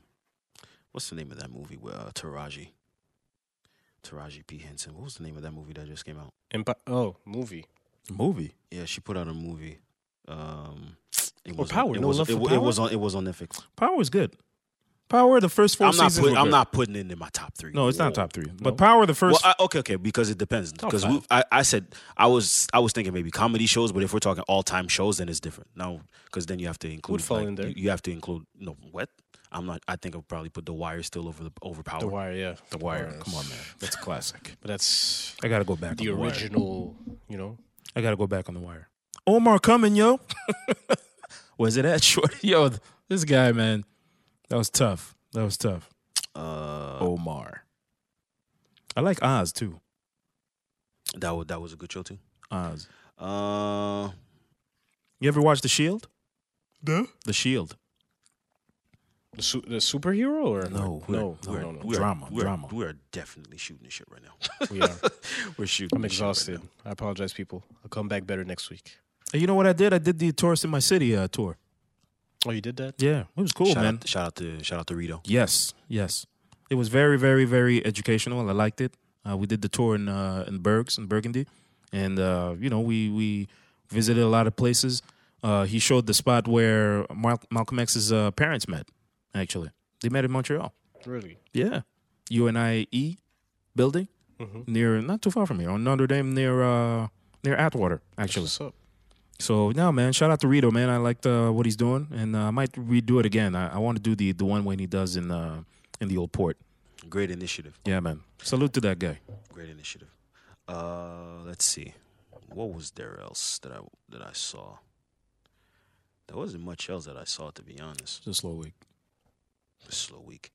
what's the name of that movie with uh, Taraji? Taraji P. Henson. What was the name of that movie that just came out? Empi- oh, movie. Movie. Yeah, she put out a movie. Um it Oh, was Power. It No was, Love it, for wa- it Power? was on it was on Netflix. Power is good. Power, the first 4 I'm not seasons. put, were I'm good. not putting it in my top three. No, it's Whoa. not top three. No. But Power, the Well, first. I, okay, okay, because it depends. Top Because five. I, I said I was I was thinking maybe comedy shows, but if we're talking all time shows, then it's different. No, because then you have to include fall like, in there. You, you have to include no what? I'm not. I think I'll probably put The Wire still over the over Power. The Wire. Yeah. The Wire. come on, man. That's a classic. But that's I gotta go back. on the Wire. original. You know. I gotta go back on the wire. Omar [laughs] coming, yo. was it that short? Yo, th- this guy, man. That was tough. That was tough. Uh, Omar. I like Oz too. that was that was a good show too. Oz. Uh, You ever watch The Shield? No. The Shield. The, su- the superhero or No, we're- no, we're- no, no. we're- Drama, we are, drama. We are definitely shooting this shit right now. We are. We're shooting. I'm this shit right exhausted. now. I apologize, people. I'll come back better next week. And you know what I did? I did the Tourist in My City uh, tour. Oh, you did that? Yeah, it was cool, shout man. Out, to- shout out to shout out to Rito. Yes, yes. It was very, very, very educational. I liked it. Uh, we did the tour in uh, in Bergs in Burgundy, and uh, you know we we visited a lot of places. Uh, he showed the spot where Mal- Malcolm X's uh, parents met. Actually, they met in Montreal. Really? Yeah, UNIE building Mm-hmm. near not too far from here on Notre Dame near uh, near Atwater. Actually, What's up? so no, man. Shout out to Rito, man. I liked uh, what he's doing, and uh, I might redo it again. I, I want to do the the one when he does in uh, in the old port. Great initiative. Yeah, man. Salute to that guy. Great initiative. Uh, let's see. what was there else that I that I saw? There wasn't much else that I saw to be honest. It's a slow week. It's a slow week.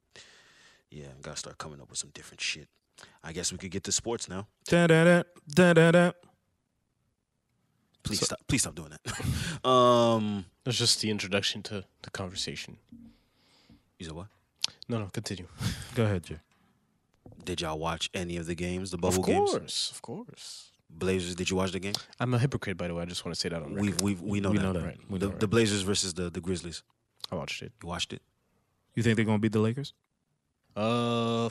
Yeah, gotta start coming up with some different shit. I guess we could get to sports now. Da da da da da da. Please So- stop. Please stop doing that. [laughs] um, That's just the introduction to the conversation. you said what? No, no, continue. Go ahead, Jay. Did y'all watch any of the games? The bubble Of course, games. of course. Blazers. Did you watch the game? I'm a hypocrite, by the way. I just want to say that on record. We we we know we that. know that. right. We The, know the that. Blazers versus the, the Grizzlies. I watched it. You watched it. You think they're gonna beat the Lakers? Uh,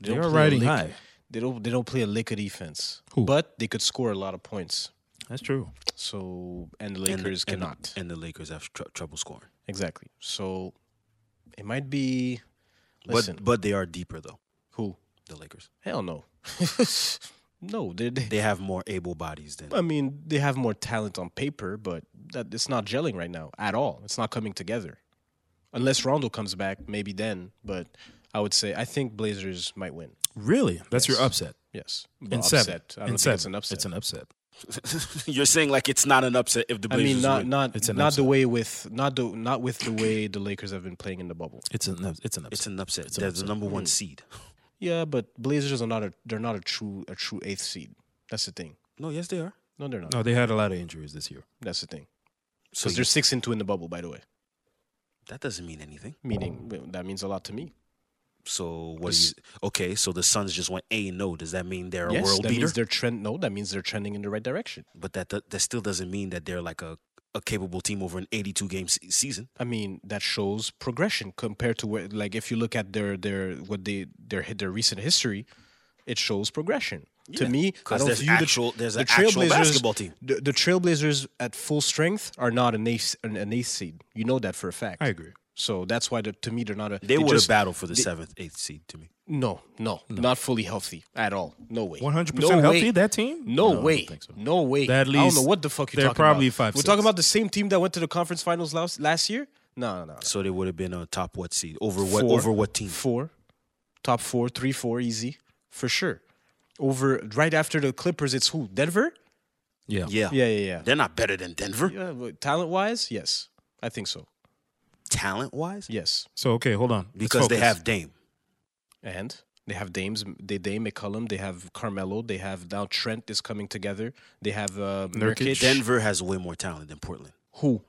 They don't are play a riding lick- high. They don't. They don't play a lick of defense. Who? But they could score a lot of points. That's true. So and And the the- Lakers and the- cannot. And the, Lakers have tr- trouble scoring. Exactly. So it might be. Listen, But but they are deeper though. who? The Lakers. Hell no. [laughs] no, they, they, They have more able bodies than. I mean, they have more talent on paper, but that it's not gelling right now at all. It's not coming together. Unless Rondo comes back, maybe then. But I would say I think Blazers might win. Really? That's your Yes. upset. Yes, But In upset. seven. I don't In think seven. it's an upset. It's an upset. [laughs] You're saying like it's not an upset if the I Blazers mean, not win. not It's an not the upset. way with not the not with the way the Lakers have been playing in the bubble. It's an ups- it's an upset. It's an upset. an They're the upset. number one seed. Yeah, but Blazers are not a they're not a true a true eighth seed. That's the thing. No, yes they are. No, they're not. no, they had a lot of injuries this year. That's the thing. So Because you- they're six and two in the bubble, by the way. that doesn't mean anything. Meaning well, that means a lot to me. So what? do you, okay, so the Suns just went A no. Does that mean they're a yes, world that beater? means they're trend. No, that means they're trending in the right direction. But that that that still doesn't mean that they're like a, a capable team over an 82 game se- season. I mean, that shows progression compared to where, like, if you look at their their what they their hi- their recent history, it shows progression. to me, I Because don't there's view actual the, there's the an actual Trailblazers- basketball team. The, the Trailblazers at full strength are not an eighth an, an eighth seed. You know that for a fact. I agree. So that's why, the, to me, they're not a. They would have just- battled for the seventh, eighth seed to me. No, no, not fully healthy at all. No way. 100% No healthy, way. that team? No, No, I don't way. think so. No way. At I don't least know what the fuck you're they're talking probably about. five, We're six. talking about the same team that went to the conference finals last last year. No, no, no. So they would have been a top what seed over what Four. over what team? Four, top four, three, four, easy for sure. Over right after the Clippers, it's who? Denver. Yeah. Yeah. Yeah, yeah, yeah. They're not better than Denver. yeah but talent wise, yes, I think so. Talent wise, Yes, So okay, hold on. Let's because they focus. have Dame. and they have Dames, they Dame McCollum, they have Carmelo, they have now Trent is coming together. They have uh, Nurkic. Nurkic. Denver has way more talent than Portland. who?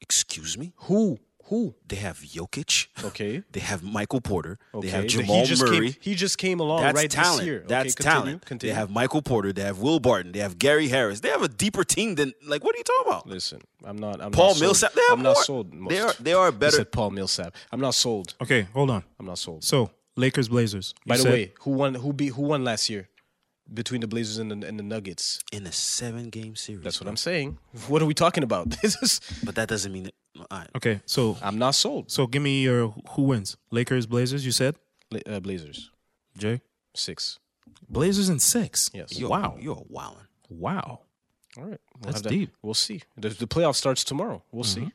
Excuse me? Who? Who? They have Jokic. Okay. They have Michael Porter. Okay. They have but Jamal he just Murray. Came, he just came along That's right talent. this year. Okay, That's continue, talent. Continue. They have Michael Porter. They have Will Barton. They have Gary Harris. They have a deeper team than like. What are you talking about? Listen, I'm not. I'm Paul not sold. Millsap. They have I'm more. not sold. Most. They are. They are I better. said Paul Millsap. I'm not sold. Okay, hold on. I'm not sold. So Lakers Blazers. You By the said- way, who won? Who beat? Who won last year? Between the Blazers and the, and the Nuggets. in a seven-game series. That's what I'm saying. [laughs] What are we talking about? [laughs] This is. But that doesn't mean. That, all right. Okay, so I'm not sold. so give me your who wins. Lakers Blazers. You said Bla- Uh, Blazers Jay. six. Blazers in six. Yes. You're, Wow. You're wilding. Wow. All right. We'll That's have that. deep. We'll see. The, the playoff starts tomorrow. We'll see.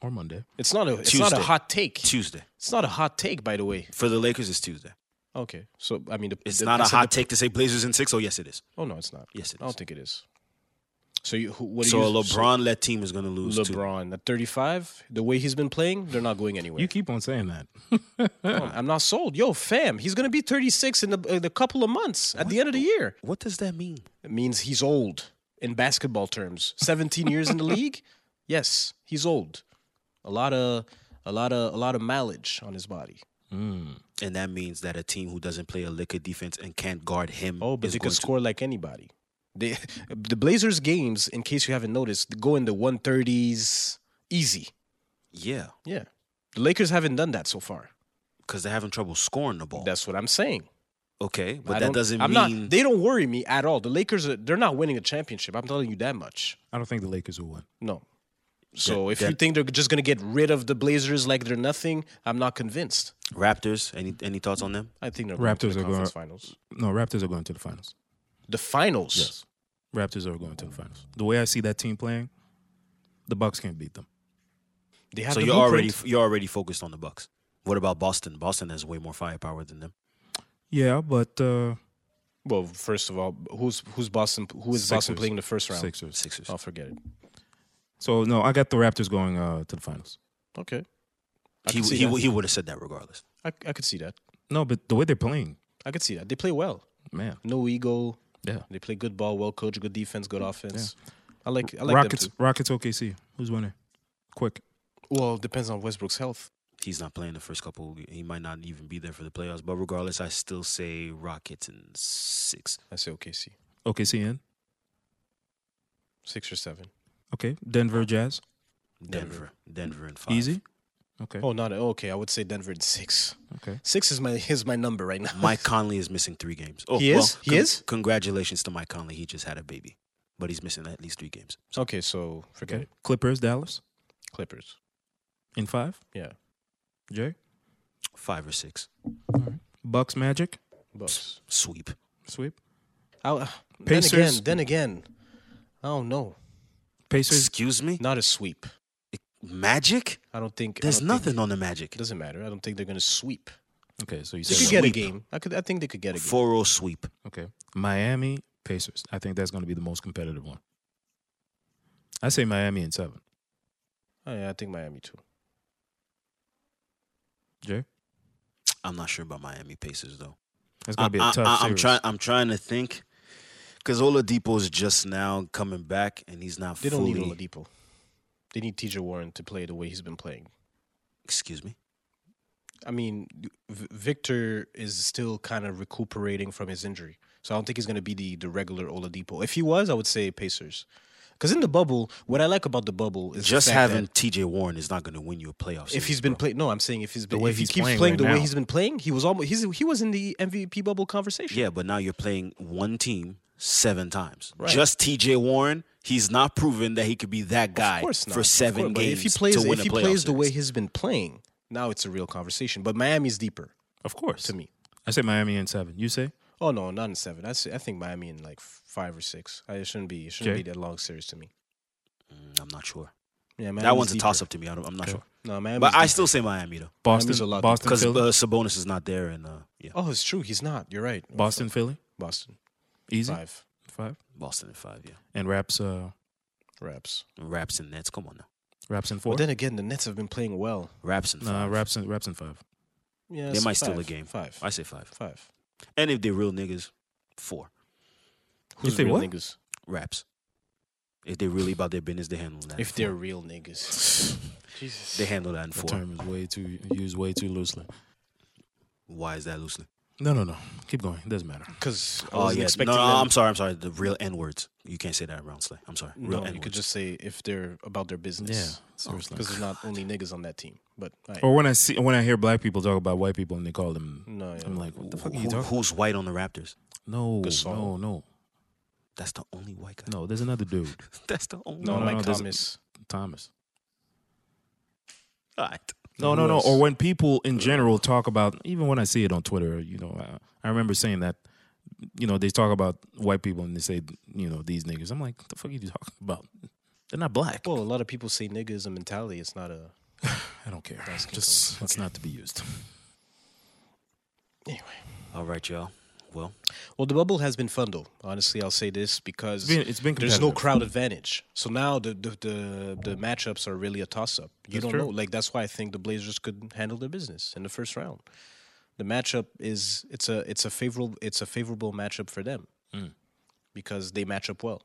Or Monday. It's not a. It's not a Mm-hmm. Tuesday. hot take. Tuesday It's not a hot take, by the way. for the Lakers is Tuesday. Okay. So I mean, the, It's the- not I a said hot the- take to say Blazers in six. Oh yes, it is. Oh no, it's not. Yes, it I don't is. think it is. So you, who, what So do a you? LeBron-led team is going to lose. so too. LeBron at 35, the way he's been playing, they're not going anywhere. You keep on saying that. [laughs] No, I'm not sold. Yo, fam, he's gonna be 36 in the, in a couple of months at the end of the year. What does that mean? It means he's old in basketball terms. 17 [laughs] years in the league. Yes, he's old. A lot of a lot of a lot of mileage on his body. And that means that a team who doesn't play a lick of defense and can't guard him. Oh, but is they going could score like anybody. They, [laughs] the Blazers games, in case you haven't noticed, go in the 130s easy. To, yeah, Yeah. The Lakers haven't done that so far. because they're having trouble scoring the ball. That's what I'm saying. okay, I but don't- that doesn't I'm mean not, they don't worry me at all. The Lakers are, they're not winning a championship. I'm telling you that much. I don't think the Lakers will win. No. So That- if you that- think they're just going to get rid of the Blazers like they're nothing, I'm not convinced. Raptors. Any any thoughts on them? I think they're going to Raptors the are conference gonna- finals. No, Raptors are going to the finals. The finals. Yes. Raptors are going to the finals. The way I see that team playing, the Bucks can't beat them. They have so the you're blueprint. already you're already focused on the Bucks. What about Boston? Boston has way more firepower than them. Yeah, but uh, Well, first of all, who's who's Boston? Who is Boston Sixers. playing in the first round? Sixers. Sixers. Oh, forget it. So no, I got the Raptors going uh, to the finals. Okay, I He could see he, that. he would have said that regardless. I, I could see that. No, but the way they're playing, I could see that. They play well. man, No ego. yeah. They play good ball, well coached, good defense, good offense. I like I like Rockets, them Rockets, OKC. Who's winning? Quick. too. Well, it depends on Westbrook's health. He's not playing the first couple. He might not even be there for the playoffs. But regardless, I still say Rockets in six. I say OKC, OKC in. six or seven. Okay. Denver Jazz. Denver. Denver in five. Easy. Okay. Oh, not okay. I would say Denver in six. Okay. Six is my is my number right now. Mike Conley is missing three games. Oh, He well, is? He is? Congratulations to Mike Conley. He just had a baby, but he's missing at least three games. Okay, so forget Okay. it. Clippers, Dallas Clippers. in five. Yeah, Jay. Five or six Bucks, Magic, Bucks. sweep. sweep. I, Pacers. uh, Then again, then again, I don't know. Pacers. Excuse me. Not a sweep. Magic? I don't think I There's don't think- nothing on the Magic. It doesn't matter. I don't think they're gonna sweep. Okay. So you They said could that. get a Sweep. game. I could. I think they could get a game. 4 0 sweep. Okay. Miami, Pacers. I think that's going to be the most competitive one. I say Miami in seven. Oh, yeah, I think Miami too. Jay. I'm not sure about Miami Pacers, though. That's going to be a I- I- tough I- I'm series. trying. I'm trying to think because Oladipo is just now coming back, and he's not They don't fully. need Oladipo. They need T.J. Warren to play the way he's been playing. Excuse me. I mean, v- Victor is still kind of recuperating from his injury, so I don't think he's going to be the the regular Oladipo. If he was, I would say Pacers. Because in the bubble, what I like about the bubble is the Just fact having that T.J. Warren is not going to win you a playoff. if series, he's been bro. playing. No, I'm saying if he's been way if he he's keeps playing playing, right the way now. he's been playing, he was almost he's, he was in the MVP bubble conversation. yeah, but now you're playing one team seven times. Right. Just T.J. Warren, he's not proven that he could be that guy of course not. for Of seven course, but games If he plays, to win if a he playoff plays the way series. he's been playing, now it's a real conversation. But Miami's deeper of course. to me. I say Miami in seven. You say? Oh no, not in seven. I say, I think Miami in like five or six. I, it shouldn't be. It shouldn't Jay? be that long series to me. Mm, I'm not sure. Yeah, Miami's that one's a deeper. toss up to me. I don't, I'm not sure, No, Miami. but I still say Miami though Miami's a Boston. lot Boston, because uh, Philly. Sabonis is not there, and uh, yeah, Oh, it's true. He's not. You're right. Boston, Philly. Boston. Easy. Five Five. Boston in five. Yeah, And Raps. Uh, raps. Raps and Nets. Come on now, Raps in But four. then again, the Nets have been playing well. Raps and Nah, five. Raps in Raps in five. Yeah, They so might steal a five. game. Five. I say five. Five. And if they're real niggas, four Who's they real what? niggas? raps. If they really about their business, they handle that. in If four. they're [sighs] real niggas. Jesus. they handle that in The four. term is way too used way too loosely. Why is that loosely? No, no, no. Keep going. It doesn't matter. Because I Oh wasn't yeah, no, expecting no, them- I'm sorry, I'm sorry. The real N words. You can't say that around Slay. I'm sorry. Real No, N you could words. just say if they're about their business. Yeah, seriously. Because there's not only niggas on that team. But I, Or when I see when I hear black people talk about white people and they call them, no, yeah. I'm like, what the fuck are Who- you talking? who's white on the Raptors? No, Gasol. no, no, That's the only white guy. no. There's another dude, That's the only. no, [laughs] no, Mike no, there's- Thomas. Thomas. All right. No, Who no, no. else? Or when people in general talk about, even when I see it on Twitter, you know, I, I remember saying that, you know, they talk about white people and they say, you know, these niggas. I'm like, what the fuck are you talking about? They're not black. Well, a lot of people say nigga is a mentality. It's not a. I don't care. That's Just it's not to be used. Anyway. All right, y'all. Well, Well, the bubble has been fun, though. Honestly, I'll say this because It's been, it's been there's no competitive. crowd advantage. So now the the the, the matchups are really a toss up. You That's don't true. know. Like that's why I think the Blazers could handle their business in the first round. The matchup is it's a it's a favorable it's a favorable matchup for them Mm. because they match up well.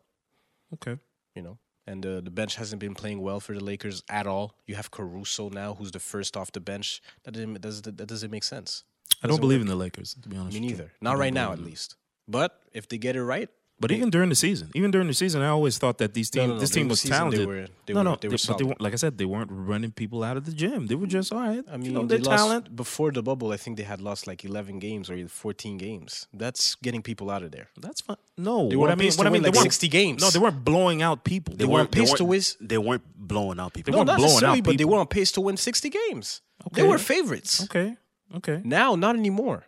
Okay. You know. And uh, the bench hasn't been playing well for the Lakers at all. You have Caruso now, who's the first off the bench. That didn't, does, that doesn't make sense. I don't believe in the Lakers, to be honest. Me with you. neither. I Not don't right now, believe at in them. least. But if they get it right, But even during the season, even during the season, I always thought that these team, no, no, this during team the was season, they talented. were- they no, were- no, they were but they solid. Mm. weren't, like I said, they weren't running people out of the gym. They were just all right. I you mean, know, they their lost talent. before the bubble. I think they had lost like eleven games or fourteen games. That's getting people out of there. That's fine. No, They weren't what I mean, paced what to I mean, win, they like, weren't- 60 games. No, they weren't blowing out people. they, They weren't. They paced to weren't, whiz- they weren't blowing out people. They weren't no, not blowing out necessarily, but they people. were on pace to win sixty games. They Okay. were favorites. okay, okay. Now, not anymore.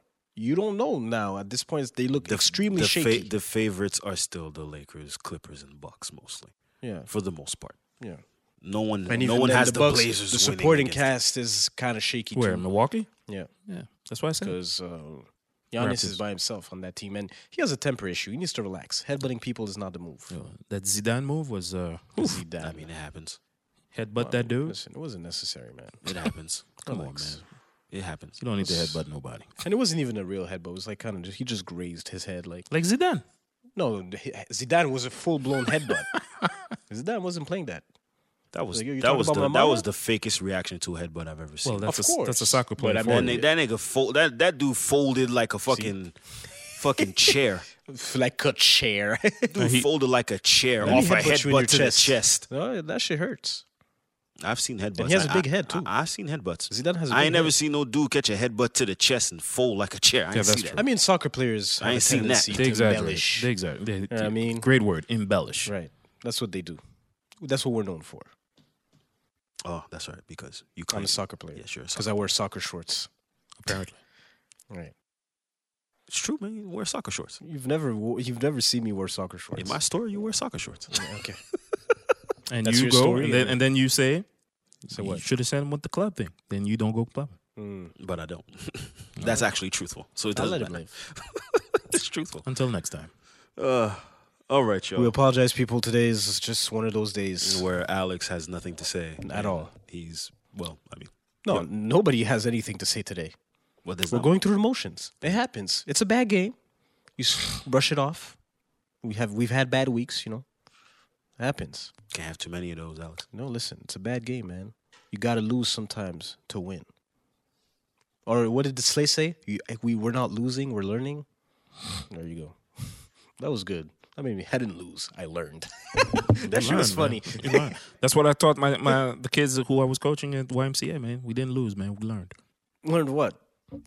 You don't know now. At this point, they look extremely the shaky. the favorites are still the Lakers, Clippers, and Bucks mostly, yeah, for the most part. yeah. No one, And no even one then, has the the, Bucks, Blazers. the winning supporting against cast is kind of shaky Where too. Milwaukee? Yeah, Yeah, that's why I said because uh, Giannis Raptors. is by himself on that team, and he has a temper issue. He needs to relax. Headbutting people is not the move. Uh, that Zidane move was uh, Zidane, I mean, it happens. headbutt that dude. Uh, Listen, it wasn't necessary, man. It [laughs] happens. Come on, Relax. man. It happens. You don't need to headbutt nobody. And it wasn't even a real headbutt. It was like kind of just, he just grazed his head. Like Like Zidane. no, the- Zidane was a full blown [laughs] headbutt. Zidane wasn't playing that. That was Like, you- you that talking was about the my that was mama? the fakest reaction to a headbutt I've ever seen. Well, that's Of a that's a course. soccer player. But I for that, mean- you. nigga, that nigga fold that that dude folded like a fucking [laughs] fucking chair. Like [laughs] a chair. Dude folded like a chair me off a headbutt you in your headbutt to chest. the chest. no, that shit hurts. I've seen headbutts. he has a I- big I- head, too. I, have seen headbutts. Zidane has a I big ain't never head. seen no dude catch a headbutt to the chest and fold like a chair. I ain't that's see that. I mean, soccer players have I a ain't seen that. tendency They to exaggerate. embellish. They exaggerate. They- what I mean? great word, embellish. Right. That's what they do. That's what we're known for. Oh, that's right. Because you I'm claim a soccer player. Yeah, sure. Because I wear soccer shorts. Apparently, Right. It's true, man. You wear soccer shorts. You've never wo- you've never seen me wear soccer shorts. In my store, you wear soccer [laughs] shorts. okay. and That's you your go, story, and then and- and then you say, So you what? Mm. should have sent him with the club thing. Then you don't go clubbing. but I don't. that's actually truthful. So it I'll doesn't let it matter. live. [laughs] It's truthful. Until next time. Uh, all right, We y'all. apologize, people. Today is just one of those days. Where Alex has nothing to say At all. He's well. I mean, No, nobody has anything to say today. well, there's We're not- going through emotions. It happens. It's a bad game. You s- [sighs] brush it off. We have we've had bad weeks, you know. It happens. Can't have too many of those, Alex. No, listen, it's a bad game, man. You got to lose sometimes to win. Or what did the Slay say? You, like, we we're not losing, we're learning. [sighs] There you go. [laughs] That was good. I mean, I didn't lose. I learned. [laughs] that shit was Learn, funny. man. [laughs] You learn. That's what I taught my, my the kids who I was coaching at YMCA. Man, we didn't lose. Man, we learned. learned what?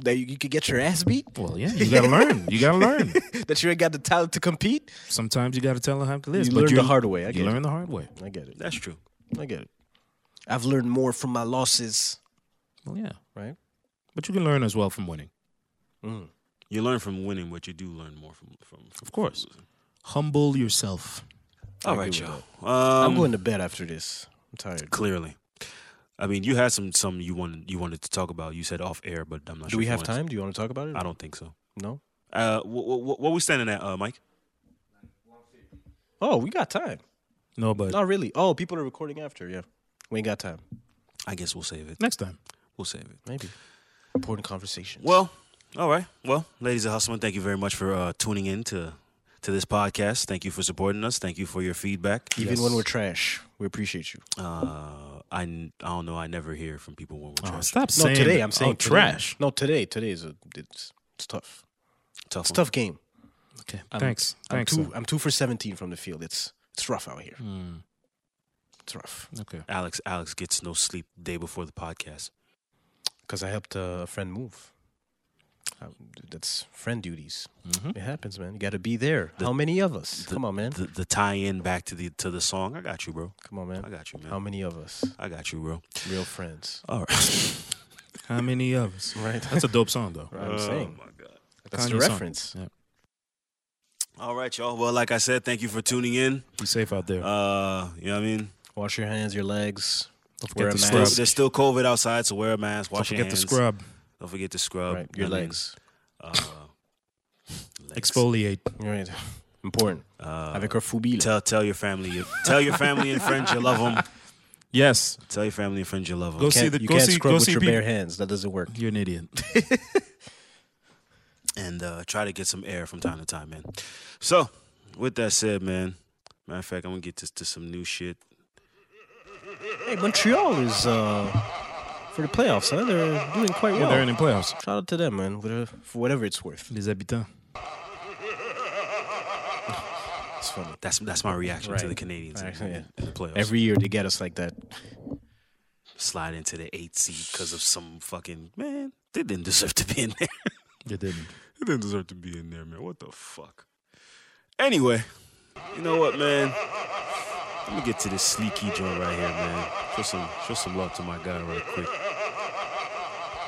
That you, you could get your ass beat. [laughs] Well, yeah, you gotta learn. You gotta learn. That you ain't got the talent to compete. Sometimes you gotta tell them how to live. You but learn the hard way, I you get it. learn the hard way. I get it. That's true. I get it. I've learned more from my losses, Well, yeah, right? but you can learn as well from winning. You learn from winning, but you do learn more from from. from Of course, humble yourself. all right, y'all. Um, I'm going to bed after this. I'm tired. clearly, I mean, you had some some you wanted you wanted to talk about. You said off air, but I'm not Do sure. we if you have wanted to- time? Do you want to talk about it? I don't think so. No. Uh, what, what, what we standing at, uh, Mike? Oh, we got time. No, but Not really. Oh, people are recording after. Yeah, we ain't got time. I guess we'll save it. next time. We'll save it. Maybe important conversations. Well, all right. Well, ladies and hustlemen, thank you very much for uh, tuning in to to this podcast. Thank you for supporting us. Thank you for your feedback. even when we're trash, we appreciate you. Uh, I n- I don't know. I never hear from people when we're Oh, trash. stop No, saying. today I'm saying oh, today. trash. No, today, today is a it's, it's tough. Tough It's a one. tough game. Okay, thanks. I'm thanks. two. sir. I'm two for seventeen from the field. It's it's rough out here. It's rough Mm, Okay. Alex Alex gets no sleep day before the podcast. because I helped uh, a friend move. Um, that's friend duties. Mm-hmm. It happens, man. You got to be there. How many of us? Come on, man. The, the tie in back to the to the song. I got you, bro. Come on, man. I got you, man. How many of us? I got you, bro. Real friends, All right. [laughs] How many of us? right? That's a dope song though. I'm saying Oh my god. that's the Kanye song. reference. Yeah. All right, y'all. Well, like I said, thank you for tuning in. Be safe out there. Uh, you know what I mean? Wash your hands, your legs. Don't wear forget to a mask. scrub. There's still COVID outside, so wear a mask, Don't wash your forget to hands. scrub. Don't forget to scrub right, your I mean, legs. Uh, legs. Exfoliate. Right. Important. Uh, Avec un foubile. tell tell your family, you, tell your family and friends you love [laughs] them. Yes. Tell your family and friends you love them. Go Can't- see the. you Go can't see. scrub Go with see your people. bare hands. That doesn't work. You're [laughs] an idiot. and uh, try to get some air from time to time, man. So, with that said, man, matter of fact, I'm gonna get this to some new shit. Hey, Montreal is uh, for the playoffs. Huh? They're doing quite well. Yeah, they're in the playoffs. Shout out to them, man. Whatever, for whatever it's worth. Les habitants. It's funny. That's that's my reaction to Right. the Canadians in- Right, yeah. in the playoffs. Every year they get us like that. Slide into the eighth seed because of some fucking man. They didn't deserve to be in there. [laughs] They didn't. It didn't deserve to be in there, man. What the fuck? Anyway, you know what, man? Let me get to this sneaky joint right here, man. Show some, show some love to my guy right quick.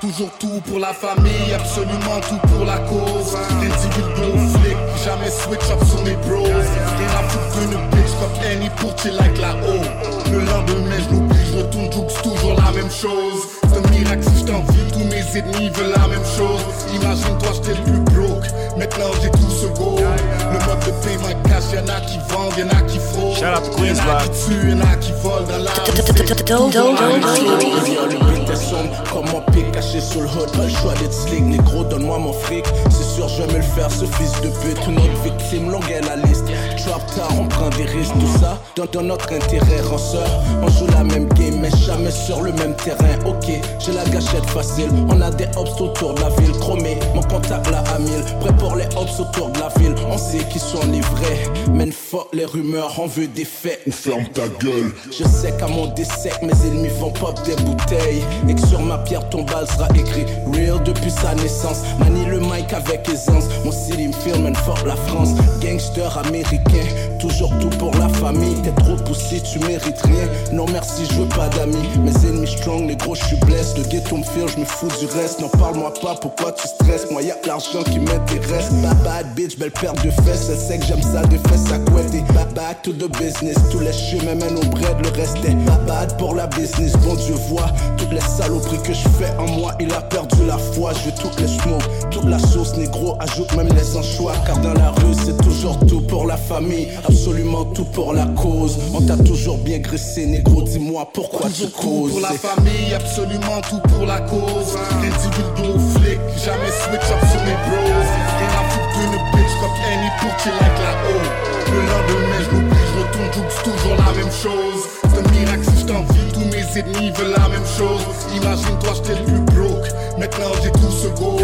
Toujours tout pour la famille, absolument tout pour la cause. Individual flic, jamais switch up sur mes bros. Rien à foutre d'une bitch comme Annie pour chill like la haut. Le lendemain, je l'oublie, je retourne jukes, toujours la même chose. C'est un miracle Crac si je t'en dis, tous mes ennemis veulent la même chose Imagine-toi j'étais le plus broke Maintenant j'ai tout ce gold Le mode de paiement cash, y'en a qui vendent, y'en a qui fraudent Shout out to Queens, Y'en a qui tuent, y'en a qui volent dans la rue C'est Comment pique caché sur le hood, pas le choix d'être slick, négro, donne-moi mon fric. C'est sûr, je vais me le faire, ce fils de pute. Une autre victime, longue est la liste. Trap tard, on prend des risques, tout ça. Dans, dans notre intérêt, ranceur. On joue la même game, mais jamais sur le même terrain. Ok, j'ai la gâchette facile. On a des hops autour de la ville, chromé. Mon contact là à mille. Prêt pour les hops autour de la ville. On sait qui sont les vrais. Men fuck les rumeurs, on veut des faits. Ou ferme ta gueule Je sais qu'à mon décès, mes ennemis font pop des bouteilles. Et que sur ma pierre tombale sera écrit Real depuis sa naissance. Manie le mic avec aisance. Mon city me filme, man, fort la France. Gangster américain, toujours tout pour la famille. T'es trop poussé, tu mérites rien. Non merci, je veux pas d'amis. Mes ennemis strong, les gros, je suis blesse. Le ghetto me feel, je me fous du reste. N'en parle-moi pas, pourquoi tu stresses Moi y'a que l'argent qui m'intéresse. Ma bad bitch, belle paire de fesses. Elle sait que j'aime ça, des fesses à couette. Et ba- back to the business. Tous les chemins mènent au bread, le reste est ba- bad pour la business. Bon Dieu voit toutes les saloperies que je fais en moi. Il a perdu la foi, je veux toutes les smokes, toute la sauce négro. Ajoute même les anchois, car dans la rue c'est toujours tout pour la famille, absolument tout pour la cause. On t'a toujours bien graissé, négro. Dis-moi pourquoi tu Toujours tout causes. pour la famille, absolument tout pour la cause. Individu ou flic, jamais switch up sur mes bros. Rien à foutre d'une bitch comme Annie pour chill like la haut. Le lendemain, je l'oublie, je retourne, j'oublie toujours la même chose. C'est un miracle si je t'envie, tous mes ennemis veulent la même chose. Imagine-toi, j'étais le plus broke. Maintenant, j'ai tout ce gold.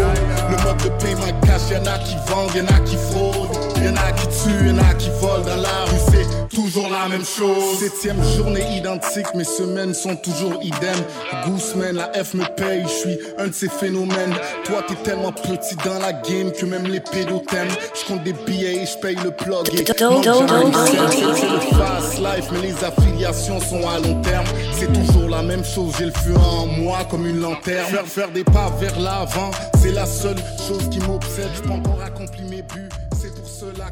Le mode de paiement cash, y'en a qui vendent, y'en a qui fraudent. Y'en a qui tuent, y'en a qui volent dans la rue, c'est toujours la même chose. Septième journée identique, mes semaines sont toujours idem. Gooseman, la F me paye, je suis un de ces phénomènes. Toi, t'es tellement petit dans la game que même les pédos t'aiment. Je compte des billets et je paye le plug. Et Don't, don't, don't, don't. c'est le fast life, mais les affiliations sont à long terme. C'est toujours la même chose, j'ai le feu en moi comme une lanterne. Faire, faire des pas vers l'avant, c'est la seule chose qui m'obsède. Je encore accompli mes buts, c'est pour cela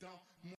dans. mon-